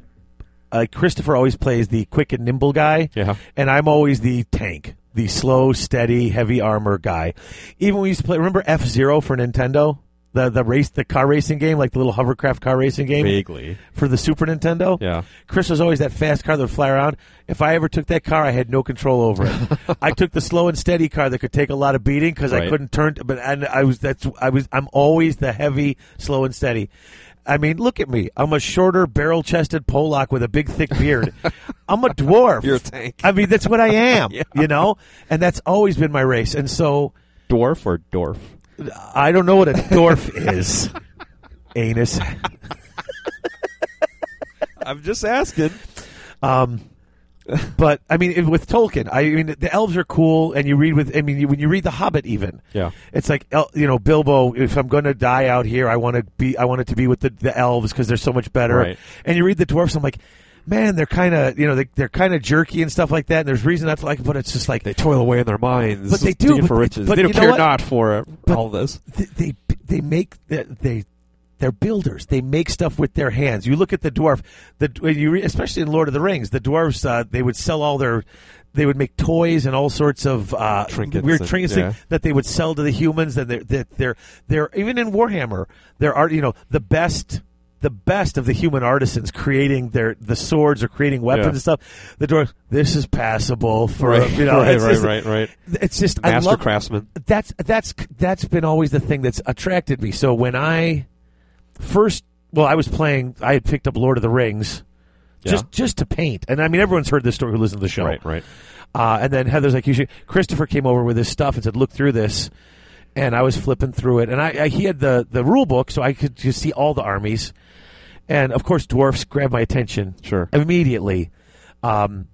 Speaker 4: uh, Christopher always plays the quick and nimble guy,
Speaker 2: Yeah.
Speaker 4: and I'm always the tank, the slow, steady, heavy armor guy. Even we used to play. Remember F Zero for Nintendo, the the race, the car racing game, like the little hovercraft car racing game
Speaker 2: Vaguely,
Speaker 4: for the Super Nintendo.
Speaker 2: yeah.
Speaker 4: Chris was always that fast car that would fly around. If I ever took that car, I had no control over
Speaker 2: *laughs*
Speaker 4: it. I took the slow and steady car that could take a lot of beating because I
Speaker 2: Right.
Speaker 4: couldn't turn. But and I was that's I was I'm always the heavy, slow and steady. I mean, look at me. I'm a shorter, barrel-chested Polak with a big, thick
Speaker 2: *laughs*
Speaker 4: beard. I'm a dwarf.
Speaker 2: You're a tank.
Speaker 4: I mean, that's what I am.
Speaker 2: *laughs* Yeah.
Speaker 4: You know, and that's always been my race. And so
Speaker 2: Dwarf or dwarf?
Speaker 4: I don't know what
Speaker 2: *laughs*
Speaker 4: a dwarf is. Anus.
Speaker 2: I'm just asking.
Speaker 4: Um, but I mean, it- with Tolkien, I mean, the elves are cool, and you read with. I mean, you, when you read The Hobbit, even
Speaker 2: Yeah.
Speaker 4: it's like El, you know, Bilbo. If I'm going to die out here, I want to be. I want it to be with the, the elves because they're so much better.
Speaker 2: Right.
Speaker 4: And you read the dwarfs, I'm like. Man, they're kind of you know they, they're kind of jerky and stuff like that. And there's reason not to like, it, but it's just like
Speaker 2: They toil away in their minds,
Speaker 4: But they do,
Speaker 2: digging
Speaker 4: but-
Speaker 2: for riches.
Speaker 4: but
Speaker 2: they don't
Speaker 4: you know
Speaker 2: care
Speaker 4: what?
Speaker 2: not for uh,
Speaker 4: But-
Speaker 2: all this.
Speaker 4: th- they they make they- they they're builders. They make stuff with their hands. You look at the dwarf, the when you re, especially in Lord of the Rings, the dwarves uh, they would sell all their they would make toys and all sorts of uh,
Speaker 2: Trinkets
Speaker 4: weird
Speaker 2: and-
Speaker 4: trinkets
Speaker 2: yeah.
Speaker 4: that they would sell to the humans. That they're, that they're they're even in Warhammer there are you know the best. The best of the human artisans creating their the swords or creating weapons
Speaker 2: Yeah.
Speaker 4: and stuff. The dwarves, this is passable
Speaker 2: *laughs*
Speaker 4: for
Speaker 2: Right,
Speaker 4: you
Speaker 2: *laughs*
Speaker 4: know.
Speaker 2: right,
Speaker 4: it's
Speaker 2: right,
Speaker 4: just,
Speaker 2: right, right.
Speaker 4: It's just I
Speaker 2: Master
Speaker 4: love
Speaker 2: craftsman.
Speaker 4: that's that's that's been always the thing that's attracted me. So when I first, well, I was playing, I had picked up Lord of the Rings.
Speaker 2: Yeah.
Speaker 4: Just, just to paint, and I mean, everyone's heard this story who listens to the show,
Speaker 2: Right, right.
Speaker 4: Uh, and then Heather's like, "You should." Christopher came over with his stuff and said, "Look through this," and I was flipping through it, and I, I he had the the rule book, so I could just see all the armies, and of course, dwarfs grabbed my attention
Speaker 2: Sure.
Speaker 4: immediately. Um,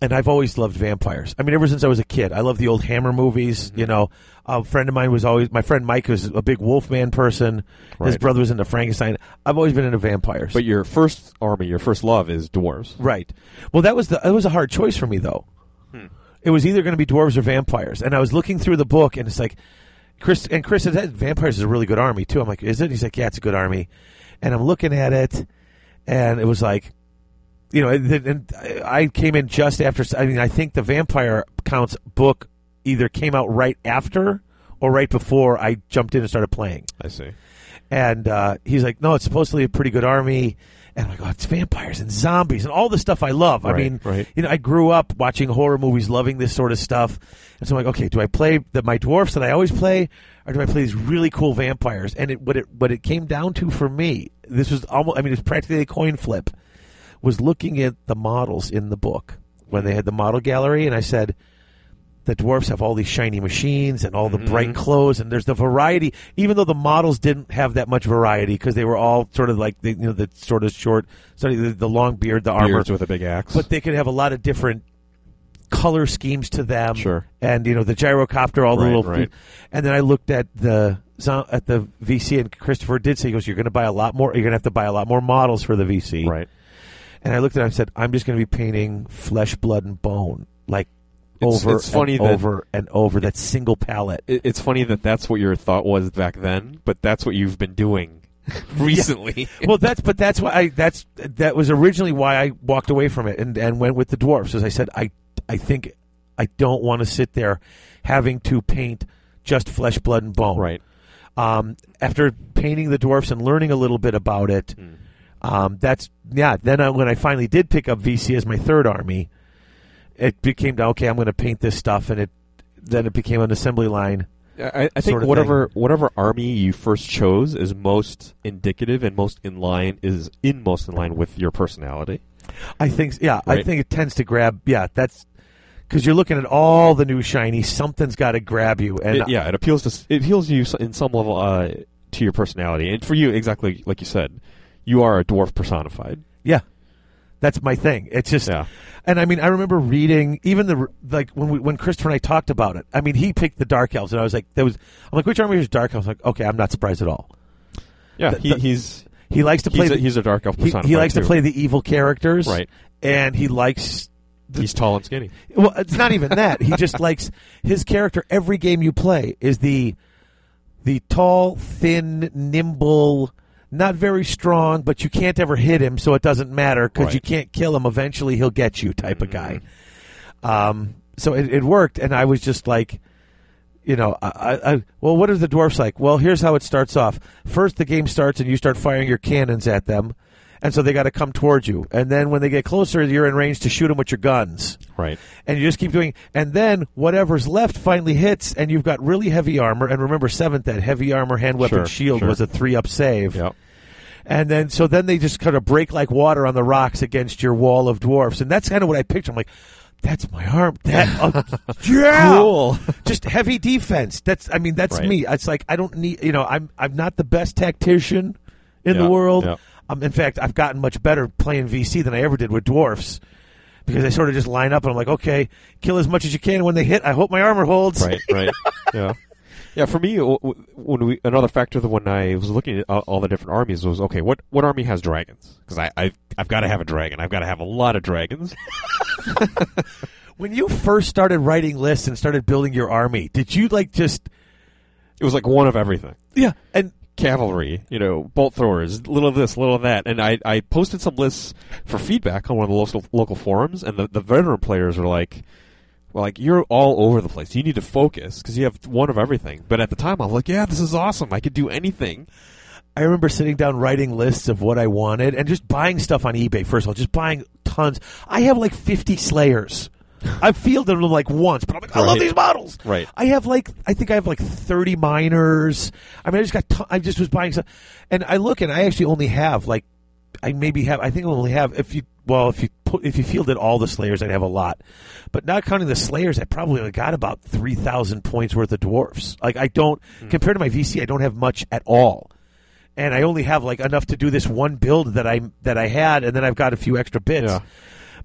Speaker 4: and I've always loved vampires. I mean, ever since I was a kid, I love the old Hammer movies.
Speaker 2: Mm-hmm.
Speaker 4: You know, a friend of mine was always my friend Mike was a big Wolfman person. His
Speaker 2: Right.
Speaker 4: brother was into Frankenstein. I've always been into vampires.
Speaker 2: But your first army, your first love is dwarves.
Speaker 4: right. Well, that was the it was a hard choice for me though. It was either going to be dwarves or vampires, and I was looking through the book, and it's like Chris and Chris said "Hey, vampires is a really good army too. I'm like, is it? He's like, yeah, it's a good army, and I'm looking at it, and it was like you know, and, and I came in just after. I mean, I think the Vampire Counts book either came out right after or right before I jumped in and started playing.
Speaker 2: I see.
Speaker 4: And uh, he's like, "No, it's supposedly a pretty good army." And I'm like, "Oh, it's vampires and zombies and all the stuff I love." I
Speaker 2: Right,
Speaker 4: mean,
Speaker 2: right.
Speaker 4: you know, I grew up watching horror movies, loving this sort of stuff. And so I'm like, "Okay, do I play the, my dwarfs that I always play, or do I play these really cool vampires?" And it, what it what it came down to for me, this was almost, I mean, it was practically a coin flip was looking at the models in the book when they had the model gallery, and I said, the dwarfs have all these shiny machines and all the bright
Speaker 2: Mm-hmm.
Speaker 4: clothes, and there's the variety. Even though the models didn't have that much variety because they were all sort of like the, you know the sort of short, sorry, the, the long beard, the armor,
Speaker 2: Beards with a big axe.
Speaker 4: but they could have a lot of different color schemes to them.
Speaker 2: Sure.
Speaker 4: And you know the gyrocopter, all the
Speaker 2: Right,
Speaker 4: little.
Speaker 2: right.
Speaker 4: And then I looked at the zo- at the VC, and Christopher did say, "He goes, you're going to buy a lot more. You're going to have to buy a lot more models for the VC."
Speaker 2: right.
Speaker 4: And I looked at him and said, I'm just going to be painting flesh, blood, and bone. Like
Speaker 2: It's-
Speaker 4: over
Speaker 2: it's funny
Speaker 4: and
Speaker 2: that-
Speaker 4: over and over that
Speaker 2: *laughs*
Speaker 4: single palette.
Speaker 2: It, it's funny that that's what your thought was back then, but that's what you've been *laughs* doing recently.
Speaker 4: well, that's but that's why I that's that was originally why I walked away from it and and went with the dwarfs. As I said, I I think I don't want to sit there having to paint just flesh, blood, and
Speaker 2: *laughs*
Speaker 4: bone.
Speaker 2: right.
Speaker 4: Um, after painting the dwarfs and learning a little bit about it,
Speaker 2: Hmm.
Speaker 4: um, that's yeah. Then I, when I finally did pick up VC as my third army, it became okay. I'm going to paint this stuff, and it then it became an assembly line.
Speaker 2: I, I think
Speaker 4: sort of
Speaker 2: whatever whatever army you first chose is most indicative and most in line is in most in line with your personality.
Speaker 4: I think yeah. I
Speaker 2: Right.
Speaker 4: think it tends to grab yeah. That's because you're looking at all the new shiny. Something's got to grab you, and
Speaker 2: It- yeah, it appeals to s- it appeals to you s- in some level uh, to your personality, and for you exactly like you said, you are a dwarf personified.
Speaker 4: yeah, that's my thing. It's just
Speaker 2: Yeah,
Speaker 4: And I mean, I remember reading even the like when we when Christopher and I talked about it. I mean, he picked the Dark Elves, and I was like, "That was." I'm like, "Which army is Dark Elves?" I'm like, "Okay, I'm not surprised at all."
Speaker 2: Yeah,
Speaker 4: The-
Speaker 2: he,
Speaker 4: the-
Speaker 2: he's
Speaker 4: he likes to play.
Speaker 2: he's a,
Speaker 4: the,
Speaker 2: he's a dark elf
Speaker 4: he,
Speaker 2: personified.
Speaker 4: he likes to
Speaker 2: too.
Speaker 4: play the evil characters,
Speaker 2: Right.
Speaker 4: And he likes
Speaker 2: He's tall and skinny.
Speaker 4: Well, it's not even that. He just likes his character. Every game you play is the the tall, thin, nimble, not very strong, but you can't ever hit him, so it doesn't matter because
Speaker 2: Right.
Speaker 4: you can't kill him. Eventually, he'll get you, type of guy. Um, so it, it worked, and I was just like. You know, I, I, I, well, what are the dwarfs like? Well, here's how it starts off. First, the game starts, and you start firing your cannons at them, and so they got to come towards you. And then, when they get closer, you're in range to shoot them with your guns
Speaker 2: Right.
Speaker 4: and you just keep doing and then whatever's left finally hits and you've got really heavy armor and remember seventh that heavy armor hand weapon
Speaker 2: Sure,
Speaker 4: shield
Speaker 2: sure.
Speaker 4: was a three up save *laughs*
Speaker 2: Yep.
Speaker 4: and then so then they just kind of break like water on the rocks against your wall of dwarfs and that's kind of what i picture i'm like that's my arm that
Speaker 2: *laughs*
Speaker 4: oh, yeah
Speaker 2: Cool.
Speaker 4: just heavy defense that's i mean that's
Speaker 2: Right.
Speaker 4: me it's like i don't need you know i'm i'm not the best tactician in
Speaker 2: Yeah,
Speaker 4: the world
Speaker 2: yeah.
Speaker 4: um, in fact i've gotten much better playing vc than i ever did with dwarfs because I sort of just line up and I'm like, okay, kill as much as you can. When they hit, I hope my armor holds.
Speaker 2: Right. Right. yeah. Yeah. For me, w- w- when we another factor that when I was looking at all, all the different armies was okay, what what army has dragons? Because I I've, I've got to have a dragon. I've got to have a lot of dragons.
Speaker 4: When you first started writing lists and started building your army, did you like just
Speaker 2: It was like one of everything.
Speaker 4: yeah? And
Speaker 2: cavalry, you know, bolt throwers, little of this, little of that. And I, I posted some lists for feedback on one of the local, local forums, and the, the veteran players were like, well, like, you're all over the place. You need to focus because you have one of everything. But at the time, I'm like, yeah, this is awesome. I could do anything.
Speaker 4: I remember sitting down writing lists of what I wanted and just buying stuff on eBay. First of all, just buying tons. I have like fifty Slayers.
Speaker 2: *laughs*
Speaker 4: I've fielded them like once, but I'm like, I love
Speaker 2: Right.
Speaker 4: these models.
Speaker 2: Right.
Speaker 4: I have like, I think I have like thirty miners. I mean, I just got, ton- I just was buying stuff, and I look and I actually only have like, I maybe have, I think I only have if you, well, if you put, if you fielded all the Slayers, I'd have a lot, but not counting the Slayers, I probably only got about three thousand points worth of dwarfs. Like I don't
Speaker 2: Hmm.
Speaker 4: compared to my VC, I don't have much at all and I only have like enough to do this one build that I that I had, and then I've got a few extra bits.
Speaker 2: Yeah.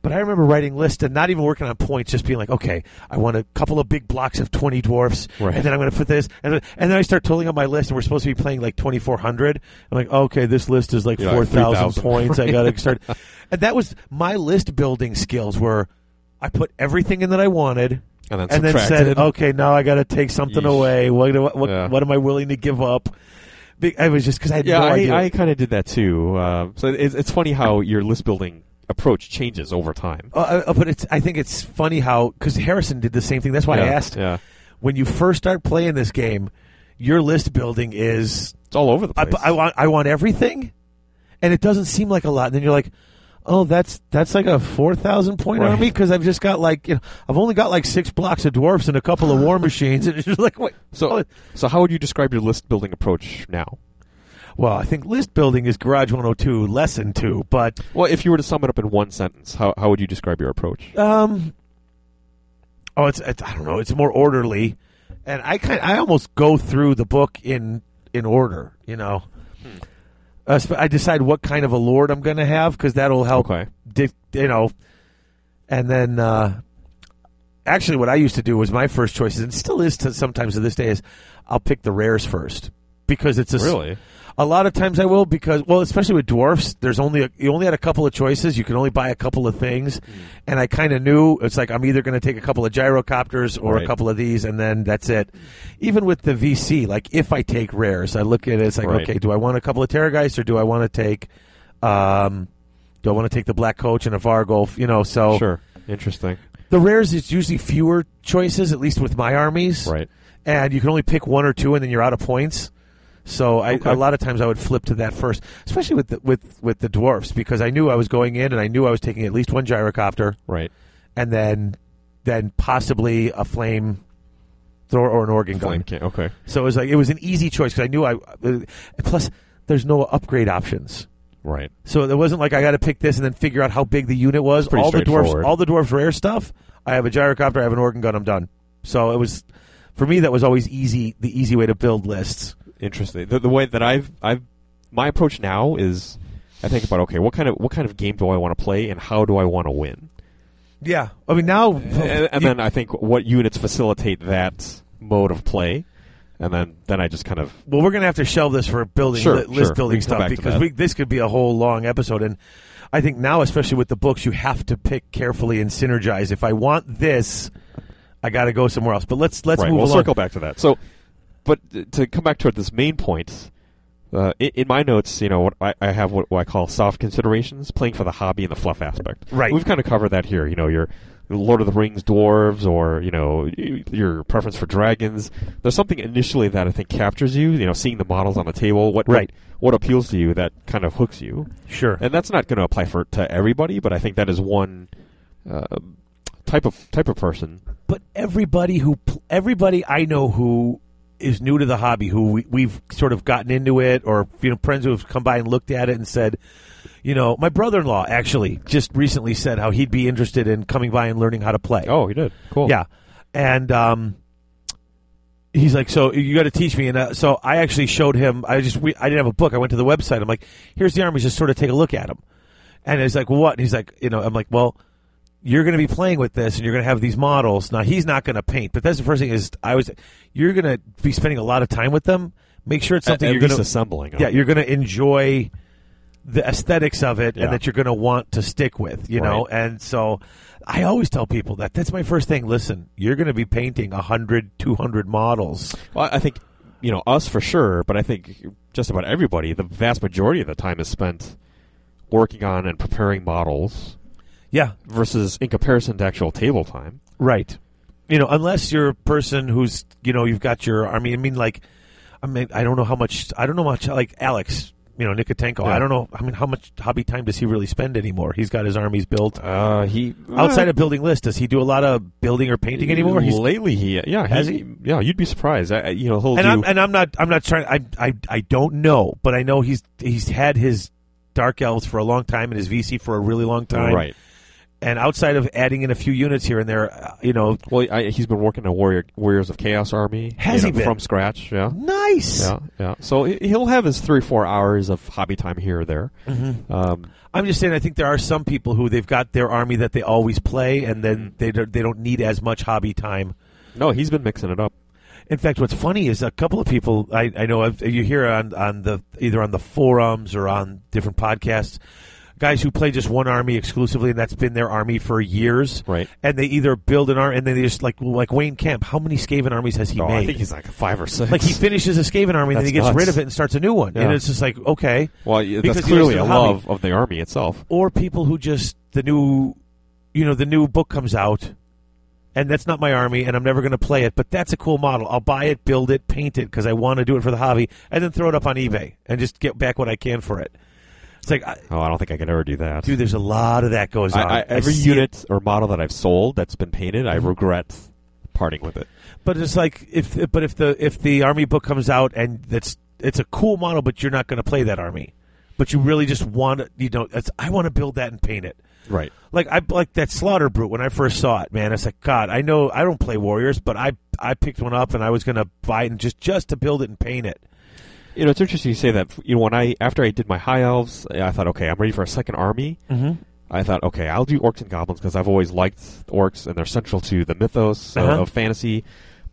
Speaker 4: But I remember writing lists and not even working on points, just being like, okay, I want a couple of big blocks of twenty dwarfs,
Speaker 2: Right.
Speaker 4: and then I'm going to put this, and then, and then I start totaling up my list, and we're supposed to be playing like twenty four hundred. I'm like, okay, this list is like
Speaker 2: Yeah,
Speaker 4: four thousand
Speaker 2: 3,000.
Speaker 4: points. I
Speaker 2: *laughs*
Speaker 4: got to start, and that was my list building skills were. I put everything in that I wanted,
Speaker 2: And then
Speaker 4: and then said, "Oh,
Speaker 2: subtracted.
Speaker 4: "Okay, now I got to take something
Speaker 2: Yeesh.
Speaker 4: away. What, what, what,
Speaker 2: Yeah.
Speaker 4: what am I willing to give up?" Be- I was just because I had
Speaker 2: Yeah,
Speaker 4: no idea.
Speaker 2: I, I kind of did that too. Uh, so it's, it's funny how your list building approach changes over time.
Speaker 4: Uh, uh, but it's. I think it's funny how because Harrison did the same thing. That's why Oh, I
Speaker 2: Yeah,
Speaker 4: asked
Speaker 2: Yeah.
Speaker 4: when you first start playing this game, your list building is
Speaker 2: It's all over the
Speaker 4: I,
Speaker 2: place.
Speaker 4: I want I want everything, and it doesn't seem like a lot. And then you're like, oh, that's that's like a four thousand point
Speaker 2: Right.
Speaker 4: army because I've just got like you know I've only got like six blocks of dwarfs and a couple
Speaker 2: *laughs*
Speaker 4: of war machines, and it's just like wait.
Speaker 2: so, so how would you describe your list building approach now?
Speaker 4: Well, I think list building is Garage 102 lesson two, but
Speaker 2: Well, if you were to sum it up in one sentence, how, how would you describe your approach?
Speaker 4: um, oh, it's, it's I don't know, it's more orderly, and I kind I almost go through the book in in order, you know.
Speaker 2: Hmm.
Speaker 4: Uh, sp- I decide what kind of a lord I'm going to have because that'll help,
Speaker 2: Okay.
Speaker 4: dic- you know. And then, uh, actually, what I used to do was my first choice is, and still is to sometimes to this day, is I'll pick the rares first because it's a s-
Speaker 2: Really?
Speaker 4: A lot of times I will because well, especially with dwarfs, there's only a, you only had a couple of choices. You can only buy a couple of things,
Speaker 2: Mm.
Speaker 4: and I kind of knew it's like I'm either going to take a couple of gyrocopters or a
Speaker 2: Right.
Speaker 4: couple of these, and then that's it. Even with the VC, like if I take rares, I look at it. It's like
Speaker 2: Right.
Speaker 4: okay, do I want a couple of terrorgeists or do I want to take, um, do I want to take the black coach and a Vargolf? You know, so
Speaker 2: Sure. Oh, Interesting.
Speaker 4: the rares it's usually fewer choices, at least with my armies,
Speaker 2: Right.
Speaker 4: and you can only pick one or two, and then you're out of points. So I,
Speaker 2: Okay.
Speaker 4: a lot of times I would flip to that first, especially with the, with with the dwarfs, because I knew I was going in, and I knew I was taking at least one gyrocopter,
Speaker 2: Right.
Speaker 4: and then then possibly a flame thrower or an organ
Speaker 2: Flame
Speaker 4: gun.
Speaker 2: can- Okay.
Speaker 4: So it was like it was an easy choice because I knew I. uh, plus, there's no upgrade options.
Speaker 2: Right.
Speaker 4: So it wasn't like I got to pick this and then figure out how big the unit was.
Speaker 2: pretty
Speaker 4: all the dwarfs,
Speaker 2: straightforward.
Speaker 4: all the dwarfs rare stuff. I have a gyrocopter. I have an organ gun. I'm done. So it was for me that was always easy. The easy way to build lists.
Speaker 2: Interesting. The, the way that I've I've my approach now is I think about okay, what kind of what kind of game do I want to play and how do I want to *laughs* win?
Speaker 4: Yeah, I mean now,
Speaker 2: And, and
Speaker 4: you-
Speaker 2: then I think what units facilitate that mode of play. and then then I just kind of
Speaker 4: Well, we're going to have to shelve this for building
Speaker 2: Sure,
Speaker 4: li- list
Speaker 2: sure.
Speaker 4: building
Speaker 2: We can come
Speaker 4: stuff
Speaker 2: back to
Speaker 4: because
Speaker 2: that.
Speaker 4: we, this could be a whole long episode. And I think now, especially with the books, you have to pick carefully and synergize. If I want this, I got to go somewhere else. But let's let's
Speaker 2: right.
Speaker 4: move
Speaker 2: We'll
Speaker 4: along.
Speaker 2: circle back to that. So, but th- to come back to this main point, uh, in, in my notes, you know, what I, I have what, what I call soft considerations, playing for the hobby and the fluff aspect.
Speaker 4: Right.
Speaker 2: We've kind of covered that here. You know, your Lord of the Rings dwarves, or you know, y- your preference for dragons. There's something initially that I think captures you. You know, seeing the models on the table, what
Speaker 4: Right.
Speaker 2: what, what appeals to you, that kind of hooks you.
Speaker 4: Sure.
Speaker 2: And that's not going to apply for to everybody, but I think that is one. Uh, type of type of person
Speaker 4: but everybody who pl- everybody I know who is new to the hobby, who we, we've sort of gotten into it, or you know, friends who have come by and looked at it and said, you know, my brother-in-law actually just recently said how he'd be interested in coming by and learning how to play.
Speaker 2: oh you did cool
Speaker 4: Yeah, and um, he's like, "So you got to teach me." And uh, so I actually showed him. I just we, I didn't have a book. I went to the website. I'm like, "Here's the armies. Just sort of take a look at them." And he's like, "What?" And he's like, "You know." I'm like, "Well." You're going to be playing with this, and you're going to have these models. Now he's not going to paint, but that's the first thing is I was. You're going to be spending a lot of time with them. Make sure it's something
Speaker 2: at
Speaker 4: you're
Speaker 2: least
Speaker 4: going to
Speaker 2: assembling.
Speaker 4: yeah, you're going to enjoy the aesthetics of it
Speaker 2: Yeah.
Speaker 4: and that you're going to want to stick with, you know?
Speaker 2: Right.
Speaker 4: And so I always tell people that that's my first thing. Listen, you're going to be painting 100, 200 models.
Speaker 2: Well, I think you know us for sure, but I think just about everybody, the vast majority of the time is spent working on and preparing models
Speaker 4: Yeah,
Speaker 2: versus in comparison to actual table time.
Speaker 4: right. You know, unless you're a person who's, you know, you've got your army. I mean, like, I mean, I don't know how much, I don't know much, like Alex, you know, Nikotenko.
Speaker 2: Yeah.
Speaker 4: I don't know, I mean, how much hobby time does he really spend anymore? He's got his armies built.
Speaker 2: Uh, he
Speaker 4: Outside of building lists, does he do a lot of building or painting anymore? He's
Speaker 2: lately he yeah
Speaker 4: Has
Speaker 2: he,
Speaker 4: he?
Speaker 2: yeah you'd be surprised. I, I- you know he'll
Speaker 4: and
Speaker 2: do
Speaker 4: I'm and I'm not I'm not trying I I I don't know, but I know he's he's had his dark elves for a long time and his VC for a really long time.
Speaker 2: right.
Speaker 4: And outside of adding in a few units here and there, uh, you know,
Speaker 2: Well, I, he's been working on Warrior Warriors of Chaos Army.
Speaker 4: Has
Speaker 2: you
Speaker 4: he
Speaker 2: know,
Speaker 4: been?
Speaker 2: from scratch? Yeah.
Speaker 4: nice.
Speaker 2: Yeah, yeah. So he- he'll have his three, four hours of hobby time here or there. Um,
Speaker 4: I'm just saying I think there are some people who they've got their army that they always play and then
Speaker 2: Mm.
Speaker 4: they don't, they don't need as much hobby time.
Speaker 2: no, he's been mixing it up.
Speaker 4: In fact, what's funny is a couple of people I, I know I've, you hear on on the either on the forums or on different podcasts, guys who play just one army exclusively, and that's been their army for years.
Speaker 2: Right.
Speaker 4: And they either build an army, and then they just like like Wayne Kemp. How many Skaven armies has he
Speaker 2: No,
Speaker 4: made?
Speaker 2: I think he's like five or six.
Speaker 4: like he finishes a Skaven army, and then
Speaker 2: That's
Speaker 4: he gets
Speaker 2: nuts.
Speaker 4: rid of it and starts a new one,
Speaker 2: Yeah.
Speaker 4: and it's just like okay.
Speaker 2: Well, yeah,
Speaker 4: Because
Speaker 2: that's
Speaker 4: he lives
Speaker 2: clearly
Speaker 4: in
Speaker 2: a
Speaker 4: the hobby.
Speaker 2: love of the army itself.
Speaker 4: Or people who just the new, you know, the new book comes out. And that's not my army, and I'm never going to play it. But that's a cool model. I'll buy it, build it, paint it because I want to do it for the hobby, and then throw it up on eBay and just get back what I can for it. It's like, I,
Speaker 2: Oh, I don't think I could ever do that.
Speaker 4: dude, there's a lot of that goes
Speaker 2: I,
Speaker 4: on.
Speaker 2: I, every
Speaker 4: see it.
Speaker 2: unit or model that I've sold that's been painted,
Speaker 4: Mm-hmm.
Speaker 2: I regret parting with it.
Speaker 4: But it's like if but if the if the army book comes out and that's it's a cool model, but you're not going to play that army, but you really just want to, you know it's, I want to build that and paint it.
Speaker 2: Right.
Speaker 4: Like I like that slaughter brute when I first saw it, man. It's like God. I know I don't play warriors, but I I picked one up and I was going to buy it and just just to build it and paint it.
Speaker 2: You know, it's interesting you say that. You know, when I after I did my high elves, I thought, okay, I'm ready for a second army.
Speaker 4: Mm-hmm.
Speaker 2: I thought, okay, I'll do orcs and goblins because I've always liked orcs and they're central to the mythos of-
Speaker 4: Uh-huh.
Speaker 2: of fantasy.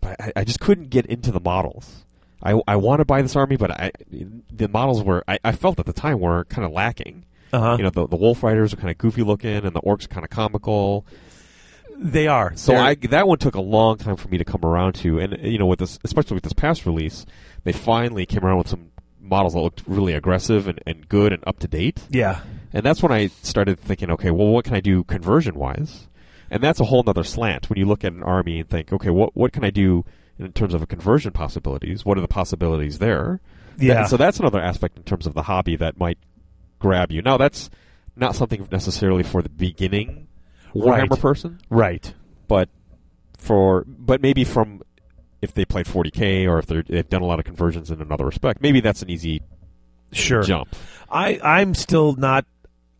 Speaker 2: But I, I just couldn't get into the models. I, I want to buy this army, but I the models were I, I felt at the time were kind of lacking.
Speaker 4: Uh huh.
Speaker 2: You know, the, the wolf riders are kind of goofy looking, and the orcs are kind of comical.
Speaker 4: they are.
Speaker 2: So
Speaker 4: They're-
Speaker 2: I, that one took a long time for me to come around to, and you know, with this, especially with this past release, they finally came around with some models that looked really aggressive and, and good and up to date.
Speaker 4: yeah.
Speaker 2: And that's when I started thinking, okay, well, what can I do conversion wise? And that's a whole nother slant when you look at an army and think, okay, what what can I do in terms of conversion possibilities? What are the possibilities there?
Speaker 4: Yeah.
Speaker 2: That- so that's another aspect in terms of the hobby that might grab you. Now that's not something necessarily for the beginning Warhammer
Speaker 4: Right.
Speaker 2: person,
Speaker 4: right.
Speaker 2: but for but maybe from if they played 40k or if they're, they've done a lot of conversions in another respect, maybe that's an easy
Speaker 4: Sure.
Speaker 2: jump.
Speaker 4: I I'm still not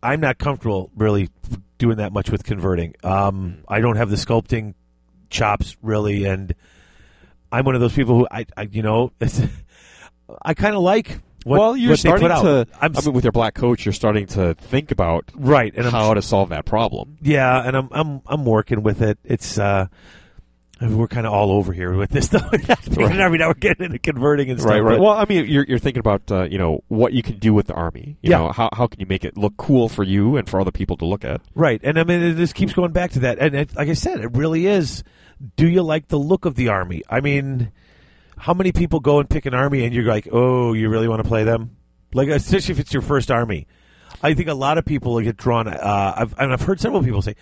Speaker 4: I'm not comfortable really doing that much with converting. Um, I don't have the sculpting chops really, and I'm one of those people who I, I you know *laughs* I kind of like what,
Speaker 2: well, you're
Speaker 4: what they
Speaker 2: starting
Speaker 4: put out.
Speaker 2: to.
Speaker 4: I'm
Speaker 2: I
Speaker 4: s-
Speaker 2: mean, with your black coach, you're starting to think about
Speaker 4: right, and I'm
Speaker 2: how to solve that problem.
Speaker 4: yeah, and I'm I'm I'm working with it. It's uh, We're kind of all over here with this *laughs* stuff. right. Every now we're getting into converting and stuff.
Speaker 2: Right, right.
Speaker 4: but-
Speaker 2: Well, I mean, you're, you're thinking about uh, you know what you can do with the army. You
Speaker 4: Yeah.
Speaker 2: know, how how can you make it look cool for you and for other people to look at?
Speaker 4: Right, and I mean it just keeps going back to that. And it, like I said, it really is. Do you like the look of the army? I mean, how many people go and pick an army, and you're like, oh, you really want to play them? Like, especially if it's your first army. I think a lot of people get drawn. Uh, I've and I've heard several people say.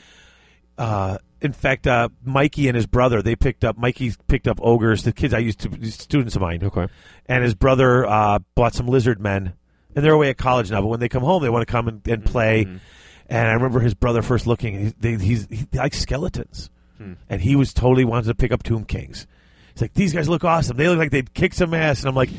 Speaker 4: Uh, in fact, uh, Mikey and his brother they picked up. Mikey picked up ogres. The kids I used to students of mine
Speaker 2: Okay.
Speaker 4: and his brother uh, bought some lizard men, and they're away at college now. But when they come home, they want to come and, and play.
Speaker 2: Mm-hmm.
Speaker 4: And I remember his brother first looking. and He, they, he's he likes skeletons,
Speaker 2: Hmm.
Speaker 4: and he was totally wanted to pick up Tomb Kings. He's like, these guys look awesome. They look like they'd kick some ass. And I'm like,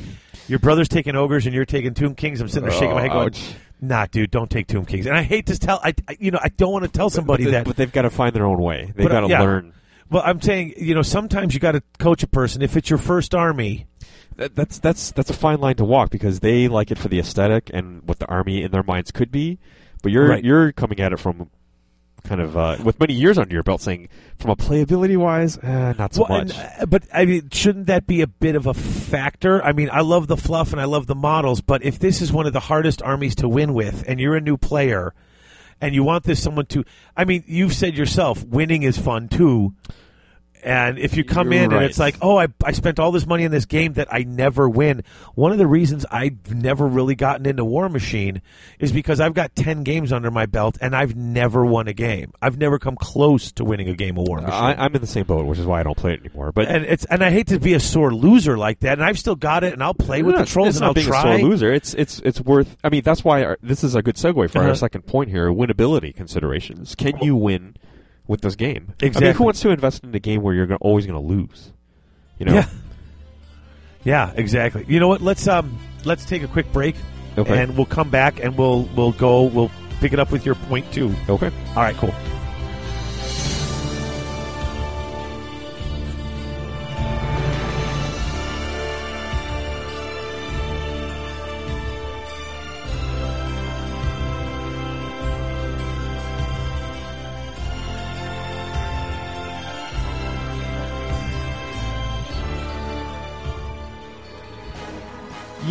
Speaker 4: your brother's taking ogres and you're taking Tomb Kings. I'm sitting there shaking my head, going,
Speaker 2: Uh, Ouch.
Speaker 4: Nah, dude, don't take Tomb Kings. And I hate to tell, I, I- you know, I don't want to tell somebody
Speaker 2: but, they-
Speaker 4: that.
Speaker 2: but they've got to find their own way. They've
Speaker 4: But, uh,
Speaker 2: got to
Speaker 4: yeah.
Speaker 2: learn.
Speaker 4: well, I'm saying, you know, sometimes you got to coach a person. If it's your first army,
Speaker 2: That, that's that's that's a fine line to walk because they like it for the aesthetic and what the army in their minds could be, but you're
Speaker 4: Right.
Speaker 2: you're coming at it from kind of uh, with many years under your belt, saying from a playability wise, eh, not so
Speaker 4: Well,
Speaker 2: much.
Speaker 4: and, uh, but I mean, shouldn't that be a bit of a factor? I mean, I love the fluff and I love the models, but if this is one of the hardest armies to win with, and you're a new player, and you want this someone to, I mean, you've said yourself, winning is fun too. And if you come in and
Speaker 2: Right.
Speaker 4: it's like, oh, I, I spent all this money in this game that I never win. One of the reasons I've never really gotten into War Machine is because I've got 10 games under my belt and I've never won a game. I've never come close to winning a game of War Machine
Speaker 2: I, I'm in the same boat, which is why I don't play it anymore. But
Speaker 4: and it's and I hate to be a sore loser like that, and I've still got it, and I'll play with
Speaker 2: No,
Speaker 4: the trolls
Speaker 2: it's
Speaker 4: and
Speaker 2: not
Speaker 4: I'll
Speaker 2: being
Speaker 4: try.
Speaker 2: a sore loser. It's it's it's worth. I mean, that's why our, this is a good segue for
Speaker 4: Uh-huh.
Speaker 2: our second point here: winnability considerations. Can you win with this game? I mean,
Speaker 4: Exactly.
Speaker 2: who wants to invest in a game where you're gonna, always going to lose? You know.
Speaker 4: Yeah, yeah, exactly. You know what? Let's um, let's take a quick break,
Speaker 2: Okay.
Speaker 4: and we'll come back and we'll we'll go we'll pick it up with your point two.
Speaker 2: Okay.
Speaker 4: All right, cool.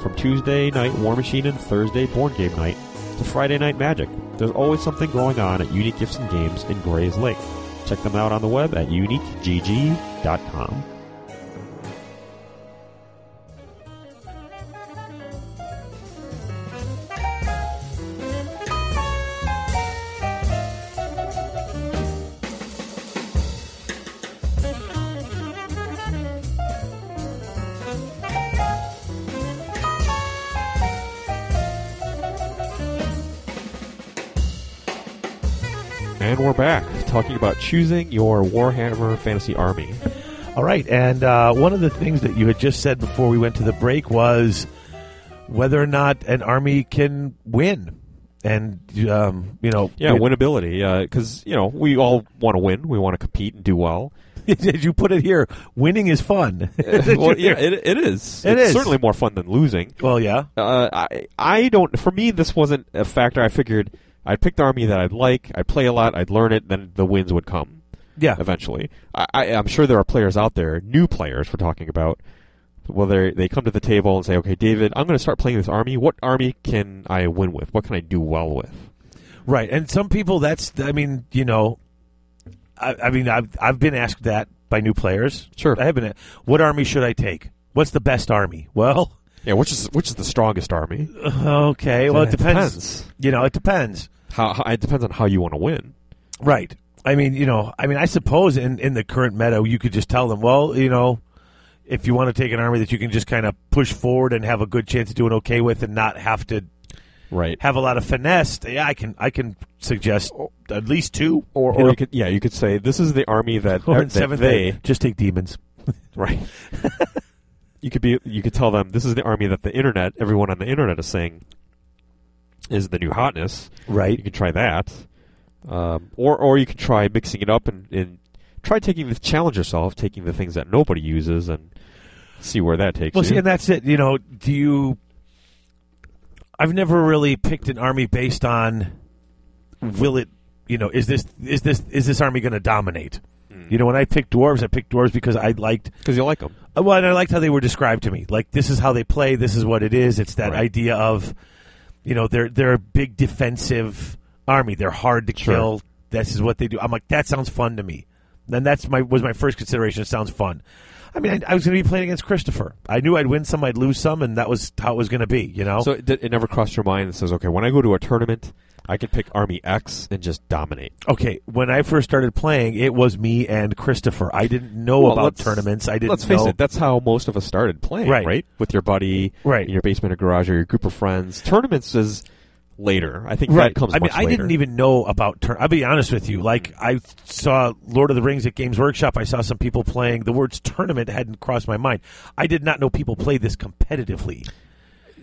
Speaker 2: From Tuesday night War Machine and Thursday Board Game Night to Friday Night Magic, there's always something going on at Unique Gifts and Games in Grays Lake. Check them out on the web at uniquegg.com. And we're back talking about choosing your Warhammer Fantasy Army.
Speaker 4: All right, and uh, one of the things that you had just said before we went to the break was whether or not an army can win, and um, you know,
Speaker 2: Yeah,
Speaker 4: it- *laughs*
Speaker 2: winnability, because you know we all want to win, we want to compete and do *laughs* well.
Speaker 4: as you put it here, winning is fun.
Speaker 2: *laughs* well yeah, it, it is.
Speaker 4: It
Speaker 2: it's
Speaker 4: is.
Speaker 2: certainly more fun than losing.
Speaker 4: *laughs* well, yeah.
Speaker 2: uh, I I don't. For me, this wasn't a factor. I figured I'd pick the army that I'd like. I'd play a lot. I'd learn it. Then the wins would come
Speaker 4: Yeah,
Speaker 2: eventually. I, I, I'm sure there are players out there, new players we're talking about. Well, they they come to the table and say, "Okay, David, I'm going to start playing this army. What army can I win with? What can I do well with?"
Speaker 4: Right, and some people that's I mean you know, I, I mean I've I've been asked that by new players.
Speaker 2: Sure.
Speaker 4: I have been. a- What army should I take? What's the best army? Well, *laughs*
Speaker 2: Yeah, which is which is the strongest army?
Speaker 4: okay, well it depends. You know, it depends.
Speaker 2: How, how it depends on how you want to win.
Speaker 4: Right. I mean, you know, I mean, I suppose in in the current meta, you could just tell them, well, you know, if you want to take an army that you can just kind of push forward and have a good chance of doing okay with, and not have to
Speaker 2: Right.
Speaker 4: have a lot of finesse, yeah, I can I can suggest at least two
Speaker 2: Or,
Speaker 4: You
Speaker 2: or
Speaker 4: know,
Speaker 2: you could yeah you could say this is the army that,
Speaker 4: *laughs* or
Speaker 2: *laughs*
Speaker 4: in
Speaker 2: that
Speaker 4: seventh
Speaker 2: they
Speaker 4: day, just take demons.
Speaker 2: Right. you could be you could tell them this is the army that the internet everyone on the internet is saying is the new hotness. You
Speaker 4: Right.
Speaker 2: could try that, um, or or you could try mixing it up and, and try taking the challenge yourself, taking the things that nobody uses and see where that takes
Speaker 4: Well,
Speaker 2: you.
Speaker 4: see, and that's it. You know, do you? I've never really picked an army based on will it. You know, is this is this is this army going to dominate?
Speaker 2: Hmm.
Speaker 4: You know, when I picked dwarves, I picked dwarves because I liked
Speaker 2: because you like them.
Speaker 4: Uh, Well, and I liked how they were described to me. Like this is how they play. This is what it is. It's that
Speaker 2: Right.
Speaker 4: idea of, you know, they're they're a big defensive army. They're hard to
Speaker 2: Sure.
Speaker 4: kill. This is what they do. I'm like that sounds fun to me. And that's my was my first consideration. It sounds fun. I mean, I, I was going to be playing against Christopher. I knew I'd win some, I'd lose some, and that was how it was going to be. You know,
Speaker 2: So it, did- it never crossed your mind that says, okay, when I go to a tournament, I can pick Army X and just dominate.
Speaker 4: okay. When I first started playing, it was me and Christopher. I didn't know
Speaker 2: Well,
Speaker 4: about
Speaker 2: let's-
Speaker 4: tournaments. I didn't.
Speaker 2: Let's face
Speaker 4: know-
Speaker 2: it, that's how most of us started playing,
Speaker 4: Right.
Speaker 2: right? With your buddy,
Speaker 4: Right.
Speaker 2: in your basement or garage, or your group of friends. Tournaments is later. I think that comes
Speaker 4: I mean,
Speaker 2: much
Speaker 4: I
Speaker 2: later.
Speaker 4: didn't even know about turn. I'll be honest with you. Like, I saw Lord of the Rings at Games Workshop. I saw some people playing. The words tournament hadn't crossed my mind. I did not know people play this competitively.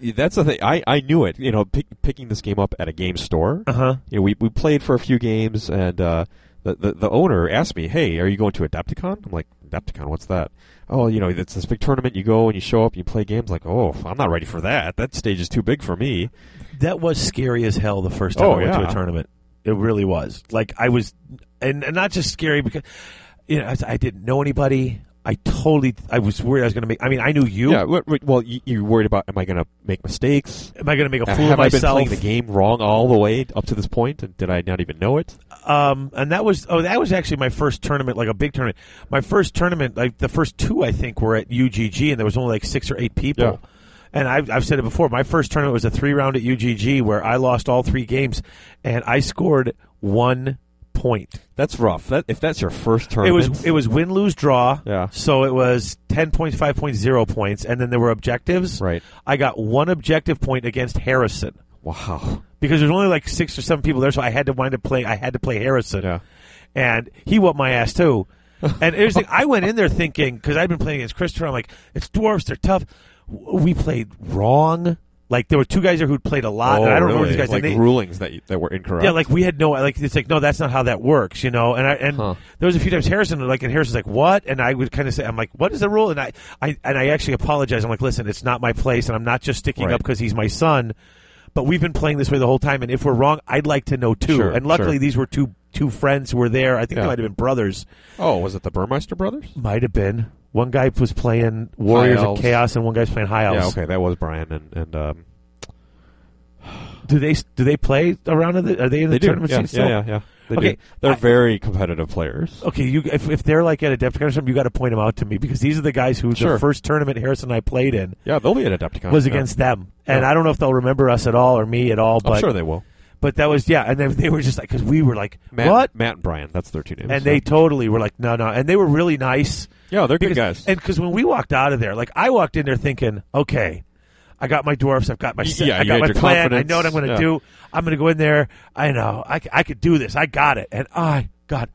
Speaker 2: That's the thing. I, I knew it. You know, pick, picking this game up at a game store.
Speaker 4: Uh huh.
Speaker 2: You know, we we played for a few games, and uh, the, the the owner asked me, "Hey, are you going to Adepticon?" I'm like, "Adepticon? What's that?" Oh, you know, it's this big tournament. You go and you show up, you play games. Like, oh, I'm not ready for that. That stage is too big for me.
Speaker 4: That was scary as hell the first time
Speaker 2: Oh,
Speaker 4: I went to
Speaker 2: yeah.
Speaker 4: a tournament. It really was. Like, I was, and, and not just scary because, you know, I, I didn't know anybody. I totally, I was worried I was going to make, I mean, I knew you.
Speaker 2: Yeah. What, what- well, you, you're worried about, am I going to make mistakes?
Speaker 4: Am I going to make a fool
Speaker 2: Have
Speaker 4: of
Speaker 2: I
Speaker 4: myself?
Speaker 2: been playing the game wrong all the way up to this point, and did I not even know it?
Speaker 4: um, and that was oh that was actually my first tournament like a big tournament my first tournament like the first two i think were at ugg and there was only like six or eight people
Speaker 2: Yeah.
Speaker 4: and I've, I've said it before my first tournament was a three round at ugg where i lost all three games and i scored one point
Speaker 2: That's rough. That if that's your first
Speaker 4: it
Speaker 2: tournament,
Speaker 4: was it was win lose draw
Speaker 2: Yeah.
Speaker 4: so it was 10 points 5 points 0 points and then there were objectives
Speaker 2: Right.
Speaker 4: i got one objective point against harrison
Speaker 2: wow.
Speaker 4: because there's only like six or seven people there, so I had to wind up playing. I had to play Harrison,
Speaker 2: Yeah.
Speaker 4: and he whooped my ass too. And here's the thing, I went in there thinking because I'd been playing against Christopher. I'm like, it's dwarves, they're tough. W- We played wrong. Like there were two guys there who'd played a lot. and I don't remember these guys.
Speaker 2: Oh, like
Speaker 4: and they-
Speaker 2: rulings that you- that were incorrect.
Speaker 4: yeah, like we had no like it's like no, that's not how that works, you know. And I and
Speaker 2: Huh.
Speaker 4: there was a few times Harrison like and Harrison's like what, and I would kind of say I'm like what is the rule, and I, I and I actually apologize. I'm like listen, it's not my place, and I'm not just sticking up
Speaker 2: Right.
Speaker 4: because he's my son, but we've been playing this way the whole time, and if we're wrong, I'd like to know too.
Speaker 2: Sure,
Speaker 4: and luckily
Speaker 2: sure.
Speaker 4: these were two two friends who were there. I think
Speaker 2: Yeah.
Speaker 4: they might have been brothers.
Speaker 2: oh, was it the Burmeister brothers?
Speaker 4: Might have been. One guy was playing Warriors and
Speaker 2: Elves.
Speaker 4: Chaos, and one guy's playing High Elves.
Speaker 2: Yeah, okay, that was Brian and and um,
Speaker 4: Do they do they play around? In the, are they in the
Speaker 2: they do.
Speaker 4: tournament
Speaker 2: Yeah,
Speaker 4: scene
Speaker 2: yeah,
Speaker 4: still?
Speaker 2: yeah, yeah. They
Speaker 4: Okay,
Speaker 2: do. They're
Speaker 4: I- Oh.
Speaker 2: very competitive players.
Speaker 4: Okay, you if, if they're like at Adepticon or something, you got to point them out to me because these are the guys who the
Speaker 2: Sure.
Speaker 4: first tournament Harrison and I played in
Speaker 2: Yeah, they'll be at Adepticon.
Speaker 4: was
Speaker 2: yeah.
Speaker 4: against them, and
Speaker 2: Yeah.
Speaker 4: I don't know if they'll remember us at all or me at all,
Speaker 2: I'm
Speaker 4: but
Speaker 2: sure they will.
Speaker 4: but that was yeah, and then they were just like because we were like
Speaker 2: Matt,
Speaker 4: what,
Speaker 2: Matt and Brian. That's their two names.
Speaker 4: and they totally were like no no, and they were really nice
Speaker 2: yeah, they're good
Speaker 4: because
Speaker 2: guys.
Speaker 4: and because when we walked out of there, like I walked in there thinking okay. I got my dwarfs. I've got my set,
Speaker 2: Yeah,
Speaker 4: I
Speaker 2: you
Speaker 4: got
Speaker 2: had
Speaker 4: my
Speaker 2: your
Speaker 4: plan. I
Speaker 2: confidence.
Speaker 4: know what I'm going to
Speaker 2: Yeah.
Speaker 4: do. I'm going to go in there. I know I, c- I could do this. I got it, and I got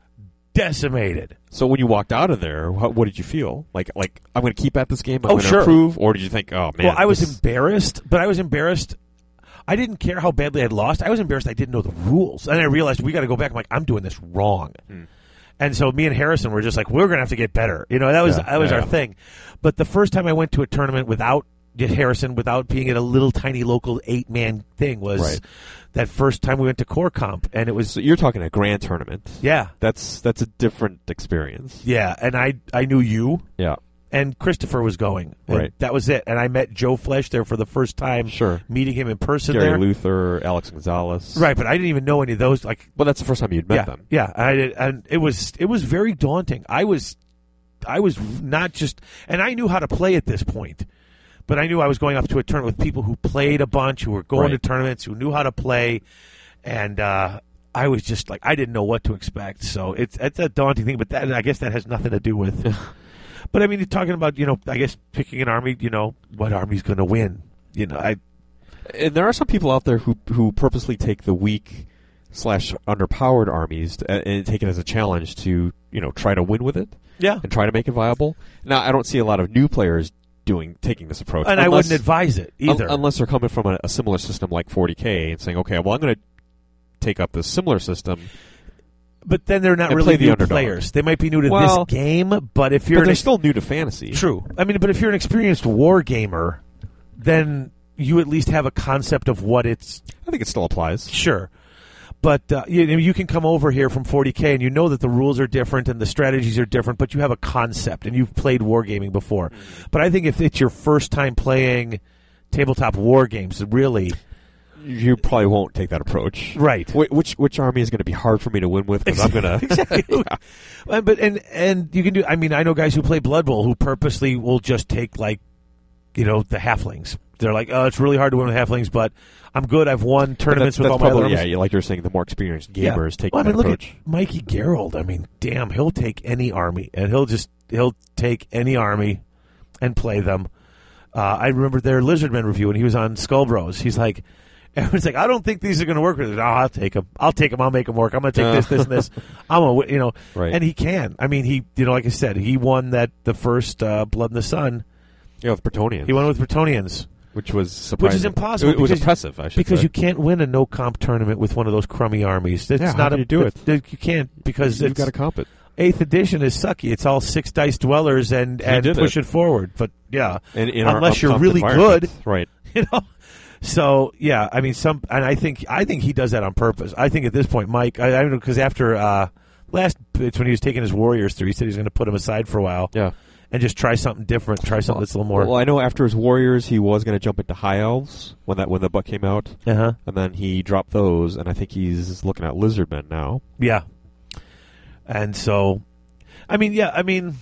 Speaker 4: decimated.
Speaker 2: so when you walked out of there, what, what did you feel? Like like I'm going to keep at this game. I'm
Speaker 4: Oh,
Speaker 2: going to
Speaker 4: sure.
Speaker 2: improve, or did you think, oh man?
Speaker 4: well, I was
Speaker 2: this-
Speaker 4: embarrassed, but I was embarrassed. I didn't care how badly I'd lost. I was embarrassed. I didn't know the rules, and I realized we got to go back. I'm like, I'm doing this wrong.
Speaker 2: Hmm.
Speaker 4: And so me and Harrison were just like, we're gonna have to get better. You know, that was
Speaker 2: Yeah,
Speaker 4: that was
Speaker 2: yeah.
Speaker 4: our thing. But the first time I went to a tournament without Harrison, without being at a little tiny local eight man thing, was
Speaker 2: Right.
Speaker 4: that first time we went to Core Comp, and it was
Speaker 2: So you're talking a grand tournament.
Speaker 4: yeah,
Speaker 2: That's that's a different experience.
Speaker 4: yeah. And I I knew you.
Speaker 2: Yeah.
Speaker 4: and Christopher was going. And
Speaker 2: Right.
Speaker 4: That was it. And I met Joe Flesh there for the first time.
Speaker 2: Sure.
Speaker 4: Meeting him in person
Speaker 2: Gary
Speaker 4: there.
Speaker 2: Luther, Alex Gonzalez.
Speaker 4: Right, but I didn't even know any of those. Like,
Speaker 2: Well, that's the first time you'd met
Speaker 4: yeah,
Speaker 2: them.
Speaker 4: yeah. And I did, and it was it was very daunting. I was, I was not just, and I knew how to play at this point, but I knew I was going up to a tournament with people who played a bunch, who were
Speaker 2: Right.
Speaker 4: going to tournaments, who knew how to play, and uh, I was just like, I didn't know what to expect. So it's it's a daunting thing, but that I guess that has nothing to do with. but I mean, you're talking about you know, I guess picking an army. You know, what army's going to win? You know, I
Speaker 2: And there are some people out there who who purposely take the weak slash underpowered armies to, and take it as a challenge to you know try to win with it
Speaker 4: yeah.
Speaker 2: and try to make it viable. Now I don't see a lot of new players doing taking this approach.
Speaker 4: and I
Speaker 2: Unless-
Speaker 4: wouldn't advise it
Speaker 2: un-
Speaker 4: either.
Speaker 2: unless they're coming from a, a similar system like 40k and saying, okay, well, I'm going to take up this similar system.
Speaker 4: but then they're not
Speaker 2: and
Speaker 4: really
Speaker 2: play the
Speaker 4: new
Speaker 2: underdog.
Speaker 4: players. They might be new to
Speaker 2: Well,
Speaker 4: this game, but if you're
Speaker 2: but
Speaker 4: an
Speaker 2: they're
Speaker 4: ex-
Speaker 2: still new to fantasy.
Speaker 4: true, I mean, but if you're an experienced war gamer, then you at least have a concept of what it's
Speaker 2: I think it still applies.
Speaker 4: Sure. But uh, you, you can come over here from 40K and you know that the rules are different and the strategies are different, but you have a concept and you've played wargaming before.
Speaker 2: Mm-hmm.
Speaker 4: But I think if it's your first time playing tabletop war games, really.
Speaker 2: You probably won't take that approach,
Speaker 4: Right.
Speaker 2: Wh- which which army is going to be hard for me to win with? Because I'm going to. *laughs*
Speaker 4: Uh, But and and you can do. I mean, I know guys who play Blood Bowl who purposely will just take like, you know, the halflings. They're like, oh, it's really hard to win with halflings, but I'm good. I've won *laughs* tournaments with all my other
Speaker 2: probably,
Speaker 4: armies."
Speaker 2: yeah, you- like you're saying, the more experienced gamers take
Speaker 4: well, I
Speaker 2: that
Speaker 4: mean, look
Speaker 2: approach.
Speaker 4: at Mikey Gerald. I mean, damn, he'll take any army, and he'll just he'll take any army and play them. Uh, I remember their Lizardman review, and he was on Skull Bros. He's like, *laughs* everyone's like, I don't think these are going to work. With it. I'll take them. I'll take them. I'll make them work. I'm going to take
Speaker 2: Uh.
Speaker 4: this, this,
Speaker 2: *laughs*
Speaker 4: and this. I'm a, you know,
Speaker 2: Right.
Speaker 4: and he can. I mean, he, you know, like I said, he won that the first uh, Blood in the Sun.
Speaker 2: yeah, with Bretonian,
Speaker 4: He won with Bretonians
Speaker 2: which was surprising,
Speaker 4: impossible
Speaker 2: It, was
Speaker 4: because-
Speaker 2: impressive, I should
Speaker 4: because
Speaker 2: say.
Speaker 4: you can't win a no comp tournament with one of those crummy armies. That's
Speaker 2: Yeah,
Speaker 4: not
Speaker 2: how can
Speaker 4: a,
Speaker 2: you do it?
Speaker 4: that- that You can't because
Speaker 2: you've
Speaker 4: it's
Speaker 2: got to comp it.
Speaker 4: eighth edition is sucky. It's all six dice dwellers and, and
Speaker 2: did
Speaker 4: push
Speaker 2: it.
Speaker 4: it. forward. But yeah,
Speaker 2: And in our
Speaker 4: unless you're
Speaker 2: uncomped
Speaker 4: really
Speaker 2: environment.
Speaker 4: good,
Speaker 2: right?
Speaker 4: *laughs* you know. So yeah, I mean some, and I think I think he does that on purpose. I think at this point, Mike, I, I don't know because after uh, last it's when he was taking his Warriors through, he said he's going to put him aside for a while
Speaker 2: Yeah.
Speaker 4: and just try something different, try something that's a little more.
Speaker 2: Well, I know after his Warriors, he was going to jump into High Elves when that when the book came out,
Speaker 4: uh-huh.
Speaker 2: and then he dropped those, and I think he's looking at Lizardmen now.
Speaker 4: Yeah, and so, I mean, yeah, I mean.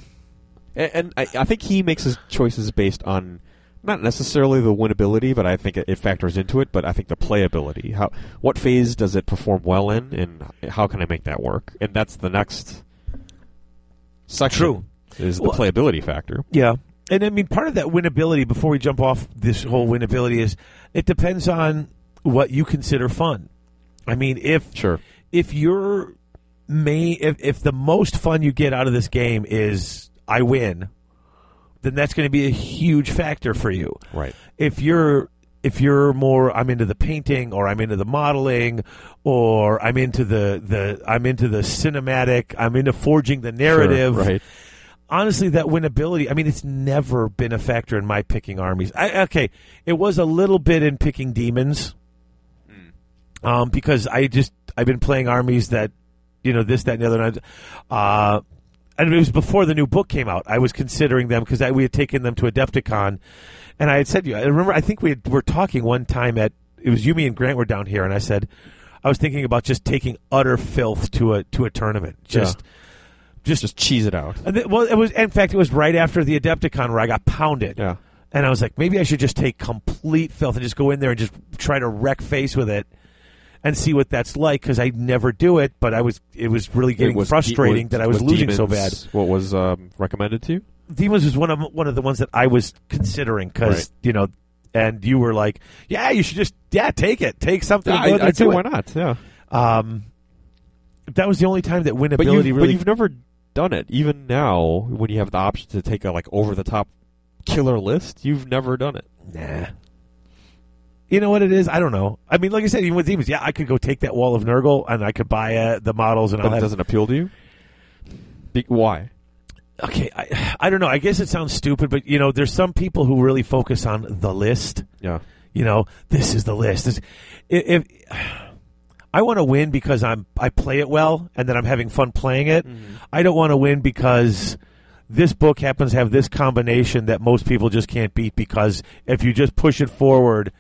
Speaker 2: And, and I, I think he makes his choices based on not necessarily the winnability, but I think it, it factors into it. But I think the playability. How what phase does it perform well in, and how can I make that work? And that's the next section.
Speaker 4: True.
Speaker 2: Is the
Speaker 4: Well-
Speaker 2: playability factor?
Speaker 4: Yeah. And I mean, part of that winnability, before we jump off this whole winnability, is it depends on what you consider fun. I mean, if
Speaker 2: Sure.
Speaker 4: if you're may if, if the most fun you get out of this game is I win, then that's going to be a huge factor for you
Speaker 2: Right.
Speaker 4: if you're if you're more I'm into the painting or I'm into the modeling or I'm into the the I'm into the cinematic, I'm into forging the narrative.
Speaker 2: Sure, right.
Speaker 4: Honestly, that winnability, I mean it's never been a factor in my picking armies. I okay, it was a little bit in picking demons. Um, because I just I've been playing armies that you know this that and the other and I, uh and it was before the new book came out. I was considering them because we had taken them to Adepticon, and I had said to you, I remember, I think we had, were talking one time at it was Yumi and Grant were down here, and I said I was thinking about just taking utter filth to a to a tournament, just
Speaker 2: Just cheese it out.
Speaker 4: and th- well, it was. In fact, it was right after the Adepticon where I got pounded.
Speaker 2: Yeah.
Speaker 4: And I was like, maybe I should just take complete filth and just go in there and just try to wreck face with it and see what that's like because I never do it. But I was, it was really getting
Speaker 2: It was de-
Speaker 4: frustrating
Speaker 2: with-
Speaker 4: that I was
Speaker 2: with
Speaker 4: losing so bad.
Speaker 2: demons, What was um, recommended to you?
Speaker 4: Demons was one of one of the ones that I was considering because
Speaker 2: Right.
Speaker 4: you know, and you were like, yeah, you should just yeah take it, take something. and go in there and do
Speaker 2: Why
Speaker 4: it.
Speaker 2: not? Yeah.
Speaker 4: Um, that was the only time that winnability
Speaker 2: But you've, but
Speaker 4: really
Speaker 2: you've never done it. Even now, when you have the option to take a like over the top killer list, you've never done it.
Speaker 4: Nah. You know what it is? I don't know. I mean, like I said, even with demons, yeah, I could go take that wall of Nurgle and I could buy uh, the models and
Speaker 2: But
Speaker 4: all
Speaker 2: it
Speaker 4: that.
Speaker 2: doesn't appeal to you. Be- why?
Speaker 4: Okay, I, I don't know. I guess it sounds stupid, but you know, there's some people who really focus on the list.
Speaker 2: Yeah.
Speaker 4: You know, this is the list. This, if, *sighs* if I want to win because I'm I play it well and that I'm having fun playing it,
Speaker 2: Mm-hmm.
Speaker 4: I don't want to win because this book happens to have this combination that most people just can't beat because if you just push it forward,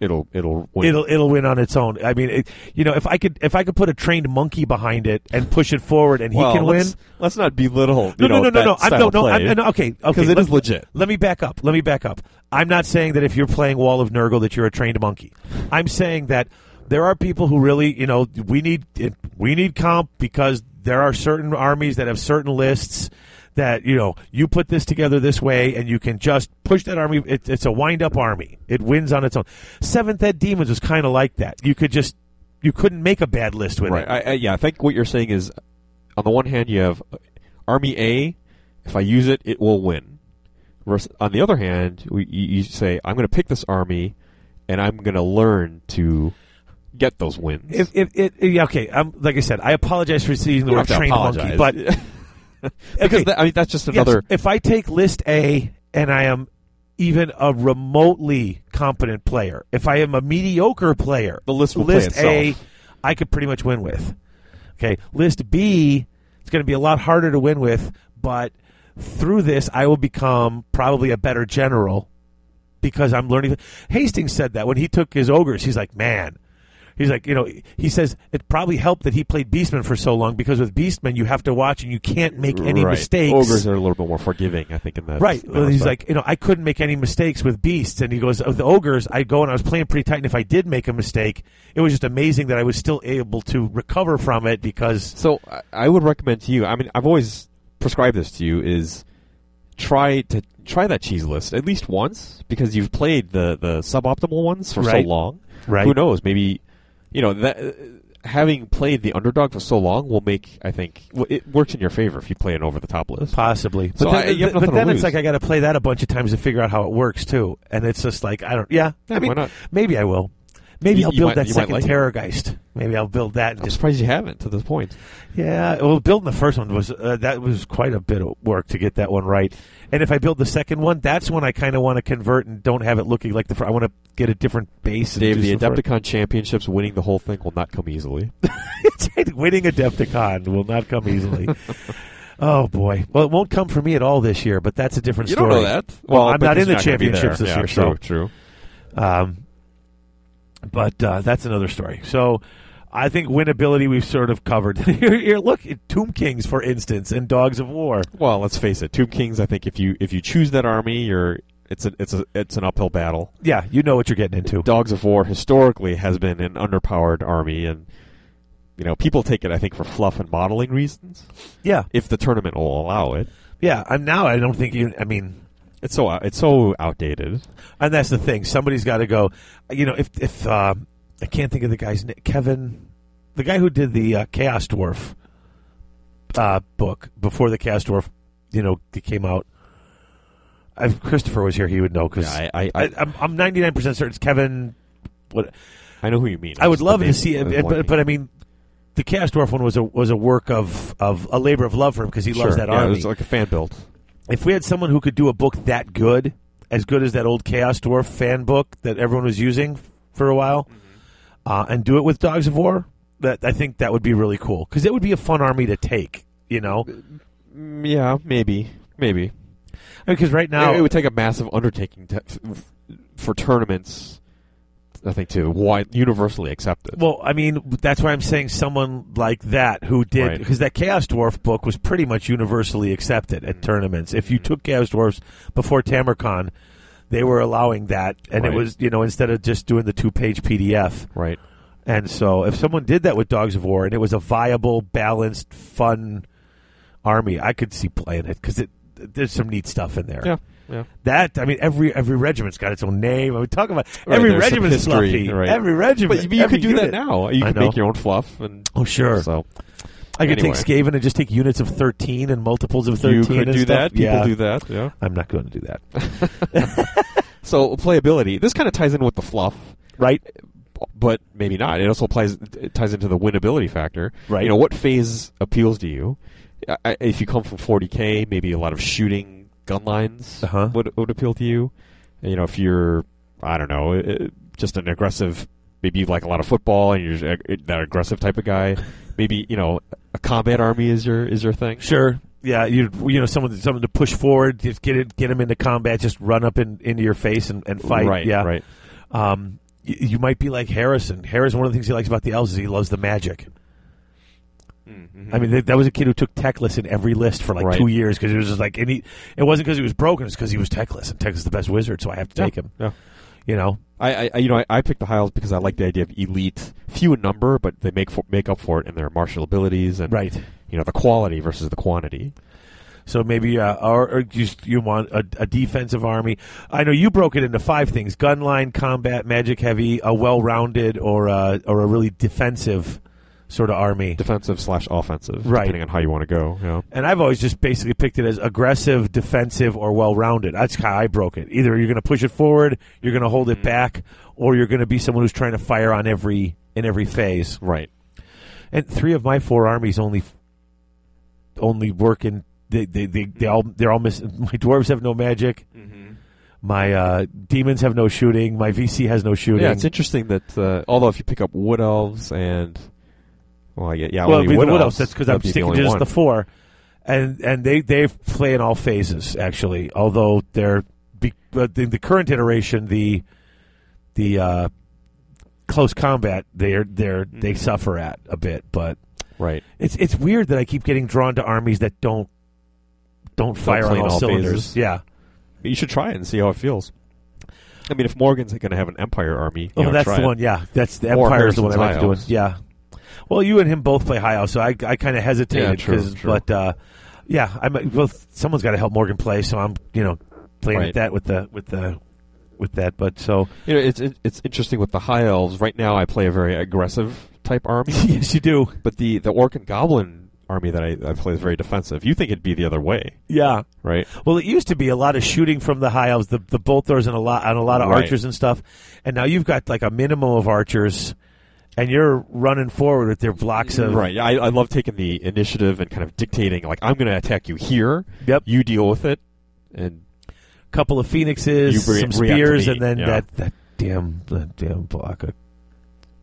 Speaker 2: It'll it'll win.
Speaker 4: it'll it'll win on its own. I mean, it, you know, if I could if I could put a trained monkey behind it and push it forward and he
Speaker 2: Well,
Speaker 4: can win.
Speaker 2: let's- Let's not belittle.
Speaker 4: No,
Speaker 2: you know,
Speaker 4: no, no, no,
Speaker 2: that
Speaker 4: no. I'm,
Speaker 2: style
Speaker 4: no,
Speaker 2: of
Speaker 4: no,
Speaker 2: play.
Speaker 4: I'm, no. Okay, okay.
Speaker 2: 'Cause it
Speaker 4: let-
Speaker 2: is legit.
Speaker 4: Let me back up. Let me back up. I'm not saying that if you're playing Wall of Nurgle that you're a trained monkey. I'm saying that there are people who really, you know, we need it, we need comp because there are certain armies that have certain lists that you know you put this together this way and you can just push that army. It, it's a wind up army. It wins on its own. Seventh Ed Demons was kind of like that. You could just you couldn't make a bad list with
Speaker 2: Right.
Speaker 4: it.
Speaker 2: I, I, yeah. I think what you're saying is, on the one hand, you have uh, Army A. If I use it, it will win. Vers- On the other hand, we, you, you say, I'm going to pick this army, and I'm going to learn to get those wins.
Speaker 4: If, if it, yeah, okay. I'm, like I said, I apologize for using the
Speaker 2: You
Speaker 4: word
Speaker 2: don't have to
Speaker 4: train monkey,
Speaker 2: apologize.
Speaker 4: but
Speaker 2: *laughs* because
Speaker 4: okay.
Speaker 2: that, I mean that's just
Speaker 4: *laughs* Yes,
Speaker 2: another.
Speaker 4: if I take list A and I am even a remotely competent player, if I am a mediocre player,
Speaker 2: The list will play
Speaker 4: list A,
Speaker 2: itself.
Speaker 4: I could pretty much win with. Okay, list B, it's going to be a lot harder to win with, but through this, I will become probably a better general because I'm learning. Hastings said that when he took his ogres, he's like, man. He's like, you know, he says it probably helped that he played Beastman for so long because with Beastman you have to watch and you can't make any
Speaker 2: right.
Speaker 4: mistakes.
Speaker 2: Ogres are a little bit more forgiving, I think, in that.
Speaker 4: Right.
Speaker 2: that
Speaker 4: Well, he's
Speaker 2: respect.
Speaker 4: like, you know, I couldn't make any mistakes with beasts, and he goes, oh, the ogres. I go and I was playing pretty tight, and if I did make a mistake, it was just amazing that I was still able to recover from it because
Speaker 2: So I- I would recommend to you. I mean, I've always prescribed this to you: is try to try that cheese list at least once because you've played the the suboptimal ones for
Speaker 4: Right.
Speaker 2: so long. *laughs*
Speaker 4: Right.
Speaker 2: Who knows? Maybe you know that. uh, Having played the underdog for so long will make, I think, w- it works in your favor if you play an over-the-top list.
Speaker 4: possibly. But
Speaker 2: So
Speaker 4: then,
Speaker 2: I- you have
Speaker 4: but
Speaker 2: nothing to
Speaker 4: then it's
Speaker 2: lose.
Speaker 4: like I got to play that a bunch of times to figure out how it works too, and it's just like I don't. Yeah,
Speaker 2: Yeah,
Speaker 4: I mean,
Speaker 2: why not?
Speaker 4: maybe I will. Maybe
Speaker 2: You-
Speaker 4: I'll
Speaker 2: you
Speaker 4: build
Speaker 2: might-
Speaker 4: that
Speaker 2: you might
Speaker 4: second
Speaker 2: like it.
Speaker 4: terrorgeist. Maybe I'll build that. And
Speaker 2: I'm
Speaker 4: just,
Speaker 2: surprised you haven't to this point.
Speaker 4: yeah, well, building the first one was uh, that was quite a bit of work to get that one right. And if I build the second one, that's when I kind of want to convert and don't have it looking like the. Fr- I want to get a different base. and
Speaker 2: Dave,
Speaker 4: do
Speaker 2: the
Speaker 4: some *laughs* fr-
Speaker 2: Adepticon Championships winning the whole thing will not come easily.
Speaker 4: winning Adepticon will not come
Speaker 2: *laughs*
Speaker 4: easily. oh boy! Well, it won't come for me at all this year, but that's a different story. Well, I'm not in the championships this year,
Speaker 2: True,
Speaker 4: so
Speaker 2: true.
Speaker 4: Um, but uh, that's another story. So I think winnability we've sort of covered. *laughs* here, here, look at Tomb Kings, for instance, and Dogs of War.
Speaker 2: Well, let's face it, Tomb Kings. I think if you if you choose that army, you're it's a, it's a, it's an uphill battle.
Speaker 4: Yeah, you know what you're getting into.
Speaker 2: Dogs of War historically has been an underpowered army, and you know people take it, I think, for fluff and modeling reasons.
Speaker 4: Yeah,
Speaker 2: If the tournament will allow it,
Speaker 4: yeah. I'm now. I don't think you. I mean,
Speaker 2: it's so uh, it's so outdated.
Speaker 4: and that's the thing. Somebody's got to go. You know, if if um I can't think of the guy's name, Kevin, the guy who did the uh, Chaos Dwarf uh, book before the Chaos Dwarf, you know, it came out. If Christopher was here, he would know because
Speaker 2: Yeah, I, I,
Speaker 4: I,
Speaker 2: I,
Speaker 4: I'm, I'm 99% certain it's Kevin. What
Speaker 2: I know who you mean.
Speaker 4: I would
Speaker 2: Just
Speaker 4: love
Speaker 2: the
Speaker 4: to
Speaker 2: name
Speaker 4: see it,
Speaker 2: of
Speaker 4: but,
Speaker 2: one
Speaker 4: but, I mean, the Chaos Dwarf one was a was a work of, of a labor of love for him because he
Speaker 2: sure.
Speaker 4: loves that
Speaker 2: yeah,
Speaker 4: army.
Speaker 2: It's like a fan built.
Speaker 4: if we had someone who could do a book that good, as good as that old Chaos Dwarf fan book that everyone was using for a while,
Speaker 2: Mm-hmm.
Speaker 4: uh, and do it with Dogs of War, that I think that would be really cool because it would be a fun army to take. You know,
Speaker 2: Mm, Yeah, maybe, maybe.
Speaker 4: because right now
Speaker 2: it, it would take a massive undertaking to, f- f- for tournaments. I think to wide, universally accepted.
Speaker 4: Well, I mean, that's why I'm saying someone like that who did
Speaker 2: Right.
Speaker 4: because that Chaos Dwarf book was pretty much universally accepted
Speaker 2: Mm-hmm.
Speaker 4: at tournaments. If you took Chaos Dwarfs before Tamarcon, they were allowing that, and it
Speaker 2: Right.
Speaker 4: was you know instead of just doing the two page PDF.
Speaker 2: right.
Speaker 4: And so, if someone did that with Dogs of War and it was a viable, balanced, fun army, I could see playing it because it there's some neat stuff in there.
Speaker 2: Yeah. Yeah.
Speaker 4: That I mean, every every regiment's got its own name. I mean, talk about
Speaker 2: Right,
Speaker 4: every
Speaker 2: there's some
Speaker 4: regiment's
Speaker 2: history,
Speaker 4: fluffy.
Speaker 2: right.
Speaker 4: Every regiment,
Speaker 2: But you, you
Speaker 4: every
Speaker 2: could do
Speaker 4: unit.
Speaker 2: that now. You
Speaker 4: I
Speaker 2: could
Speaker 4: know.
Speaker 2: make your own fluff, and
Speaker 4: Oh sure,
Speaker 2: so
Speaker 4: I could
Speaker 2: Anyway.
Speaker 4: take Skaven and just take units of thirteen and multiples of thirteen.
Speaker 2: you could
Speaker 4: and
Speaker 2: do
Speaker 4: stuff.
Speaker 2: that. People
Speaker 4: yeah.
Speaker 2: do that. Yeah.
Speaker 4: I'm not going to do that.
Speaker 2: So playability. This kind of ties in with the fluff,
Speaker 4: Right?
Speaker 2: but maybe not. It also plays. It ties into the winnability factor.
Speaker 4: Right.
Speaker 2: You know what phase appeals to you? I- I, if you come from 40k, maybe a lot of shooting gun lines
Speaker 4: Uh-huh.
Speaker 2: would would appeal to you. You know, if you're, I don't know, uh, just an aggressive. Maybe you like a lot of football, and you're uh, that aggressive type of
Speaker 4: *laughs*
Speaker 2: guy. Maybe you know a combat army is your is your thing.
Speaker 4: Sure. Yeah, you you know someone someone to push forward, just get it, get them into combat, just run up in, into your face and, and fight.
Speaker 2: Right.
Speaker 4: yeah.
Speaker 2: Right.
Speaker 4: Um, y- you might be like Harrison. Harrison, one of the things he likes about the elves is he loves the magic. I mean, th- that was a kid who took Techless in every list for like
Speaker 2: Right.
Speaker 4: two years because it was just like, and he, it wasn't because he was broken, it's because he was Techless, and Techless is the best wizard, so I have to take him.
Speaker 2: Yeah.
Speaker 4: You know,
Speaker 2: I, I you know I, I picked the Hiles because I like the idea of elite, few in number, but they make for, make up for it in their martial abilities and
Speaker 4: right?
Speaker 2: you know the quality versus the quantity.
Speaker 4: So maybe, uh, or, or just you want a, a defensive army. I know you broke it into five things: uh, gun line, combat, magic heavy, a well-rounded, or a, or a really defensive sort of army.
Speaker 2: defensive slash offensive,
Speaker 4: Right.
Speaker 2: depending on how you want to go. Yeah.
Speaker 4: And I've always just basically picked it as aggressive, defensive, or well rounded. That's how I broke it. Either you're going to push it forward, you're going to hold it back, or you're going to be someone who's trying to fire on every in every phase.
Speaker 2: Right.
Speaker 4: And three of my four armies only only work in they they, they, they all they're all missing. *laughs* My dwarves have no magic. My uh, demons have no shooting. My VC has no shooting.
Speaker 2: Yeah, it's interesting that uh, although if you pick up wood elves and well, yeah, yeah,
Speaker 4: well,
Speaker 2: only
Speaker 4: it'd be
Speaker 2: wood
Speaker 4: the wood
Speaker 2: elves,
Speaker 4: elves. That's because I'm
Speaker 2: that'd E. be the
Speaker 4: sticking
Speaker 2: only
Speaker 4: to just
Speaker 2: one.
Speaker 4: the four, and and they they play in all phases actually. Although they're be, but in the current iteration, the the uh, close combat they're they're
Speaker 2: Mm-hmm.
Speaker 4: they suffer at a bit. But
Speaker 2: right.
Speaker 4: it's it's weird that I keep getting drawn to armies that don't don't fire on
Speaker 2: play in
Speaker 4: all,
Speaker 2: all
Speaker 4: cylinders.
Speaker 2: phases.
Speaker 4: Yeah,
Speaker 2: You should try it and see how it feels. I mean, if Morgan's going to have an empire army, you
Speaker 4: oh,
Speaker 2: know,
Speaker 4: that's
Speaker 2: try
Speaker 4: the
Speaker 2: it.
Speaker 4: one. Yeah, that's the
Speaker 2: Or
Speaker 4: Empire is the one I
Speaker 2: Harrison's
Speaker 4: like
Speaker 2: High
Speaker 4: doing.
Speaker 2: Elves.
Speaker 4: Yeah. Well, you and him both play high elf, so I I kind of hesitated
Speaker 2: Yeah, true,
Speaker 4: 'cause-
Speaker 2: true.
Speaker 4: but uh, yeah, I might- well someone's got to help Morgan play, so I'm you know playing
Speaker 2: Right.
Speaker 4: at that with the with the with that. But so *laughs*
Speaker 2: You know, it's it, it's interesting with the high elves. Right now, I play a very aggressive type army,
Speaker 4: yes, you do.
Speaker 2: but the the orc and goblin army that I, I play is very defensive. You think it'd be the other way,
Speaker 4: Yeah.
Speaker 2: right?
Speaker 4: Well, it used to be a lot of shooting from the high elves, the the bolt throwers, and a lot and a lot of
Speaker 2: Right.
Speaker 4: archers and stuff. And now you've got like a minimum of archers, and you're running forward with their blocks of
Speaker 2: Right. Yeah, I, I love taking the initiative and kind of dictating. Like, I'm going to attack you here.
Speaker 4: Yep.
Speaker 2: You deal with it, and
Speaker 4: couple of phoenixes,
Speaker 2: You re- react
Speaker 4: some
Speaker 2: to
Speaker 4: spears,
Speaker 2: me,
Speaker 4: and then
Speaker 2: yeah.
Speaker 4: that, that damn that damn block of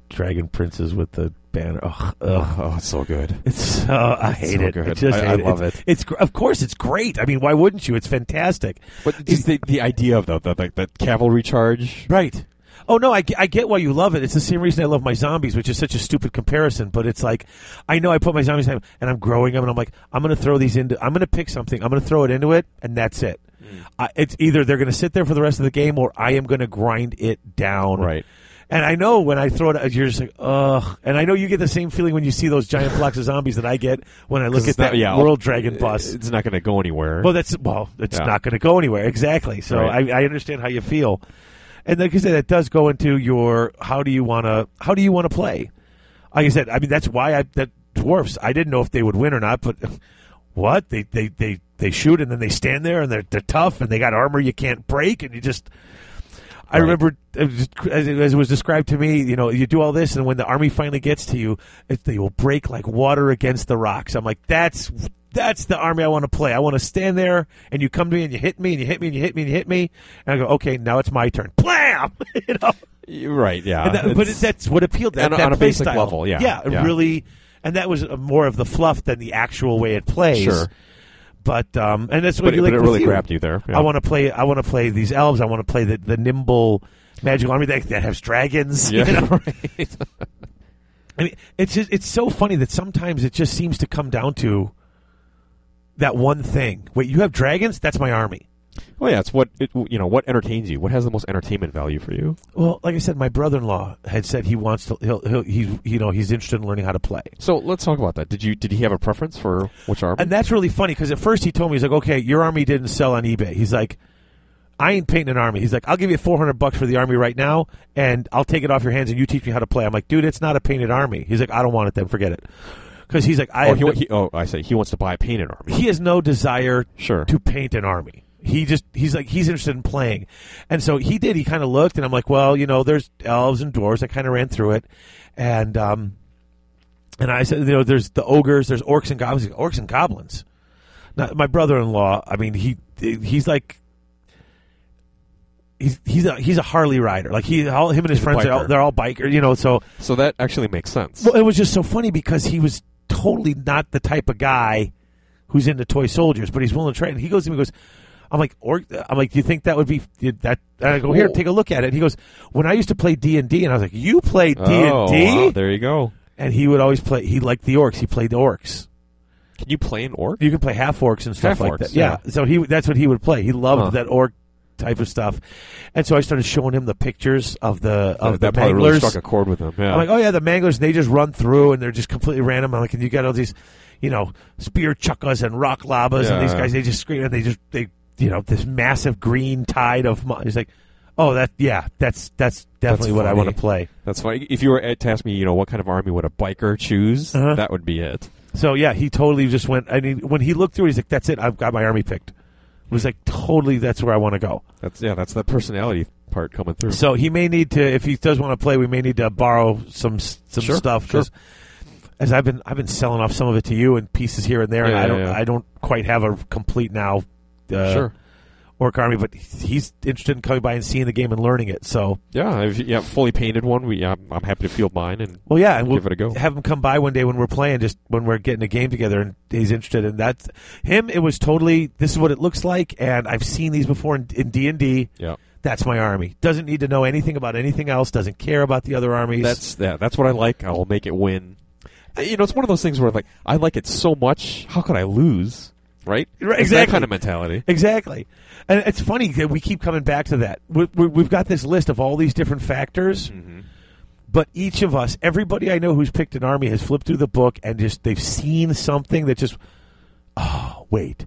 Speaker 4: dragon princes with the banner. Ugh, ugh.
Speaker 2: oh, it's so good.
Speaker 4: It's so I
Speaker 2: It's
Speaker 4: hate
Speaker 2: so
Speaker 4: it. I
Speaker 2: good.
Speaker 4: just
Speaker 2: I-
Speaker 4: hate
Speaker 2: I
Speaker 4: it.
Speaker 2: love
Speaker 4: It's-
Speaker 2: it.
Speaker 4: It's gr- of course it's great. I mean, why wouldn't you? It's fantastic.
Speaker 2: But just the, the idea of the, the, the, the cavalry charge.
Speaker 4: Right. Oh no, I, ge- I get why you love it. It's the same reason I love my zombies, which is such a stupid comparison. But it's like, I know I put my zombies in, and I'm growing them, and I'm like, I'm gonna throw these into, I'm gonna pick something, I'm gonna throw it into it, and that's it.
Speaker 2: Mm.
Speaker 4: I, it's either they're gonna sit there for the rest of the game, or I am gonna grind it down.
Speaker 2: Right.
Speaker 4: And I know when I throw it, uh, you're just like, ugh. And I know you get the same feeling when you see those
Speaker 2: *laughs*
Speaker 4: giant blocks of zombies that I get when I look at
Speaker 2: It's not-
Speaker 4: that
Speaker 2: yeah,
Speaker 4: world dragon
Speaker 2: it-
Speaker 4: bus.
Speaker 2: It's not going to go anywhere.
Speaker 4: Well, that's well, it's
Speaker 2: Yeah.
Speaker 4: not going to go anywhere exactly. So
Speaker 2: Right.
Speaker 4: I, I understand how you feel, and like I said, that does go into your how do you want to how do you want to play? Like I said, I mean that's why I that dwarfs. I didn't know if they would win or not, but what they they they they shoot and then they stand there and they're they're tough and they got armor you can't break and you just. I
Speaker 2: Right.
Speaker 4: remember it was- as it as it was described to me, you know, you do all this, and when the army finally gets to you, it, they will break like water against the rocks. I'm like, that's that's the army I want to play. I want to stand there, and you come to me, and you hit me, and you hit me, and you hit me, and you hit me, and I go, okay, now it's my turn. Blam! *laughs* you know,
Speaker 2: You're right. Yeah.
Speaker 4: and that, but
Speaker 2: Uh, It's-
Speaker 4: that's what appealed that,
Speaker 2: on a-
Speaker 4: that
Speaker 2: on a
Speaker 4: play
Speaker 2: basic
Speaker 4: style.
Speaker 2: level, yeah,
Speaker 4: yeah, it
Speaker 2: yeah.
Speaker 4: really. And that was uh, more of the fluff than the actual way it plays.
Speaker 2: Sure.
Speaker 4: But um, and that's what
Speaker 2: but,
Speaker 4: you
Speaker 2: it,
Speaker 4: like.
Speaker 2: but it
Speaker 4: with
Speaker 2: really
Speaker 4: you.
Speaker 2: grabbed you there. Yeah.
Speaker 4: I want to play. I want to play these elves. I want to play the, the nimble magical army that, that has dragons. *laughs* you
Speaker 2: Yeah. *laughs*
Speaker 4: know?
Speaker 2: right.
Speaker 4: I mean, it's just, it's so funny that sometimes it just seems to come down to that one thing. Wait, you have dragons? That's my army.
Speaker 2: Well, yeah. It's what it, you know. What entertains you? What has the most entertainment value for you?
Speaker 4: Well, like I said, my brother in law had said he wants to. He'll, he'll he's you know he's interested in learning how to play.
Speaker 2: So let's talk about that. Did you did he have a preference for which army?
Speaker 4: And that's really funny because at first he told me he's like, okay, your army didn't sell on eBay. He's like, I ain't painting an army. He's like, I'll give you four hundred bucks for the army right now, and I'll take it off your hands, and you teach me how to play. I'm like, dude, it's not a painted army. He's like, I don't want it. Then forget it, because he's like, I
Speaker 2: oh,
Speaker 4: have
Speaker 2: he,
Speaker 4: no-
Speaker 2: wa- he, oh, I say he wants to buy a painted army.
Speaker 4: he has no desire
Speaker 2: Sure.
Speaker 4: to paint an army. He just he's like he's interested in playing, and so he did. He kind of looked, and I'm like, well, you know, there's elves and dwarves. I kind of ran through it, and um, and I said, you know, there's the ogres, there's orcs and goblins, orcs and goblins. Now, my brother-in-law, I mean, he he's like. He's, he's a he's a Harley rider. Like he, all, him and his
Speaker 2: He's a
Speaker 4: friends, are all,
Speaker 2: biker.
Speaker 4: they're all biker. You know, so
Speaker 2: So that actually makes sense.
Speaker 4: well, it was just so funny because he was totally not the type of guy who's into toy soldiers, but he's willing to try. it. And he goes to me, and goes, "I'm like, or I'm like, do you think that would be that?" And I go, "Here,
Speaker 2: Oh.
Speaker 4: take a look at it." And he goes, "When I used to play D and D, and I was like, you play D
Speaker 2: oh, wow,
Speaker 4: and D,"
Speaker 2: there you go.
Speaker 4: and he would always play. He liked the orcs. He played the orcs.
Speaker 2: Can you play an orc?
Speaker 4: You can play half orcs and stuff like
Speaker 2: Half-orcs,
Speaker 4: that. Yeah. So he that's what he would play. He loved
Speaker 2: Huh.
Speaker 4: that orc type of stuff, and so I started showing him the pictures of the of
Speaker 2: Oh, that
Speaker 4: the
Speaker 2: probably really
Speaker 4: manglers.
Speaker 2: struck a chord with him. Yeah.
Speaker 4: I'm like, oh yeah, the Manglers. They just run through and they're just completely random. I'm like, and you got all these, you know, spear chuckas and rock labas, and
Speaker 2: Yeah.
Speaker 4: these guys they just scream and they just they, you know, this massive green tide of. Mo- He's like, Oh, that yeah, that's that's definitely what I
Speaker 2: funny.
Speaker 4: want to play.
Speaker 2: That's why if you were uh, to ask me, you know, what kind of army would a biker choose,
Speaker 4: Uh-huh.
Speaker 2: that would be it.
Speaker 4: So yeah, he totally just went. I mean, when he looked through, he's like, "That's it. I've got my army picked." It was like totally. That's where I want to go.
Speaker 2: That's yeah, that's the personality part coming through.
Speaker 4: So he may need to, if he does want to play, we may need to borrow some some
Speaker 2: Sure,
Speaker 4: stuff.
Speaker 2: sure.
Speaker 4: as I've been, I've been selling off some of it to you and pieces here and there, and
Speaker 2: Yeah,
Speaker 4: I don't,
Speaker 2: yeah, yeah.
Speaker 4: I don't quite have a complete now. Uh,
Speaker 2: sure.
Speaker 4: Orc army, but he's interested in coming by and seeing the game and learning it. So,
Speaker 2: Yeah, if you yeah, fully painted one, we I'm, I'm happy to field mine and
Speaker 4: well, yeah, and we'll
Speaker 2: Give it a go.
Speaker 4: Have him come by one day when we're playing, just when we're getting a game together, and he's interested in that. Him, it was totally. This is what it looks like, and I've seen these before in D and D.
Speaker 2: yeah.
Speaker 4: That's my army. Doesn't need to know anything about anything else. Doesn't care about the other armies.
Speaker 2: That's yeah, that's what I like. I'll make it win. Uh, You know, it's one of those things where like I like it so much. How could I lose? Right?
Speaker 4: Right,
Speaker 2: It's
Speaker 4: exactly.
Speaker 2: That kind of mentality.
Speaker 4: Exactly. And it's funny that we keep coming back to that. We, we, we've got this list of all these different factors,
Speaker 2: Mm-hmm.
Speaker 4: but each of us, everybody I know who's picked an army, has flipped through the book and just they've seen something that just, oh, wait.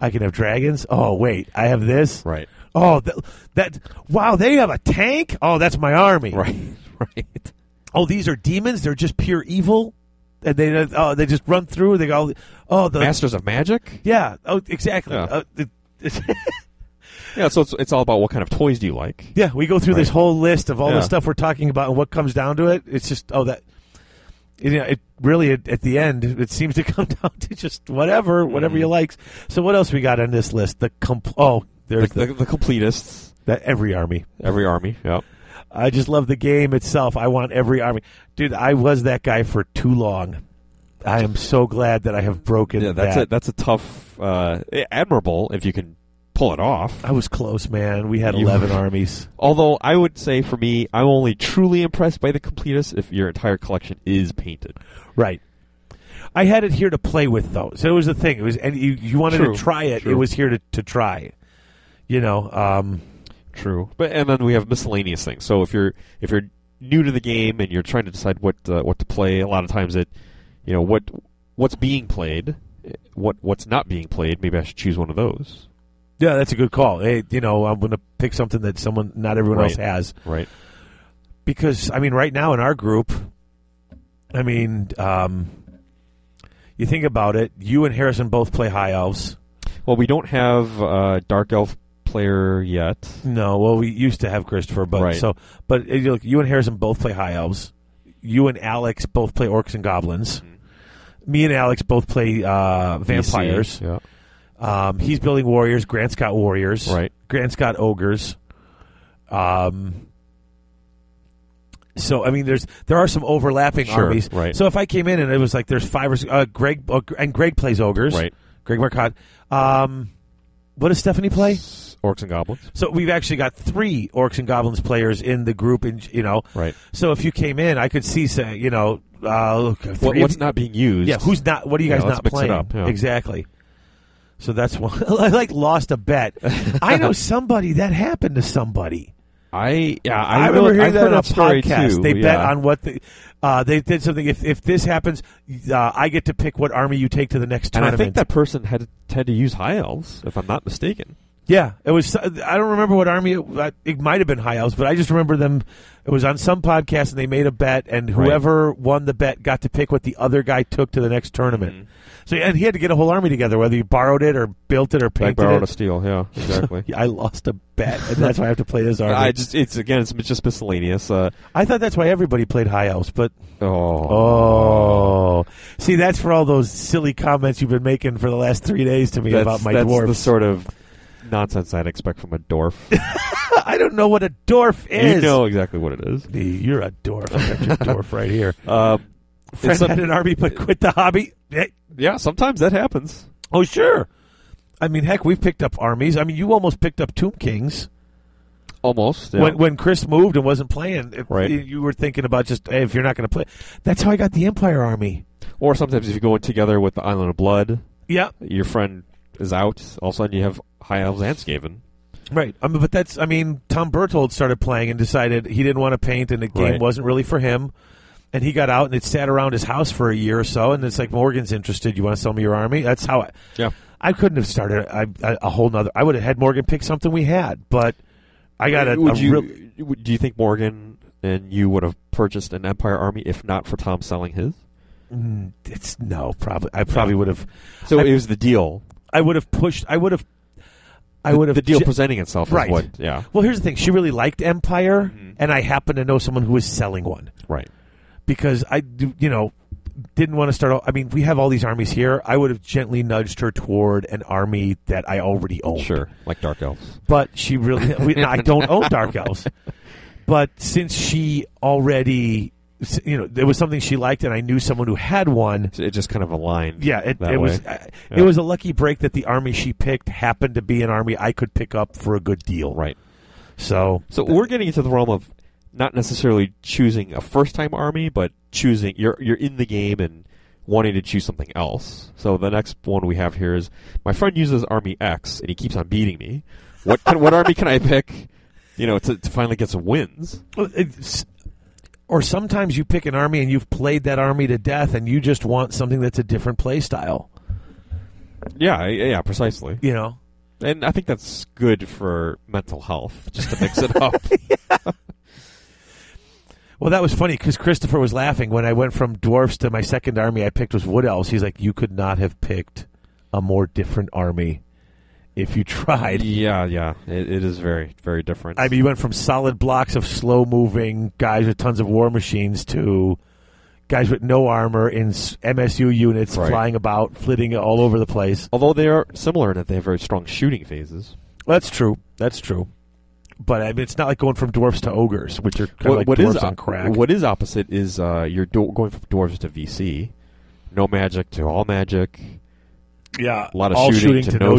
Speaker 4: I can have dragons. Oh, wait. I have this.
Speaker 2: Right.
Speaker 4: Oh, th- that. Wow, they have a tank? Oh, that's my army.
Speaker 2: Right. *laughs* Right.
Speaker 4: Oh, these are demons. They're just pure evil. And they oh, they just run through. They go, oh, the.
Speaker 2: Masters of Magic.
Speaker 4: yeah. Oh, exactly.
Speaker 2: Yeah.
Speaker 4: Uh, the-
Speaker 2: Yeah. So it's, it's all about what kind of toys do you like.
Speaker 4: Yeah, we go through this
Speaker 2: Right.
Speaker 4: whole list of all
Speaker 2: Yeah.
Speaker 4: the stuff we're talking about and what comes down to it. It's just oh that you know, it really at, at the end it seems to *laughs* come down to just whatever, whatever
Speaker 2: Mm-hmm.
Speaker 4: you like. So what else we got on this list? The comp- oh,
Speaker 2: The,
Speaker 4: there's the,
Speaker 2: the, the completists.
Speaker 4: that every army.
Speaker 2: Every army. Yeah.
Speaker 4: I just love the game itself. I want every army. Dude, I was that guy for too long. I am so glad that I have broken
Speaker 2: Yeah. That's
Speaker 4: that.
Speaker 2: a that's a tough, uh, admirable if you can pull it off.
Speaker 4: I was close, man. We had
Speaker 2: You-
Speaker 4: 11 armies.
Speaker 2: Although I would say for me, I'm only truly impressed by the completists if your entire collection is painted.
Speaker 4: Right. I had it here to play with, though. So it was the thing. It was, and you, you wanted
Speaker 2: True,
Speaker 4: to try it.
Speaker 2: true.
Speaker 4: It was here to, to try. You know, um,
Speaker 2: True, but and then we have miscellaneous things. So if you're if you're new to the game and you're trying to decide what uh, what to play, a lot of times it, you know what what's being played, what what's not being played. Maybe I should choose one of those.
Speaker 4: yeah, that's a good call. Hey, you know, I'm going to pick something that someone, not everyone else
Speaker 2: Right.
Speaker 4: has,
Speaker 2: Right.
Speaker 4: because I mean, right now in our group, I mean, um, you think about it. You and Harrison both play high elves.
Speaker 2: Well, we don't have uh, dark elf player yet.
Speaker 4: No, well, we used to have Christopher, but
Speaker 2: Right.
Speaker 4: so, but uh, you look, you and Harrison both play high elves. You and Alex both play orcs and goblins.
Speaker 2: Mm-hmm.
Speaker 4: Me and Alex both play uh, vampires.
Speaker 2: Yeah.
Speaker 4: Um, he's building warriors. Grant's got warriors.
Speaker 2: Right.
Speaker 4: Grant's got ogres. Um. So I mean, there's there are some overlapping
Speaker 2: Sure,
Speaker 4: armies.
Speaker 2: right.
Speaker 4: So if I came in and it was like there's five or six, uh, Greg uh, and Greg plays ogres.
Speaker 2: Right.
Speaker 4: Greg Marcotte. Um, what does Stephanie play?
Speaker 2: Orcs and goblins.
Speaker 4: So we've actually got three orcs and goblins players in the group, and you know,
Speaker 2: Right.
Speaker 4: so if you came in, I could see, say, you know, uh, look,
Speaker 2: What,
Speaker 4: three-
Speaker 2: what's not being used?
Speaker 4: yeah,
Speaker 2: *laughs*
Speaker 4: who's not? What are you
Speaker 2: Yeah,
Speaker 4: guys
Speaker 2: let's
Speaker 4: not
Speaker 2: mix it
Speaker 4: playing?
Speaker 2: up, yeah.
Speaker 4: Exactly. So that's one. *laughs* I like lost
Speaker 2: *laughs*
Speaker 4: a bet. I know somebody that happened to somebody.
Speaker 2: I yeah I, know-
Speaker 4: I, remember hearing
Speaker 2: I've
Speaker 4: that
Speaker 2: heard
Speaker 4: on a
Speaker 2: story
Speaker 4: podcast.
Speaker 2: Too.
Speaker 4: they bet
Speaker 2: yeah.
Speaker 4: on what the, uh, they did something. If if this happens, uh, I get to pick what army you take to the next
Speaker 2: And I
Speaker 4: tournament.
Speaker 2: think that person had had to use high elves, if I'm not mistaken.
Speaker 4: Yeah, it was. I don't remember what army it, it might have been High Elves, but I just remember them. It was on some podcast, and they made a bet, and
Speaker 2: Right.
Speaker 4: whoever won the bet got to pick what the other guy took to the next tournament.
Speaker 2: Mm-hmm.
Speaker 4: So, and he had to get a whole army together, whether you borrowed it or built it or
Speaker 2: I
Speaker 4: painted
Speaker 2: borrowed
Speaker 4: it.
Speaker 2: a steel.
Speaker 4: *laughs*
Speaker 2: Yeah, exactly.
Speaker 4: Yeah, I lost a bet, and that's why I have to play this army.
Speaker 2: I
Speaker 4: *laughs* I,
Speaker 2: just it's again it's just miscellaneous. Uh,
Speaker 4: thought that's why everybody played High Elves, but
Speaker 2: oh,
Speaker 4: oh, see, that's for all those silly comments you've been making for the last three days to me
Speaker 2: that's,
Speaker 4: about my
Speaker 2: that's
Speaker 4: dwarf.
Speaker 2: the sort of nonsense I'd expect from a dwarf.
Speaker 4: *laughs* I don't know what a dwarf is.
Speaker 2: you know exactly what it is.
Speaker 4: You're a dwarf. I got your *laughs* dwarf right here.
Speaker 2: Uh,
Speaker 4: friend
Speaker 2: It's some-
Speaker 4: had an army but quit the hobby. Eh,
Speaker 2: yeah, sometimes that happens.
Speaker 4: Oh, sure. I mean, heck, we've picked up armies. I mean, you almost picked up Tomb Kings
Speaker 2: Almost. Yeah.
Speaker 4: when when Chris moved and wasn't playing. If-
Speaker 2: Right.
Speaker 4: You were thinking about just hey, if you're not going to play. That's how I got the Empire Army.
Speaker 2: or sometimes if you go in together with the Island of Blood,
Speaker 4: Yeah,
Speaker 2: your friend is out. All of a sudden you have high elves and Skaven.
Speaker 4: right. I mean, but that's I mean, Tom Bertold started playing and decided he didn't want to paint, and the game
Speaker 2: Right.
Speaker 4: wasn't really for him. And he got out, and it sat around his house for a year or so. And it's like Morgan's interested. You want to sell me your army? That's how I.
Speaker 2: Yeah.
Speaker 4: I couldn't have started a, a, a whole nother. I would have had Morgan pick something we had, but I got a,
Speaker 2: would
Speaker 4: a
Speaker 2: you,
Speaker 4: real.
Speaker 2: would- do you think Morgan and you would have purchased an Empire Army if not for Tom selling his?
Speaker 4: Mm, It's no, probably. I probably would have.
Speaker 2: So
Speaker 4: I-
Speaker 2: it was the deal.
Speaker 4: I would have pushed. I would have. I
Speaker 2: The-
Speaker 4: would have.
Speaker 2: the deal
Speaker 4: ju-
Speaker 2: presenting itself. is
Speaker 4: Right.
Speaker 2: what- yeah.
Speaker 4: well, here's the thing. She really liked Empire,
Speaker 2: Mhm.
Speaker 4: and I happened to know someone who was selling one
Speaker 2: Right.
Speaker 4: because I, do- you know, didn't want to start. o- I mean, we have all these armies here. I would have gently nudged her toward an army that I already owned.
Speaker 2: Sure. Like Dark Elves.
Speaker 4: but she really we, I don't own Dark Elves. But since she already, you know, there was something she liked, and I knew someone who had one.
Speaker 2: So It just kind of aligned.
Speaker 4: Yeah, it,
Speaker 2: That
Speaker 4: it was
Speaker 2: way.
Speaker 4: uh,
Speaker 2: Yeah.
Speaker 4: it was a lucky break that the army she picked happened to be an army I could pick up for a good deal.
Speaker 2: Right.
Speaker 4: So
Speaker 2: So we're getting into the realm of not necessarily choosing a first time army, but choosing you're you're in the game and wanting to choose something else. So the next one we have here is my friend uses army X and he keeps on beating me. What can, what army can I pick? You know, to, to finally get some wins.
Speaker 4: Well, it's- or sometimes you pick an army and you've played that army to death, and you just want something that's a different play style.
Speaker 2: Yeah, I- yeah, precisely.
Speaker 4: You know,
Speaker 2: And I think that's good for mental health, just to mix it *laughs* up.
Speaker 4: Well, that was funny because Christopher was laughing when I went from dwarfs to my second army. I picked was wood elves. He's like, you could not have picked a more different army if you tried.
Speaker 2: yeah, yeah, it, it is very, very different.
Speaker 4: I mean, you went from solid blocks of slow moving guys with tons of war machines to guys with no armor in s- MSU units
Speaker 2: Right.
Speaker 4: flying about, flitting all over the place.
Speaker 2: although they are similar in that they have very strong shooting phases.
Speaker 4: That's true. That's true. But I mean, it's not like going from dwarfs to ogres, which are kind of like
Speaker 2: what
Speaker 4: dwarfs
Speaker 2: is
Speaker 4: on
Speaker 2: op-
Speaker 4: crack.
Speaker 2: What is opposite is uh, you're do- going from dwarves to VC, no magic to all magic.
Speaker 4: Yeah,
Speaker 2: A lot of
Speaker 4: all
Speaker 2: shooting to
Speaker 4: to
Speaker 2: no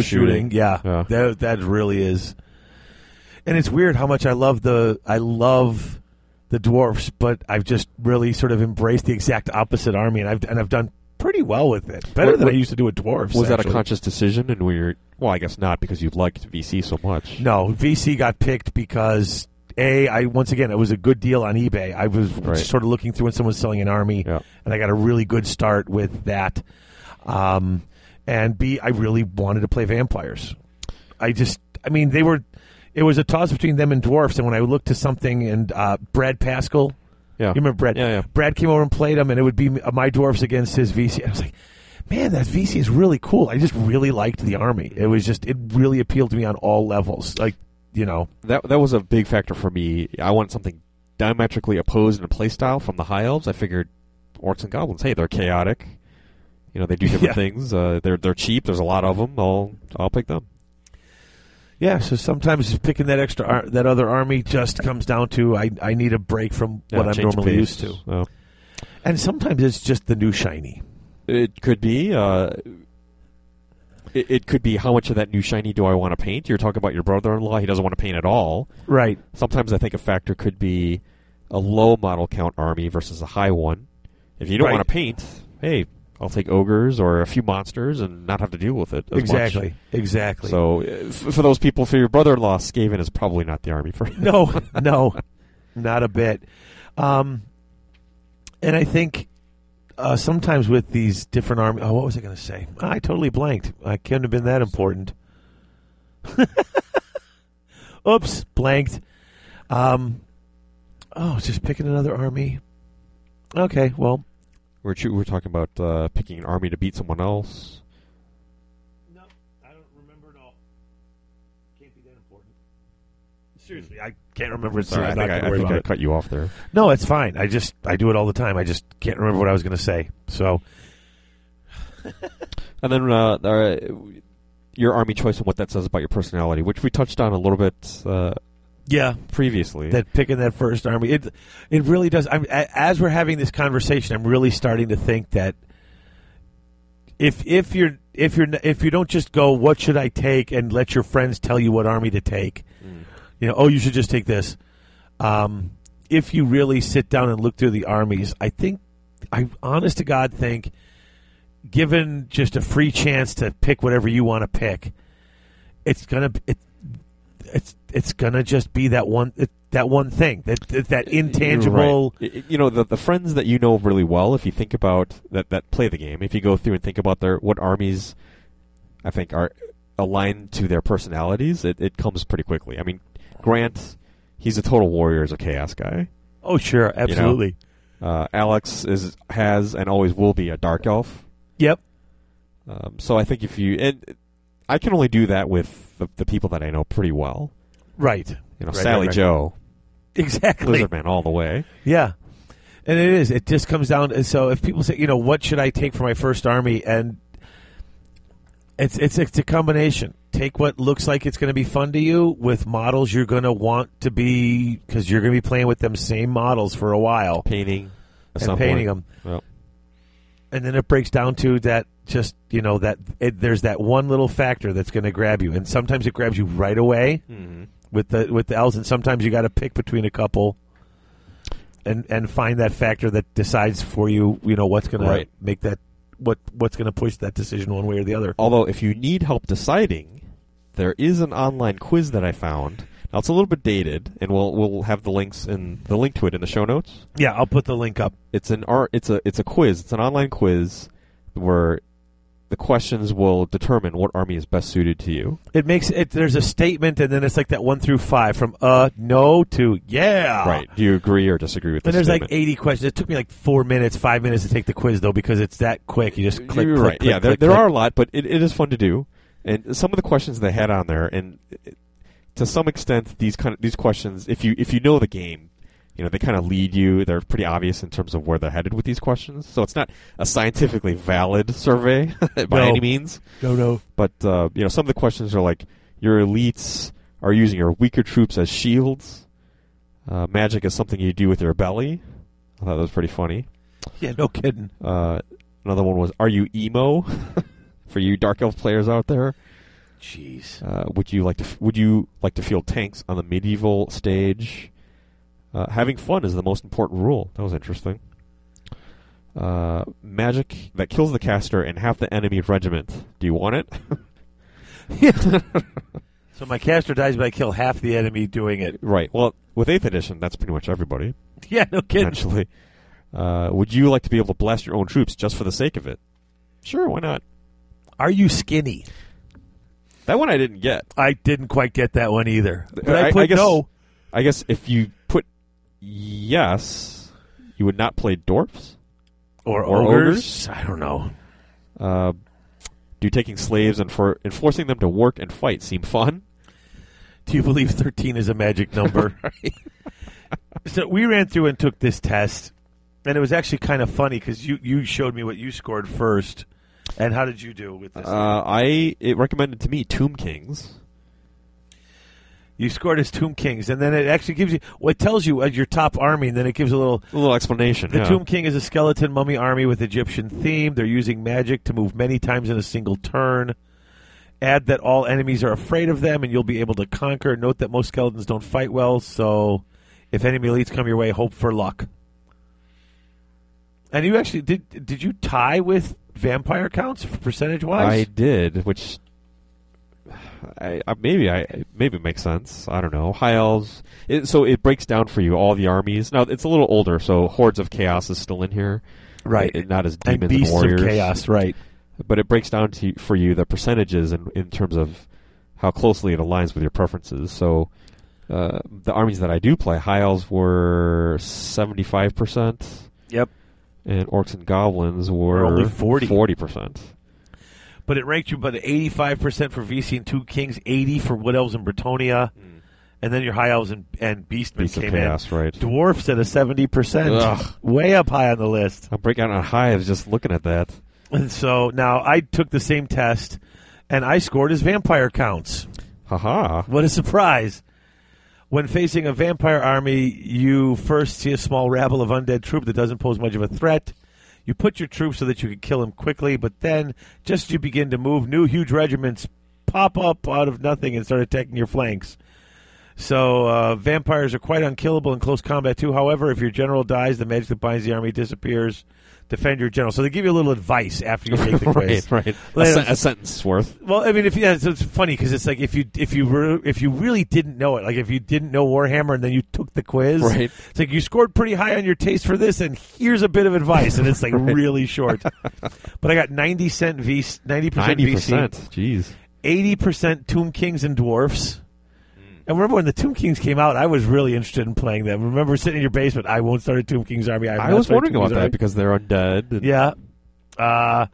Speaker 2: shooting.
Speaker 4: shooting. Yeah,
Speaker 2: Yeah.
Speaker 4: that that really is. And it's weird how much I love the I love the dwarfs, but I've just really sort of embraced the exact opposite army, and I've and I've done pretty well with it, better
Speaker 2: What-
Speaker 4: than
Speaker 2: what-
Speaker 4: I used to do with dwarfs.
Speaker 2: Was that a
Speaker 4: actually.
Speaker 2: conscious decision? And we were well, I guess not because you liked VC so much.
Speaker 4: No, VC got picked because a I once again it was a good deal on eBay. I was
Speaker 2: Right.
Speaker 4: sort of looking through when someone's selling an army,
Speaker 2: Yeah.
Speaker 4: and I got a really good start with that. Um, and b I really wanted to play vampires. I just I mean they were it was a toss between them and dwarfs. And when I looked to something and uh, Brad Pascal,
Speaker 2: Yeah.
Speaker 4: you remember Brad?
Speaker 2: Yeah, yeah.
Speaker 4: Brad came over and played him, and it would be my dwarfs against his VC. And I was like, man, that VC is really cool. I just really liked the army. It was just, it really appealed to me on all levels. Like, you know,
Speaker 2: That that was a big factor for me. I wanted something diametrically opposed in a playstyle from the high elves. I figured orcs and goblins. Hey, they're chaotic. You know, they
Speaker 4: *laughs*
Speaker 2: do different
Speaker 4: Yeah.
Speaker 2: things. Uh, they're they're cheap. There's a lot of them. I'll I'll pick them.
Speaker 4: yeah. So sometimes picking that extra, ar- that other army just comes down to I, I need a break from what
Speaker 2: Yeah,
Speaker 4: I'm
Speaker 2: change
Speaker 4: normally
Speaker 2: pace.
Speaker 4: used to,
Speaker 2: Yeah.
Speaker 4: and sometimes it's just the new shiny.
Speaker 2: It could be. Uh, it, it could be how much of that new shiny do I want to paint? You're talking about your brother-in-law. He doesn't want to paint at all.
Speaker 4: Right.
Speaker 2: Sometimes I think a factor could be a low model count army versus a high one. If you don't
Speaker 4: Right.
Speaker 2: want to paint, hey, I'll take ogres or a few monsters and not have to deal with it. as much.
Speaker 4: Exactly. Exactly.
Speaker 2: So uh, f- for those people, for your brother-in-law, Skaven is probably not the army for you.
Speaker 4: no, *laughs* no, not a bit. Um, and I think uh, sometimes with these different army, oh, what was I going to say? I totally blanked. I couldn't have been that important. *laughs* Oops, blanked. Um, oh, just picking another army. Okay, well,
Speaker 2: *laughs* We're, choo- we're talking about uh, picking an army to beat someone else.
Speaker 4: No, I don't remember at all. Can't be that important. Seriously, I can't remember. it, so
Speaker 2: Hmm. Sorry, I
Speaker 4: I'm
Speaker 2: think,
Speaker 4: not
Speaker 2: I,
Speaker 4: gonna
Speaker 2: I,
Speaker 4: worry
Speaker 2: think
Speaker 4: about
Speaker 2: I
Speaker 4: it.
Speaker 2: cut you off there.
Speaker 4: No, it's fine. I just I do it all the time. I just can't remember what I was going to say. So
Speaker 2: And then uh, uh, your army choice and what that says about your personality, which we touched on a little bit uh,
Speaker 4: yeah,
Speaker 2: previously.
Speaker 4: that picking that first army, it it really does. I'm a- as we're having this conversation, I'm really starting to think that if if you're if you're n- if you don't just go, what should I take, and let your friends tell you what army to take, you know, oh, you should just take this. Um, if you really sit down and look through the armies, I think I honest to God think given just a free chance to pick whatever you want to pick, it's gonna it, it's it's gonna just be that one it, that one thing that that, that intangible.
Speaker 2: Right. Y- y- You know, the, the friends that you know really well, if you think about that, that play the game, if you go through and think about their what armies I think are aligned to their personalities, it, it comes pretty quickly. I mean, Grant, he's a total warriors of chaos guy.
Speaker 4: Oh, sure, absolutely.
Speaker 2: Uh, Alex is has and always will be a dark elf.
Speaker 4: Yep.
Speaker 2: Um, so I think if you and I can only do that with the, the people that I know pretty well.
Speaker 4: Right. *laughs*
Speaker 2: You know,
Speaker 4: Right,
Speaker 2: Sally
Speaker 4: right, right.
Speaker 2: Joe,
Speaker 4: Exactly.
Speaker 2: Lizardman all the way.
Speaker 4: Yeah. And it is. It just comes down. and So if people say, you know, what should I take for my first army? And it's it's it's a combination. Take what looks like it's going to be fun to you with models you're going to want to be because you're going to be playing with them same models for a while
Speaker 2: Painting. at
Speaker 4: and
Speaker 2: some
Speaker 4: painting
Speaker 2: point.
Speaker 4: them.
Speaker 2: Yep.
Speaker 4: And then it breaks down to that just you know that it, there's that one little factor that's going to grab you, and sometimes it grabs you right away
Speaker 2: Mm-hmm.
Speaker 4: with the with the elves, and sometimes you got to pick between a couple, and and find that factor that decides for you, you know what's going
Speaker 2: Right.
Speaker 4: to make that what what's going to push that decision one way or the other.
Speaker 2: Although, if you need help deciding, there is an online quiz that I found. Now it's a little bit dated, and we'll we'll have the links in the link to it in the show notes.
Speaker 4: Yeah, I'll put the link up.
Speaker 2: It's an art. It's a it's a quiz. It's an online quiz where the questions will determine what army is best suited to you.
Speaker 4: It makes it. There's a statement, and then it's like that one through five from uh no to yeah.
Speaker 2: Right? Do you agree or disagree with?
Speaker 4: Ah. And
Speaker 2: this
Speaker 4: there's like
Speaker 2: statement?
Speaker 4: 80 questions. It took me like four minutes, five minutes to take the quiz though, because it's that quick. You just click,
Speaker 2: You're
Speaker 4: click,
Speaker 2: right.
Speaker 4: click,
Speaker 2: yeah, there,
Speaker 4: click,
Speaker 2: there
Speaker 4: click.
Speaker 2: are a lot, but it, it is fun to do. And some of the questions they had on there, and it- to some extent, these kind of these questions, if you if you know the game, you know they kind of lead you. They're pretty obvious in terms of where they're headed with these questions. So it's not a scientifically valid survey *laughs* by
Speaker 4: No.
Speaker 2: any means.
Speaker 4: No, no.
Speaker 2: But uh, you know, some of the questions are like your elites are using your weaker troops as shields. Uh, magic is something you do with your belly. I thought that was pretty funny.
Speaker 4: Yeah, no kidding.
Speaker 2: Uh, another one was, "Are you emo?" *laughs* For you dark elf players out there,
Speaker 4: Jeez.
Speaker 2: uh, would you like to f- would you like to field tanks on the medieval stage? Uh, having fun is the most important rule. That was interesting. Uh, magic that kills the caster and half the enemy regiment. Do you want it? *laughs*
Speaker 4: So my caster dies, but I kill half the enemy doing it.
Speaker 2: right. Well, with eighth edition, that's pretty much everybody
Speaker 4: Yeah, no kidding.
Speaker 2: potentially. Uh, would you like to be able to blast your own troops just for the sake of it? Sure, why not?
Speaker 4: Are you skinny?
Speaker 2: That one I didn't get.
Speaker 4: I didn't quite get that one either. But
Speaker 2: I-
Speaker 4: I,
Speaker 2: I
Speaker 4: put
Speaker 2: guess-
Speaker 4: no.
Speaker 2: I guess if you put yes, you would not play dwarfs.
Speaker 4: Or,
Speaker 2: or
Speaker 4: ogres? I don't know.
Speaker 2: Uh, do taking slaves and for and forcing them to work and fight seem fun?
Speaker 4: Do you believe 13 is a magic
Speaker 2: *laughs*
Speaker 4: number? So we ran through and took this test, and it was actually kind of funny because you, you showed me what you scored first. And how did you do with this?
Speaker 2: Uh, I it recommended to me Tomb Kings.
Speaker 4: You scored as Tomb Kings, and then it actually gives you well, it tells you uh, your top army, and then it gives a little.
Speaker 2: A little explanation.
Speaker 4: The
Speaker 2: yeah.
Speaker 4: Tomb King is a skeleton mummy army with Egyptian theme. They're using magic to move many times in a single turn. Add that all enemies are afraid of them, and you'll be able to conquer. Note that most skeletons don't fight well, so if enemy elites come your way, hope for luck. And you actually did? Did you tie with vampire counts percentage
Speaker 2: I
Speaker 4: wise?
Speaker 2: did, which I, I maybe I maybe it makes sense. I don't know. High elves. It, so it breaks down for you all the armies. Now it's a little older, so hordes of chaos is still in here. It- not as demons
Speaker 4: and
Speaker 2: and,
Speaker 4: beasts
Speaker 2: warriors.
Speaker 4: of chaos, right?
Speaker 2: but it breaks down to for you the percentages in, in terms of how closely it aligns with your preferences. So uh, the armies that I do play, high elves were seventy five percent,
Speaker 4: Yep.
Speaker 2: and orcs and goblins were
Speaker 4: Were only 40.
Speaker 2: percent.
Speaker 4: But it ranked you but eighty five percent for VC and two kings, eighty for wood elves and Bretonia, and then your high elves and, and beastmen
Speaker 2: Hmm. Beasts of
Speaker 4: came
Speaker 2: chaos, right?
Speaker 4: in. Dwarfs at a seventy percent,
Speaker 2: Ugh.
Speaker 4: way up high on the list.
Speaker 2: I'm breaking out on hives just looking at that.
Speaker 4: And so now I took the same test, and I scored as vampire counts.
Speaker 2: Haha.
Speaker 4: What a surprise! When facing a vampire army, you first see a small rabble of undead troop that doesn't pose much of a threat. You put your troops so that you can kill them quickly, but then, just as you begin to move, new huge regiments pop up out of nothing and start attacking your flanks. So, uh, vampires are quite unkillable in close combat, too. However, if your general dies, the magic that binds the army disappears. Defend your general. So, they give you a little advice
Speaker 2: *laughs*
Speaker 4: after you take the quiz.
Speaker 2: right, right. A,
Speaker 4: Later-
Speaker 2: sen- a sentence
Speaker 4: *laughs*
Speaker 2: worth.
Speaker 4: well, I mean, if yeah, it's, it's funny because it's like if you if you re- if you really didn't know it, like if you didn't know Warhammer and then you took the quiz,
Speaker 2: Right.
Speaker 4: It's like you scored pretty high on your taste for this, and here's a bit of advice, and
Speaker 2: *laughs*
Speaker 4: it's like really short. but I got ninety cent V, ninety percent
Speaker 2: Ninety
Speaker 4: VC,
Speaker 2: percent. Jeez.
Speaker 4: eighty percent Tomb Kings and Dwarfs, And remember when the Tomb Kings came out, I was really interested in playing them. Remember sitting in your basement, I won't start a Tomb Kings army. I, will
Speaker 2: I
Speaker 4: not
Speaker 2: was
Speaker 4: start a
Speaker 2: wondering
Speaker 4: Tomb
Speaker 2: about
Speaker 4: Kings
Speaker 2: that
Speaker 4: army.
Speaker 2: because they're undead. and-
Speaker 4: Yeah. Uh,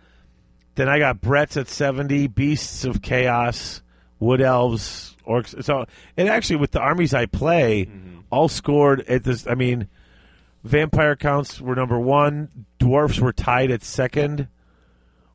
Speaker 4: then I got Brett's at 70, Beasts of Chaos, Wood Elves, Orcs. So, and actually, with the armies I play,
Speaker 2: Mm-hmm.
Speaker 4: all scored at this. I mean, Vampire counts were number one, Dwarfs were tied at second,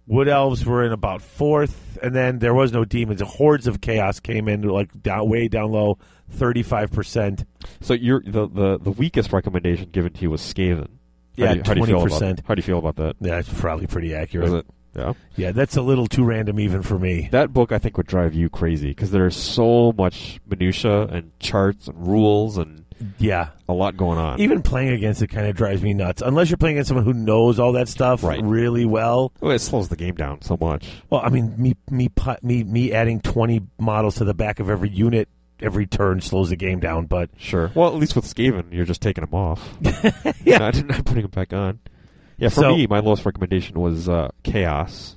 Speaker 4: Wood Elves were in about fourth, and then there was no demons. Hordes of Chaos came in like down, way down low, 35%.
Speaker 2: So your the, the the weakest recommendation given to you was Skaven.
Speaker 4: Yeah,
Speaker 2: how do you, how do you feel about-
Speaker 4: 20%.
Speaker 2: How do you feel about that?
Speaker 4: That's probably pretty accurate.
Speaker 2: Was it? Yeah.
Speaker 4: Yeah, that's a little too random even for me.
Speaker 2: That book I think would drive you crazy because there's so much minutia and charts and rules and
Speaker 4: Yeah.
Speaker 2: a lot going on.
Speaker 4: even playing against it kind of drives me nuts. Unless you're playing against someone who knows all that stuff
Speaker 2: Right.
Speaker 4: really well.
Speaker 2: Oh, it slows the game down so much.
Speaker 4: Well, I mean, me me pu- me me adding twenty models to the back of every unit every turn slows the game down. But
Speaker 2: Sure. Well, at least with Skaven, you're just taking them off.
Speaker 4: *laughs*
Speaker 2: *laughs*
Speaker 4: Yeah.
Speaker 2: Not, not putting them back on. Yeah, for
Speaker 4: So-
Speaker 2: me, my lowest recommendation was uh, Chaos,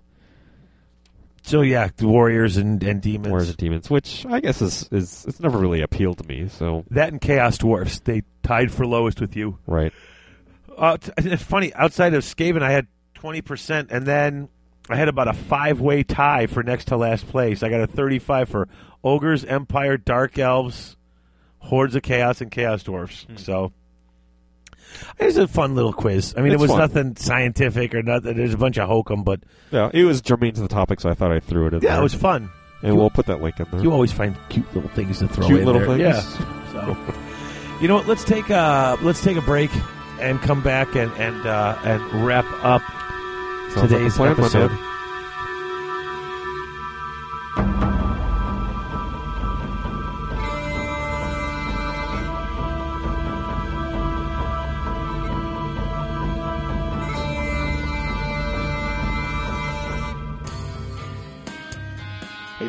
Speaker 4: so yeah, the warriors and and demons.
Speaker 2: Warriors and Demons, which I guess is, is it's never really appealed to me. So
Speaker 4: that and chaos dwarfs they tied for lowest with you.
Speaker 2: right,
Speaker 4: Uh, t- it's funny. Outside of Skaven, I had twenty percent, and then I had about a five-way tie for next to last place. I got a thirty-five for ogres, empire, dark elves, hordes of chaos, and chaos dwarfs. So it was a fun little quiz. I mean,
Speaker 2: It's
Speaker 4: it was
Speaker 2: fun.
Speaker 4: nothing scientific or nothing. There's a bunch of hokum, but
Speaker 2: yeah, it was germane to the topic, so I thought I threw it in.
Speaker 4: yeah,
Speaker 2: there.
Speaker 4: it was fun.
Speaker 2: and we'll put that link in there.
Speaker 4: You always find cute little things to throw
Speaker 2: Cute
Speaker 4: in
Speaker 2: little
Speaker 4: there.
Speaker 2: things.
Speaker 4: Yeah. So, you know what? Let's take a let's take a break and come back and and uh, and wrap up
Speaker 2: Sounds like a
Speaker 4: today's
Speaker 2: plan, my
Speaker 4: episode.
Speaker 2: man.
Speaker 4: Hey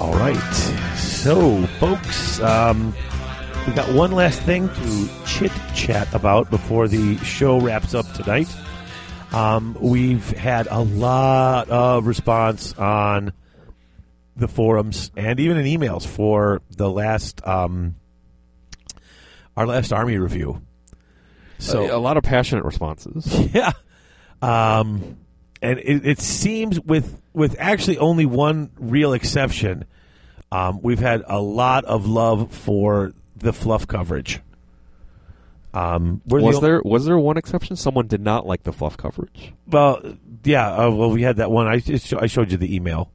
Speaker 4: All right. So, folks, um, we got one last thing to chit chat about before the show wraps up tonight. Um, we've had a lot of response on the forums and even in emails for the last um, our last army review. So
Speaker 2: a lot of passionate responses.
Speaker 4: yeah. Um, and it, it seems with with actually only one real exception, um, we've had a lot of love for the fluff coverage. Um, *laughs* we're the
Speaker 2: was
Speaker 4: o-
Speaker 2: there was there one exception? Someone did not like the fluff coverage.
Speaker 4: Well, yeah. Uh, well, we had that one. I just, I showed you the email.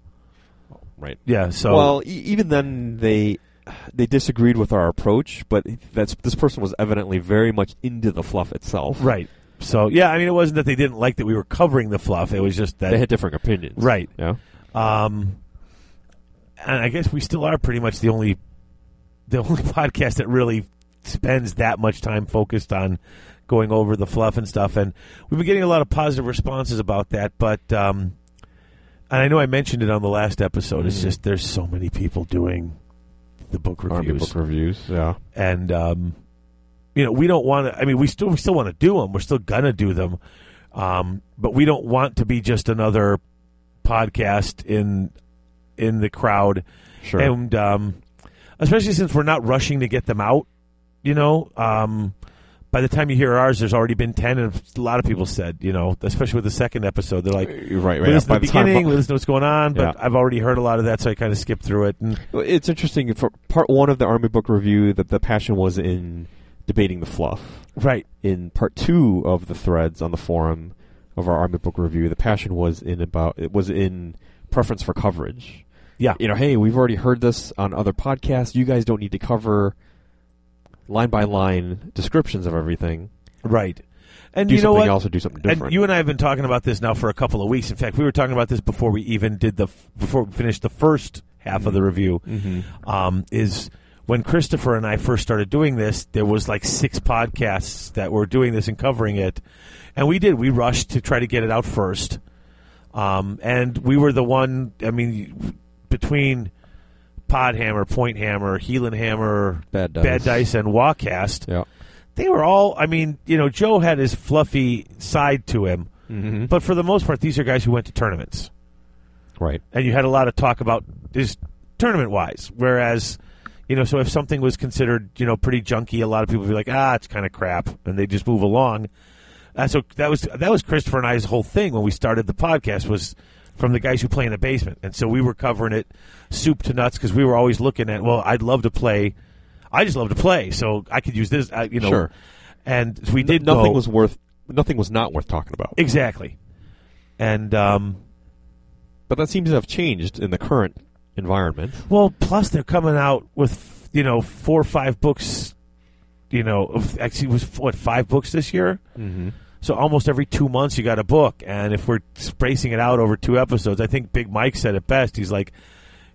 Speaker 2: Right.
Speaker 4: Yeah. So
Speaker 2: Well, e- even then they they disagreed with our approach, but that's this person was evidently very much into the fluff itself.
Speaker 4: right. So yeah. I mean, it wasn't that they didn't like that we were covering the fluff. It was just that
Speaker 2: They had different opinions.
Speaker 4: right.
Speaker 2: Yeah.
Speaker 4: Um, and I guess we still are pretty much the only the *laughs* only podcast that really spends that much time focused on going over the fluff and stuff. And we've been getting a lot of positive responses about that. But um, and I know I mentioned it on the last episode. It's
Speaker 2: Mhm.
Speaker 4: just there's so many people doing the book
Speaker 2: Army
Speaker 4: reviews,
Speaker 2: book reviews. Yeah.
Speaker 4: and um, you know we don't want to. I mean, we still we still want to do them. We're still gonna do them. Um, but we don't want to be just another podcast in in the crowd
Speaker 2: Sure.
Speaker 4: and um, especially since we're not rushing to get them out you know um, by the time you hear ours, there's already been ten, and a lot of people said, you know, especially with the second episode, they're like,
Speaker 2: Right, Uh, right.
Speaker 4: "We listen
Speaker 2: By
Speaker 4: to the
Speaker 2: the time-
Speaker 4: beginning, we listen to what's going on," but
Speaker 2: Yeah.
Speaker 4: I've already heard a lot of that, so I kind of skipped through it. And
Speaker 2: Well, *laughs* It's interesting. For part one of the Army Book Review, the, the passion was in debating the fluff.
Speaker 4: right,
Speaker 2: In part two of the threads on the forum of our Army Book Review, the passion was in about it was in preference for coverage.
Speaker 4: yeah,
Speaker 2: You know, hey, we've already heard this on other podcasts. You guys don't need to cover line by line descriptions of everything.
Speaker 4: right. And
Speaker 2: Do
Speaker 4: you know
Speaker 2: something
Speaker 4: what?
Speaker 2: else or do something different.
Speaker 4: And you and I have been talking about this now for a couple of weeks. In fact, we were talking about this before we even did the f- before we finished the first half of the
Speaker 2: Mm-hmm.
Speaker 4: review. Um, is when Christopher and I first started doing this, there was like six podcasts that were doing this and covering it, and we did. We rushed to try to get it out first, um, and we were the one. I mean, between Podhammer, Point Hammer, Heelan Hammer,
Speaker 2: Bad dice.
Speaker 4: Bad Dice, and Wacast,
Speaker 2: yeah.
Speaker 4: they were all i mean you know joe had his fluffy side to him
Speaker 2: Mhm.
Speaker 4: but for the most part these are guys who went to tournaments
Speaker 2: Right.
Speaker 4: and you had a lot of talk about this tournament wise whereas you know so if something was considered you know pretty junky a lot of people would be like ah it's kind of crap and they just move along uh, so that was that was christopher and i's whole thing when we started the podcast was from the guys who play in the basement and so we were covering it soup to nuts because we were always looking at well i'd love to play i just love to play so i could use this I, you know
Speaker 2: Sure.
Speaker 4: and we did
Speaker 2: nothing
Speaker 4: go-
Speaker 2: was worth. Nothing was not worth talking about.
Speaker 4: exactly and um
Speaker 2: But that seems to have changed in the current environment.
Speaker 4: Well, plus they're coming out with you know four or five books. You know, of- actually, it was what five books this year?
Speaker 2: Mm-hmm.
Speaker 4: So almost every two months you got a book, and if we're spacing it out over two episodes, I think Big Mike said it best. He's like,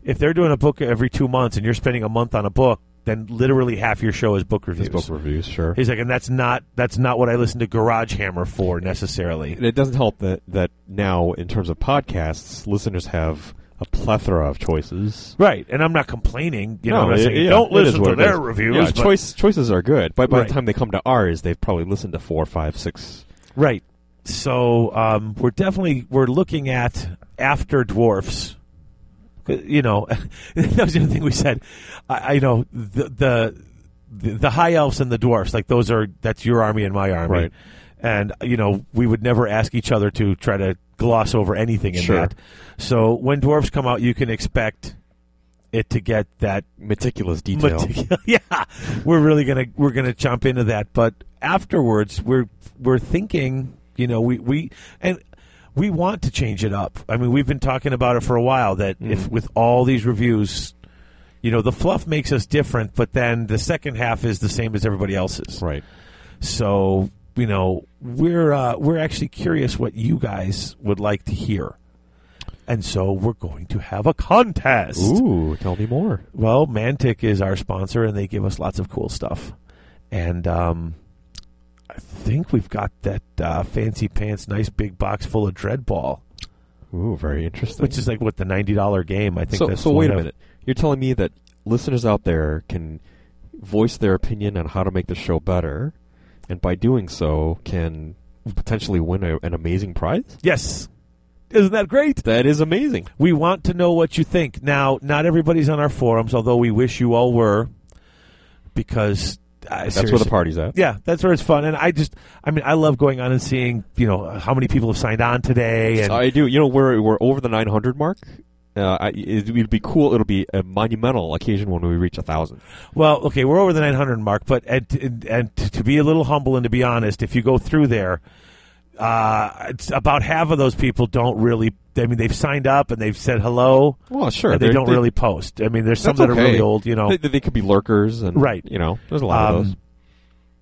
Speaker 4: if they're doing a book every two months and you're spending a month on a book, then literally half your show is book reviews.
Speaker 2: These book reviews, sure.
Speaker 4: He's like, and that's not that's not what I listen to Garage Hammer for necessarily.
Speaker 2: And it doesn't help that that now, in terms of podcasts, listeners have a plethora of choices.
Speaker 4: Right, and I'm not complaining. You know, I'm not
Speaker 2: it-
Speaker 4: saying
Speaker 2: yeah,
Speaker 4: don't
Speaker 2: it is
Speaker 4: listen
Speaker 2: what
Speaker 4: to
Speaker 2: it
Speaker 4: their
Speaker 2: is.
Speaker 4: reviews.
Speaker 2: Yeah,
Speaker 4: but-
Speaker 2: choice, choices are good, but by
Speaker 4: Right.
Speaker 2: the time they come to ours, they've probably listened to four, five, six.
Speaker 4: Right. So um, we're definitely we're looking at after dwarfs. You know, *laughs* that was the other thing we said. I, I know the, the the high elves and the dwarfs, like those are that's your army and my army,
Speaker 2: Right.
Speaker 4: and you know we would never ask each other to try to gloss over anything in
Speaker 2: Sure.
Speaker 4: that. So when dwarfs come out, you can expect it to get that
Speaker 2: Meticulous detail.
Speaker 4: Meticu- *laughs* yeah, we're really gonna we're gonna jump into that, but afterwards we're we're thinking, you know, we we and we want to change it up. I mean, we've been talking about it for a while that
Speaker 2: Mm.
Speaker 4: if with all these reviews, you know, the fluff makes us different, but then the second half is the same as everybody else's.
Speaker 2: right.
Speaker 4: So you know, we're uh, we're actually curious what you guys would like to hear. And so we're going to have a contest.
Speaker 2: Ooh, tell me more.
Speaker 4: Well, Mantic is our sponsor, and they give us lots of cool stuff. And um, I think we've got that uh, fancy pants, nice big box full of Dreadball,
Speaker 2: Ooh, very interesting.
Speaker 4: which is like what the ninety dollar game. I think.
Speaker 2: so,
Speaker 4: that's
Speaker 2: so
Speaker 4: the
Speaker 2: wait a
Speaker 4: one of-
Speaker 2: minute. You're telling me that listeners out there can voice their opinion on how to make the show better, and by doing so, can potentially win a, an amazing prize.
Speaker 4: Yes, isn't that great?
Speaker 2: That is amazing.
Speaker 4: We want to know what you think. Now, not everybody's on our forums, although we wish you all were, because uh,
Speaker 2: That's where the party's at.
Speaker 4: yeah, that's where it's fun. And I just, I mean, I love going on and seeing, you know, how many people have signed on today. And
Speaker 2: I do. You know, we're we're over the 900 mark. Uh, I, it, it'd be cool. It'll be a monumental occasion when we reach a thousand.
Speaker 4: Well, okay, we're over the 900 mark, but and, and, and to be a little humble and to be honest, if you go through there, uh, it's about half of those people don't really. I mean, they've signed up and they've said hello.
Speaker 2: Well, sure.
Speaker 4: and they
Speaker 2: they're-
Speaker 4: don't
Speaker 2: they-
Speaker 4: really post. I mean, there's some
Speaker 2: That's
Speaker 4: that are
Speaker 2: okay.
Speaker 4: really old, you know.
Speaker 2: They, they could be lurkers, and
Speaker 4: Right.
Speaker 2: You know, there's a lot
Speaker 4: Um,
Speaker 2: of those.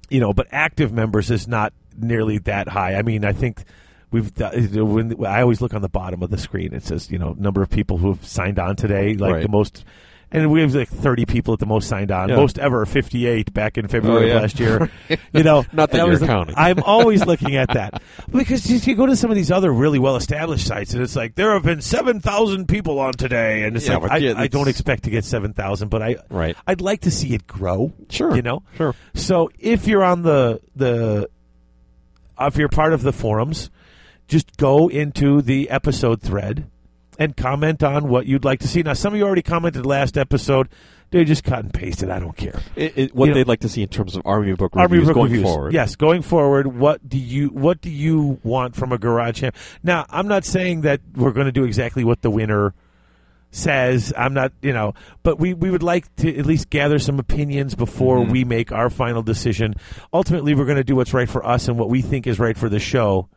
Speaker 4: you know, but active members is not nearly that high. I mean, I think we've done- when I always look on the bottom of the screen. It says you know number of people who have signed on today, like
Speaker 2: Right.
Speaker 4: the most. And we have like 30 people at the most signed on,
Speaker 2: Yeah.
Speaker 4: most ever 58 back in February
Speaker 2: Oh, yeah.
Speaker 4: of last
Speaker 2: *laughs*
Speaker 4: year. you know,
Speaker 2: Not that
Speaker 4: and I
Speaker 2: you're
Speaker 4: was-
Speaker 2: counting. *laughs*
Speaker 4: I'm always looking at that because you, you go to some of these other really well established sites, and it's like there have been 7,000 people on today, and it's
Speaker 2: Yeah,
Speaker 4: like
Speaker 2: but
Speaker 4: I,
Speaker 2: yeah,
Speaker 4: I don't
Speaker 2: that's-
Speaker 4: expect to get 7,000, but I
Speaker 2: Right.
Speaker 4: I'd like to see it grow.
Speaker 2: Sure.
Speaker 4: you know,
Speaker 2: Sure.
Speaker 4: so if you're on the the if you're part of the forums, just go into the episode thread and comment on what you'd like to see. Now, some of you already commented last episode. They just cut and pasted. I don't care.
Speaker 2: It, it, what
Speaker 4: You know-
Speaker 2: they'd like to see in terms of Army book reviews
Speaker 4: Army book
Speaker 2: going
Speaker 4: reviews.
Speaker 2: forward.
Speaker 4: Yes, going forward, what do you what do you want from a garage hammer? Now, I'm not saying that we're going to do exactly what the winner says. I'm not, you know, but we we would like to at least gather some opinions before
Speaker 2: Mm-hmm.
Speaker 4: we make our final decision. Ultimately, we're going to do what's right for us and what we think is right for the show.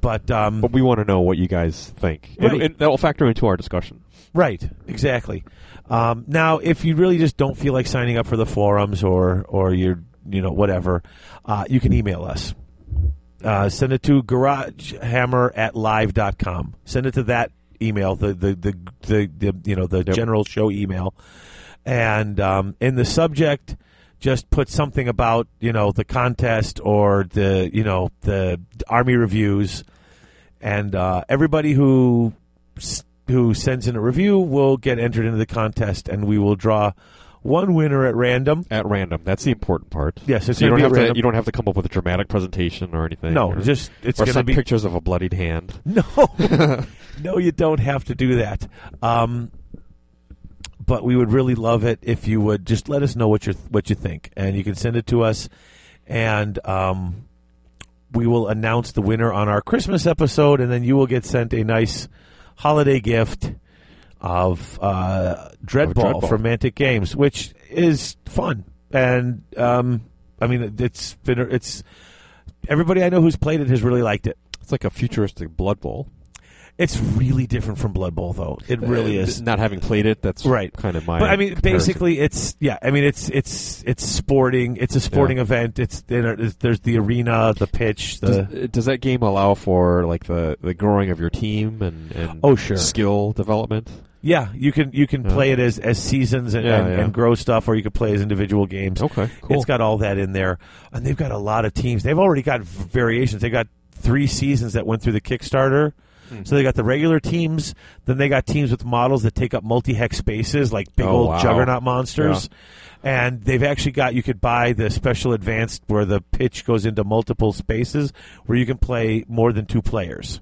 Speaker 4: But um,
Speaker 2: But we want to know what you guys think. And-
Speaker 4: Right.
Speaker 2: and that will factor into our discussion.
Speaker 4: Right, exactly. Um, now, if you really just don't feel like signing up for the forums or or you're you know whatever, uh, you can email us. Uh, send it to garagehammer at live.com. Send it to that email, the the the, the, the you know the general show email, and um, in the subject, just put something about you know the contest or the you know the army reviews and uh, everybody who who sends in a review will get entered into the contest, and we will draw one winner at random.
Speaker 2: At random. That's the important part.
Speaker 4: Yes, it's
Speaker 2: So you don't
Speaker 4: gonna be
Speaker 2: have to
Speaker 4: random.
Speaker 2: you don't have to come up with a dramatic presentation or anything.
Speaker 4: No,
Speaker 2: or,
Speaker 4: just it's
Speaker 2: or
Speaker 4: going to
Speaker 2: some
Speaker 4: be
Speaker 2: pictures of a bloodied hand.
Speaker 4: *laughs* no, *laughs* no. You don't have to do that. Um, but we would really love it if you would just let us know what you what you think, and you can send it to us, and um, we will announce the winner on our Christmas episode, and then you will get sent a nice holiday gift of uh, Dreadball,
Speaker 2: Dreadball.
Speaker 4: from Mantic Games, which is fun, and um, I mean it's been it's everybody I know who's played it has really liked it.
Speaker 2: It's like a futuristic blood bowl.
Speaker 4: It's really different from Blood Bowl, though. It really
Speaker 2: Uh,
Speaker 4: is.
Speaker 2: Not having played it, that's
Speaker 4: Right.
Speaker 2: kind of my
Speaker 4: But I mean,
Speaker 2: comparison.
Speaker 4: basically, it's yeah. I mean, it's it's it's sporting. It's a sporting
Speaker 2: Yeah.
Speaker 4: event. It's there- there's the arena, the pitch,
Speaker 2: does,
Speaker 4: the
Speaker 2: uh, does that game allow for like the, the growing of your team and, and
Speaker 4: Oh, sure.
Speaker 2: skill development?
Speaker 4: yeah. You can you can
Speaker 2: Yeah.
Speaker 4: play it as as seasons and,
Speaker 2: Yeah,
Speaker 4: and,
Speaker 2: yeah.
Speaker 4: and grow stuff, or you can play as individual games.
Speaker 2: Okay, cool.
Speaker 4: It's got all that in there, and they've got a lot of teams. They've already got v- variations. They got three seasons that went through the Kickstarter.
Speaker 2: Hmm.
Speaker 4: So they got the regular teams, then they got teams with models that take up multi-hex spaces, like big
Speaker 2: Oh,
Speaker 4: old
Speaker 2: wow.
Speaker 4: juggernaut monsters. And they've actually got you could buy the special advanced where the pitch goes into multiple spaces where you can play more than two players.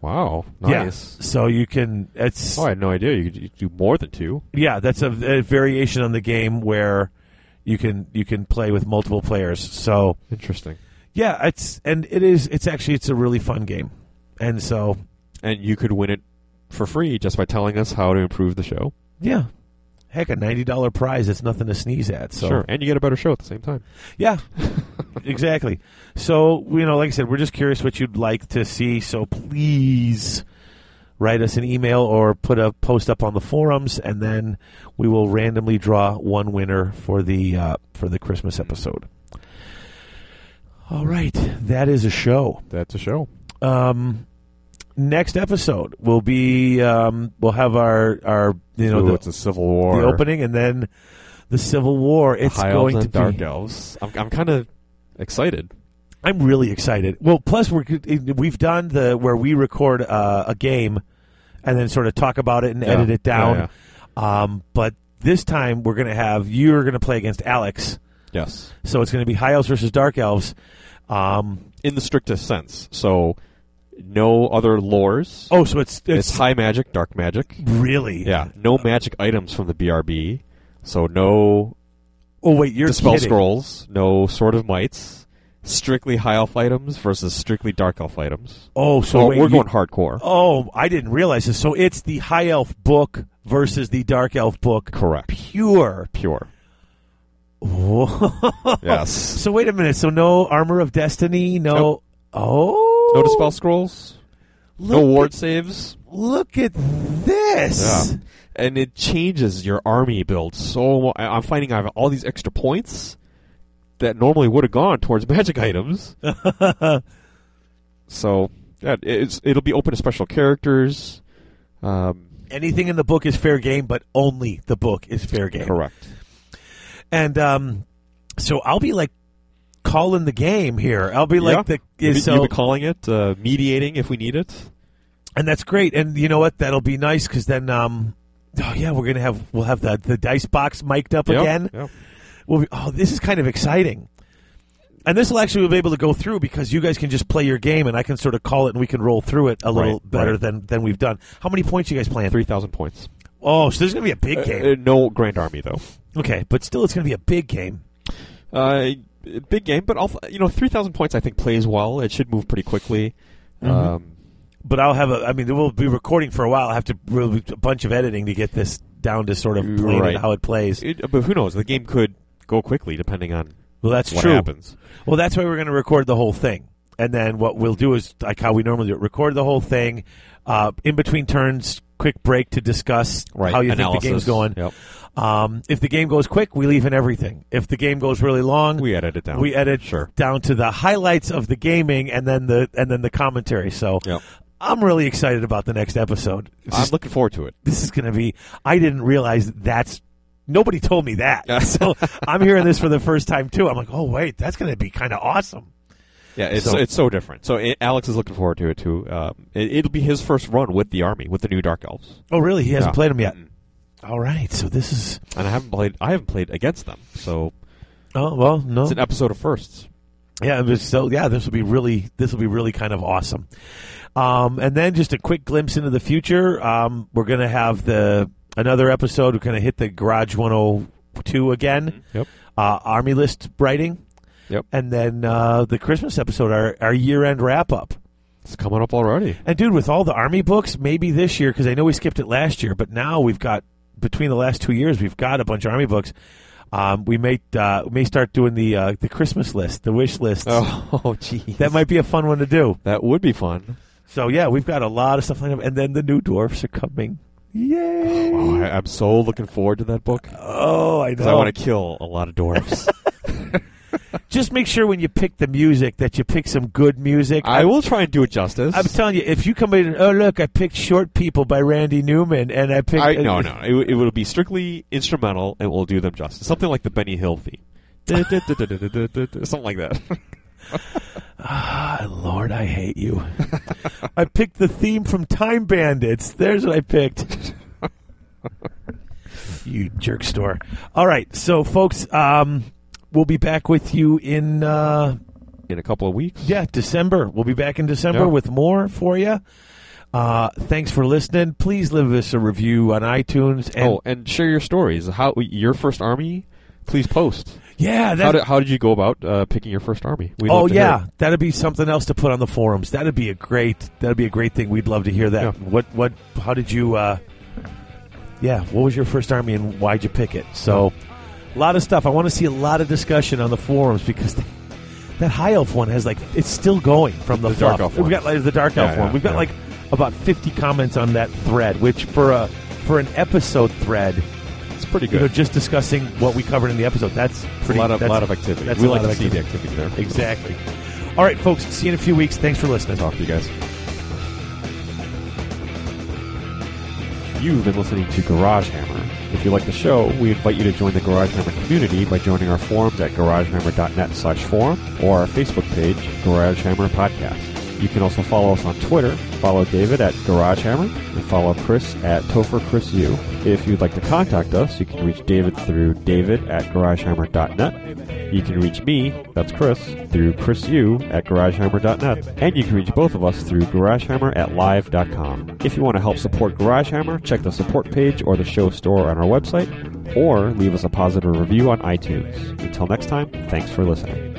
Speaker 2: wow,
Speaker 4: Yeah.
Speaker 2: nice.
Speaker 4: So you can it's
Speaker 2: Oh, I had no idea. You could you could do more than two.
Speaker 4: yeah, that's a, a variation on the game where you can you can play with multiple players. So
Speaker 2: Interesting.
Speaker 4: Yeah, it's and it is. It's actually it's a really fun game, and so
Speaker 2: And you could win it for free just by telling us how to improve the show.
Speaker 4: yeah, heck, a ninety dollar prize is nothing to sneeze at. So
Speaker 2: Sure. And you get a better show at the same time.
Speaker 4: yeah, *laughs* exactly. So you know, like I said, we're just curious what you'd like to see. So please write us an email or put a post up on the forums, and then we will randomly draw one winner for the uh, for the Christmas episode. All right, that is a show.
Speaker 2: That's a show.
Speaker 4: um, next episode will be um, we'll have our our you know the,
Speaker 2: a civil war.
Speaker 4: the opening and then the Civil War. It's
Speaker 2: High
Speaker 4: going
Speaker 2: elves
Speaker 4: to
Speaker 2: and dark
Speaker 4: be.
Speaker 2: elves. I'm, I'm kind of excited.
Speaker 4: I'm really excited. Well, plus we're we've done the where we record uh, a game and then sort of talk about it and
Speaker 2: Yeah.
Speaker 4: edit it down.
Speaker 2: Yeah,
Speaker 4: Um, but this time we're gonna have you're gonna play against Alex,
Speaker 2: Yes.
Speaker 4: so it's gonna be High Elves versus Dark Elves. Um,
Speaker 2: In the strictest sense. So, no other lores.
Speaker 4: oh, so it's
Speaker 2: it's,
Speaker 4: it's,
Speaker 2: high magic, dark magic.
Speaker 4: really
Speaker 2: Yeah. No magic items from the BRB. So, no
Speaker 4: Oh wait, you're
Speaker 2: dispel
Speaker 4: kidding.
Speaker 2: scrolls, no sword of mites. Strictly high elf items versus strictly dark elf items.
Speaker 4: Oh, so
Speaker 2: Well,
Speaker 4: wait,
Speaker 2: we're
Speaker 4: you-
Speaker 2: going hardcore.
Speaker 4: Oh, I didn't realize this. So it's the high elf book versus the dark elf book.
Speaker 2: Correct.
Speaker 4: Pure.
Speaker 2: Pure.
Speaker 4: Whoa.
Speaker 2: Yes.
Speaker 4: *laughs* so wait a minute. So no armor of destiny. No.
Speaker 2: Nope.
Speaker 4: Oh.
Speaker 2: No dispel scrolls.
Speaker 4: Look
Speaker 2: no ward
Speaker 4: At,
Speaker 2: saves.
Speaker 4: look at this.
Speaker 2: Yeah. And it changes your army build so mu- I- I'm finding I have all these extra points that normally would have gone towards *laughs* magic
Speaker 4: *laughs*
Speaker 2: items. so yeah, it's, it'll be open to special characters. Um,
Speaker 4: Anything in the book is fair game, but only the book is fair game.
Speaker 2: correct.
Speaker 4: And um, so I'll be like calling the game here. I'll be like
Speaker 2: Yeah.
Speaker 4: the
Speaker 2: you,
Speaker 4: so
Speaker 2: you've been calling it uh, mediating if we need it.
Speaker 4: and that's great. And you know what? That'll be nice because then, um, oh yeah, we're gonna have we'll have the the dice box mic'd up
Speaker 2: Yep,
Speaker 4: again.
Speaker 2: yep.
Speaker 4: We'll be, oh, this is kind of exciting. And this will actually we'll be able to go through because you guys can just play your game and I can sort of call it and we can roll through it a little
Speaker 2: Right,
Speaker 4: better
Speaker 2: right.
Speaker 4: than than we've done. How many points you guys playing?
Speaker 2: Three thousand points.
Speaker 4: Oh, so there's going to be a big game.
Speaker 2: Uh, no Grand Army though.
Speaker 4: okay, but still, it's going to be a big game.
Speaker 2: Uh, big game, but also, you know, three thousand points I think plays well. It should move pretty quickly.
Speaker 4: Mm-hmm.
Speaker 2: Um,
Speaker 4: But I'll have a. I mean, we'll be recording for a while. I have to really do a bunch of editing to get this down to sort of plain
Speaker 2: Right.
Speaker 4: and how it plays.
Speaker 2: it- but who knows? The game could go quickly depending on
Speaker 4: Well, that's
Speaker 2: what
Speaker 4: true.
Speaker 2: happens.
Speaker 4: Well, that's why we're going to record the whole thing. And then what we'll do is, like how we normally do it, record the whole thing. Uh, in between turns, quick break to discuss how you
Speaker 2: Analysis.
Speaker 4: think the game's going.
Speaker 2: Yep.
Speaker 4: Um, if the game goes quick, we leave in everything. If the game goes really long,
Speaker 2: We edit it down.
Speaker 4: we edit
Speaker 2: Sure.
Speaker 4: down to the highlights of the gaming and then the and then the commentary. So
Speaker 2: Yep.
Speaker 4: I'm really excited about the next episode. It's
Speaker 2: I'm
Speaker 4: just-
Speaker 2: looking forward to it.
Speaker 4: this is going to be. I didn't realize that's. Nobody told me
Speaker 2: Yeah. *laughs*
Speaker 4: that. so I'm hearing this for the first time too. I'm like, oh wait, that's going to be kind of awesome.
Speaker 2: Yeah, it's so,
Speaker 4: So-
Speaker 2: it's so different. So it, Alex is looking forward to it too. Um, it, it'll be his first run with the army, with the new Dark Elves,
Speaker 4: Oh really? He hasn't
Speaker 2: Yeah.
Speaker 4: played them yet.
Speaker 2: Mm.
Speaker 4: All right. So this is.
Speaker 2: and I haven't played. I haven't played against them, so
Speaker 4: Oh well, no.
Speaker 2: it's an episode of firsts.
Speaker 4: Yeah, it was- so yeah, this will be really this will be really kind of awesome. Um, and then just a quick glimpse into the future. Um, we're gonna have the another episode. We're gonna hit the Garage 102 again.
Speaker 2: Mm-hmm. Yep.
Speaker 4: Uh, Army list writing.
Speaker 2: Yep.
Speaker 4: And then uh, the Christmas episode, our our year end wrap up.
Speaker 2: It's coming up
Speaker 4: *laughs*
Speaker 2: already.
Speaker 4: And dude, with all the Army books, maybe this year because I know we skipped it last year, but now we've got between the last two years, we've got a bunch of Army books. Um, we may uh, may start doing the uh, the Christmas list, the wish list.
Speaker 2: Oh, gee,
Speaker 4: That might be a fun one to do.
Speaker 2: that would be fun.
Speaker 4: So yeah, we've got a lot of stuff lined up, and then the new dwarfs are coming. Yay!
Speaker 2: Oh, I, I'm so looking forward to that book
Speaker 4: Oh, I
Speaker 2: because I
Speaker 4: know.
Speaker 2: want to kill a lot of
Speaker 4: *laughs*
Speaker 2: dwarves.
Speaker 4: Just make sure when you pick the music that you pick some good music.
Speaker 2: I will try and do it justice.
Speaker 4: I'm telling you, if you come in, and, oh look, I picked "Short People" by Randy Newman, and I picked.
Speaker 2: I, no, no, it, it will be strictly instrumental, and we'll do them justice. Something like the Benny Hill theme, *laughs* something like that. *laughs*
Speaker 4: Ah, Lord, I hate you. I picked the theme from Time Bandits. There's what
Speaker 2: *laughs*
Speaker 4: I picked. you jerk store. All right, so folks, um, we'll be back with you in. Uh,
Speaker 2: In a couple of weeks,
Speaker 4: Yeah, December. We'll be back in December
Speaker 2: Yeah.
Speaker 4: with more for you. Uh, thanks for listening. Please leave us a review on iTunes. And
Speaker 2: oh, and share your stories. How your first army? Please post.
Speaker 4: yeah, that,
Speaker 2: How did, how did you go about uh, picking your first army? We'd
Speaker 4: oh
Speaker 2: love to hear
Speaker 4: yeah, that'd be something else to put on the forums. That'd be a great. That'd be a great thing. We'd love to hear that.
Speaker 2: Yeah.
Speaker 4: What what? How did you? Uh, yeah, what was your first army and why'd you pick it? So, a lot of stuff. I want to see a lot of discussion on the forums because. *laughs* that High Elf one has like it's still going from the,
Speaker 2: The Dark
Speaker 4: fluff.
Speaker 2: Elf one.
Speaker 4: We've got like, the Dark Elf
Speaker 2: Yeah, yeah,
Speaker 4: one. We've got
Speaker 2: yeah.
Speaker 4: like about fifty comments on that thread, which for a for an episode thread,
Speaker 2: it. It's pretty
Speaker 4: you know,
Speaker 2: good.
Speaker 4: just discussing what we covered in the episode. That's
Speaker 2: a
Speaker 4: pretty.
Speaker 2: lot of
Speaker 4: that's,
Speaker 2: lot of activity.
Speaker 4: that's
Speaker 2: we
Speaker 4: a
Speaker 2: like
Speaker 4: lot
Speaker 2: to
Speaker 4: of
Speaker 2: see the activity there.
Speaker 4: Exactly. All right, folks. See you in a few weeks. Thanks for listening.
Speaker 2: Talk to you guys. You've been listening to Garage Hammer. If you like the show, we invite you to join the Garage Hammer community by joining our forums at garagehammer.net slash forum or our Facebook page, Garage Hammer Podcast. You can also follow us on Twitter, follow David at Garage Hammer, and follow Chris at Topher Chris U. If you'd like to contact us, you can reach David through david at garagehammer.net. You can reach me, that's Chris, through Chris U at garagehammer.net. And you can reach both of us through garagehammer at live.com. If you want to help support Garagehammer, check the support page or the show store on our website, or leave us a positive review on iTunes. Until next time, thanks for listening.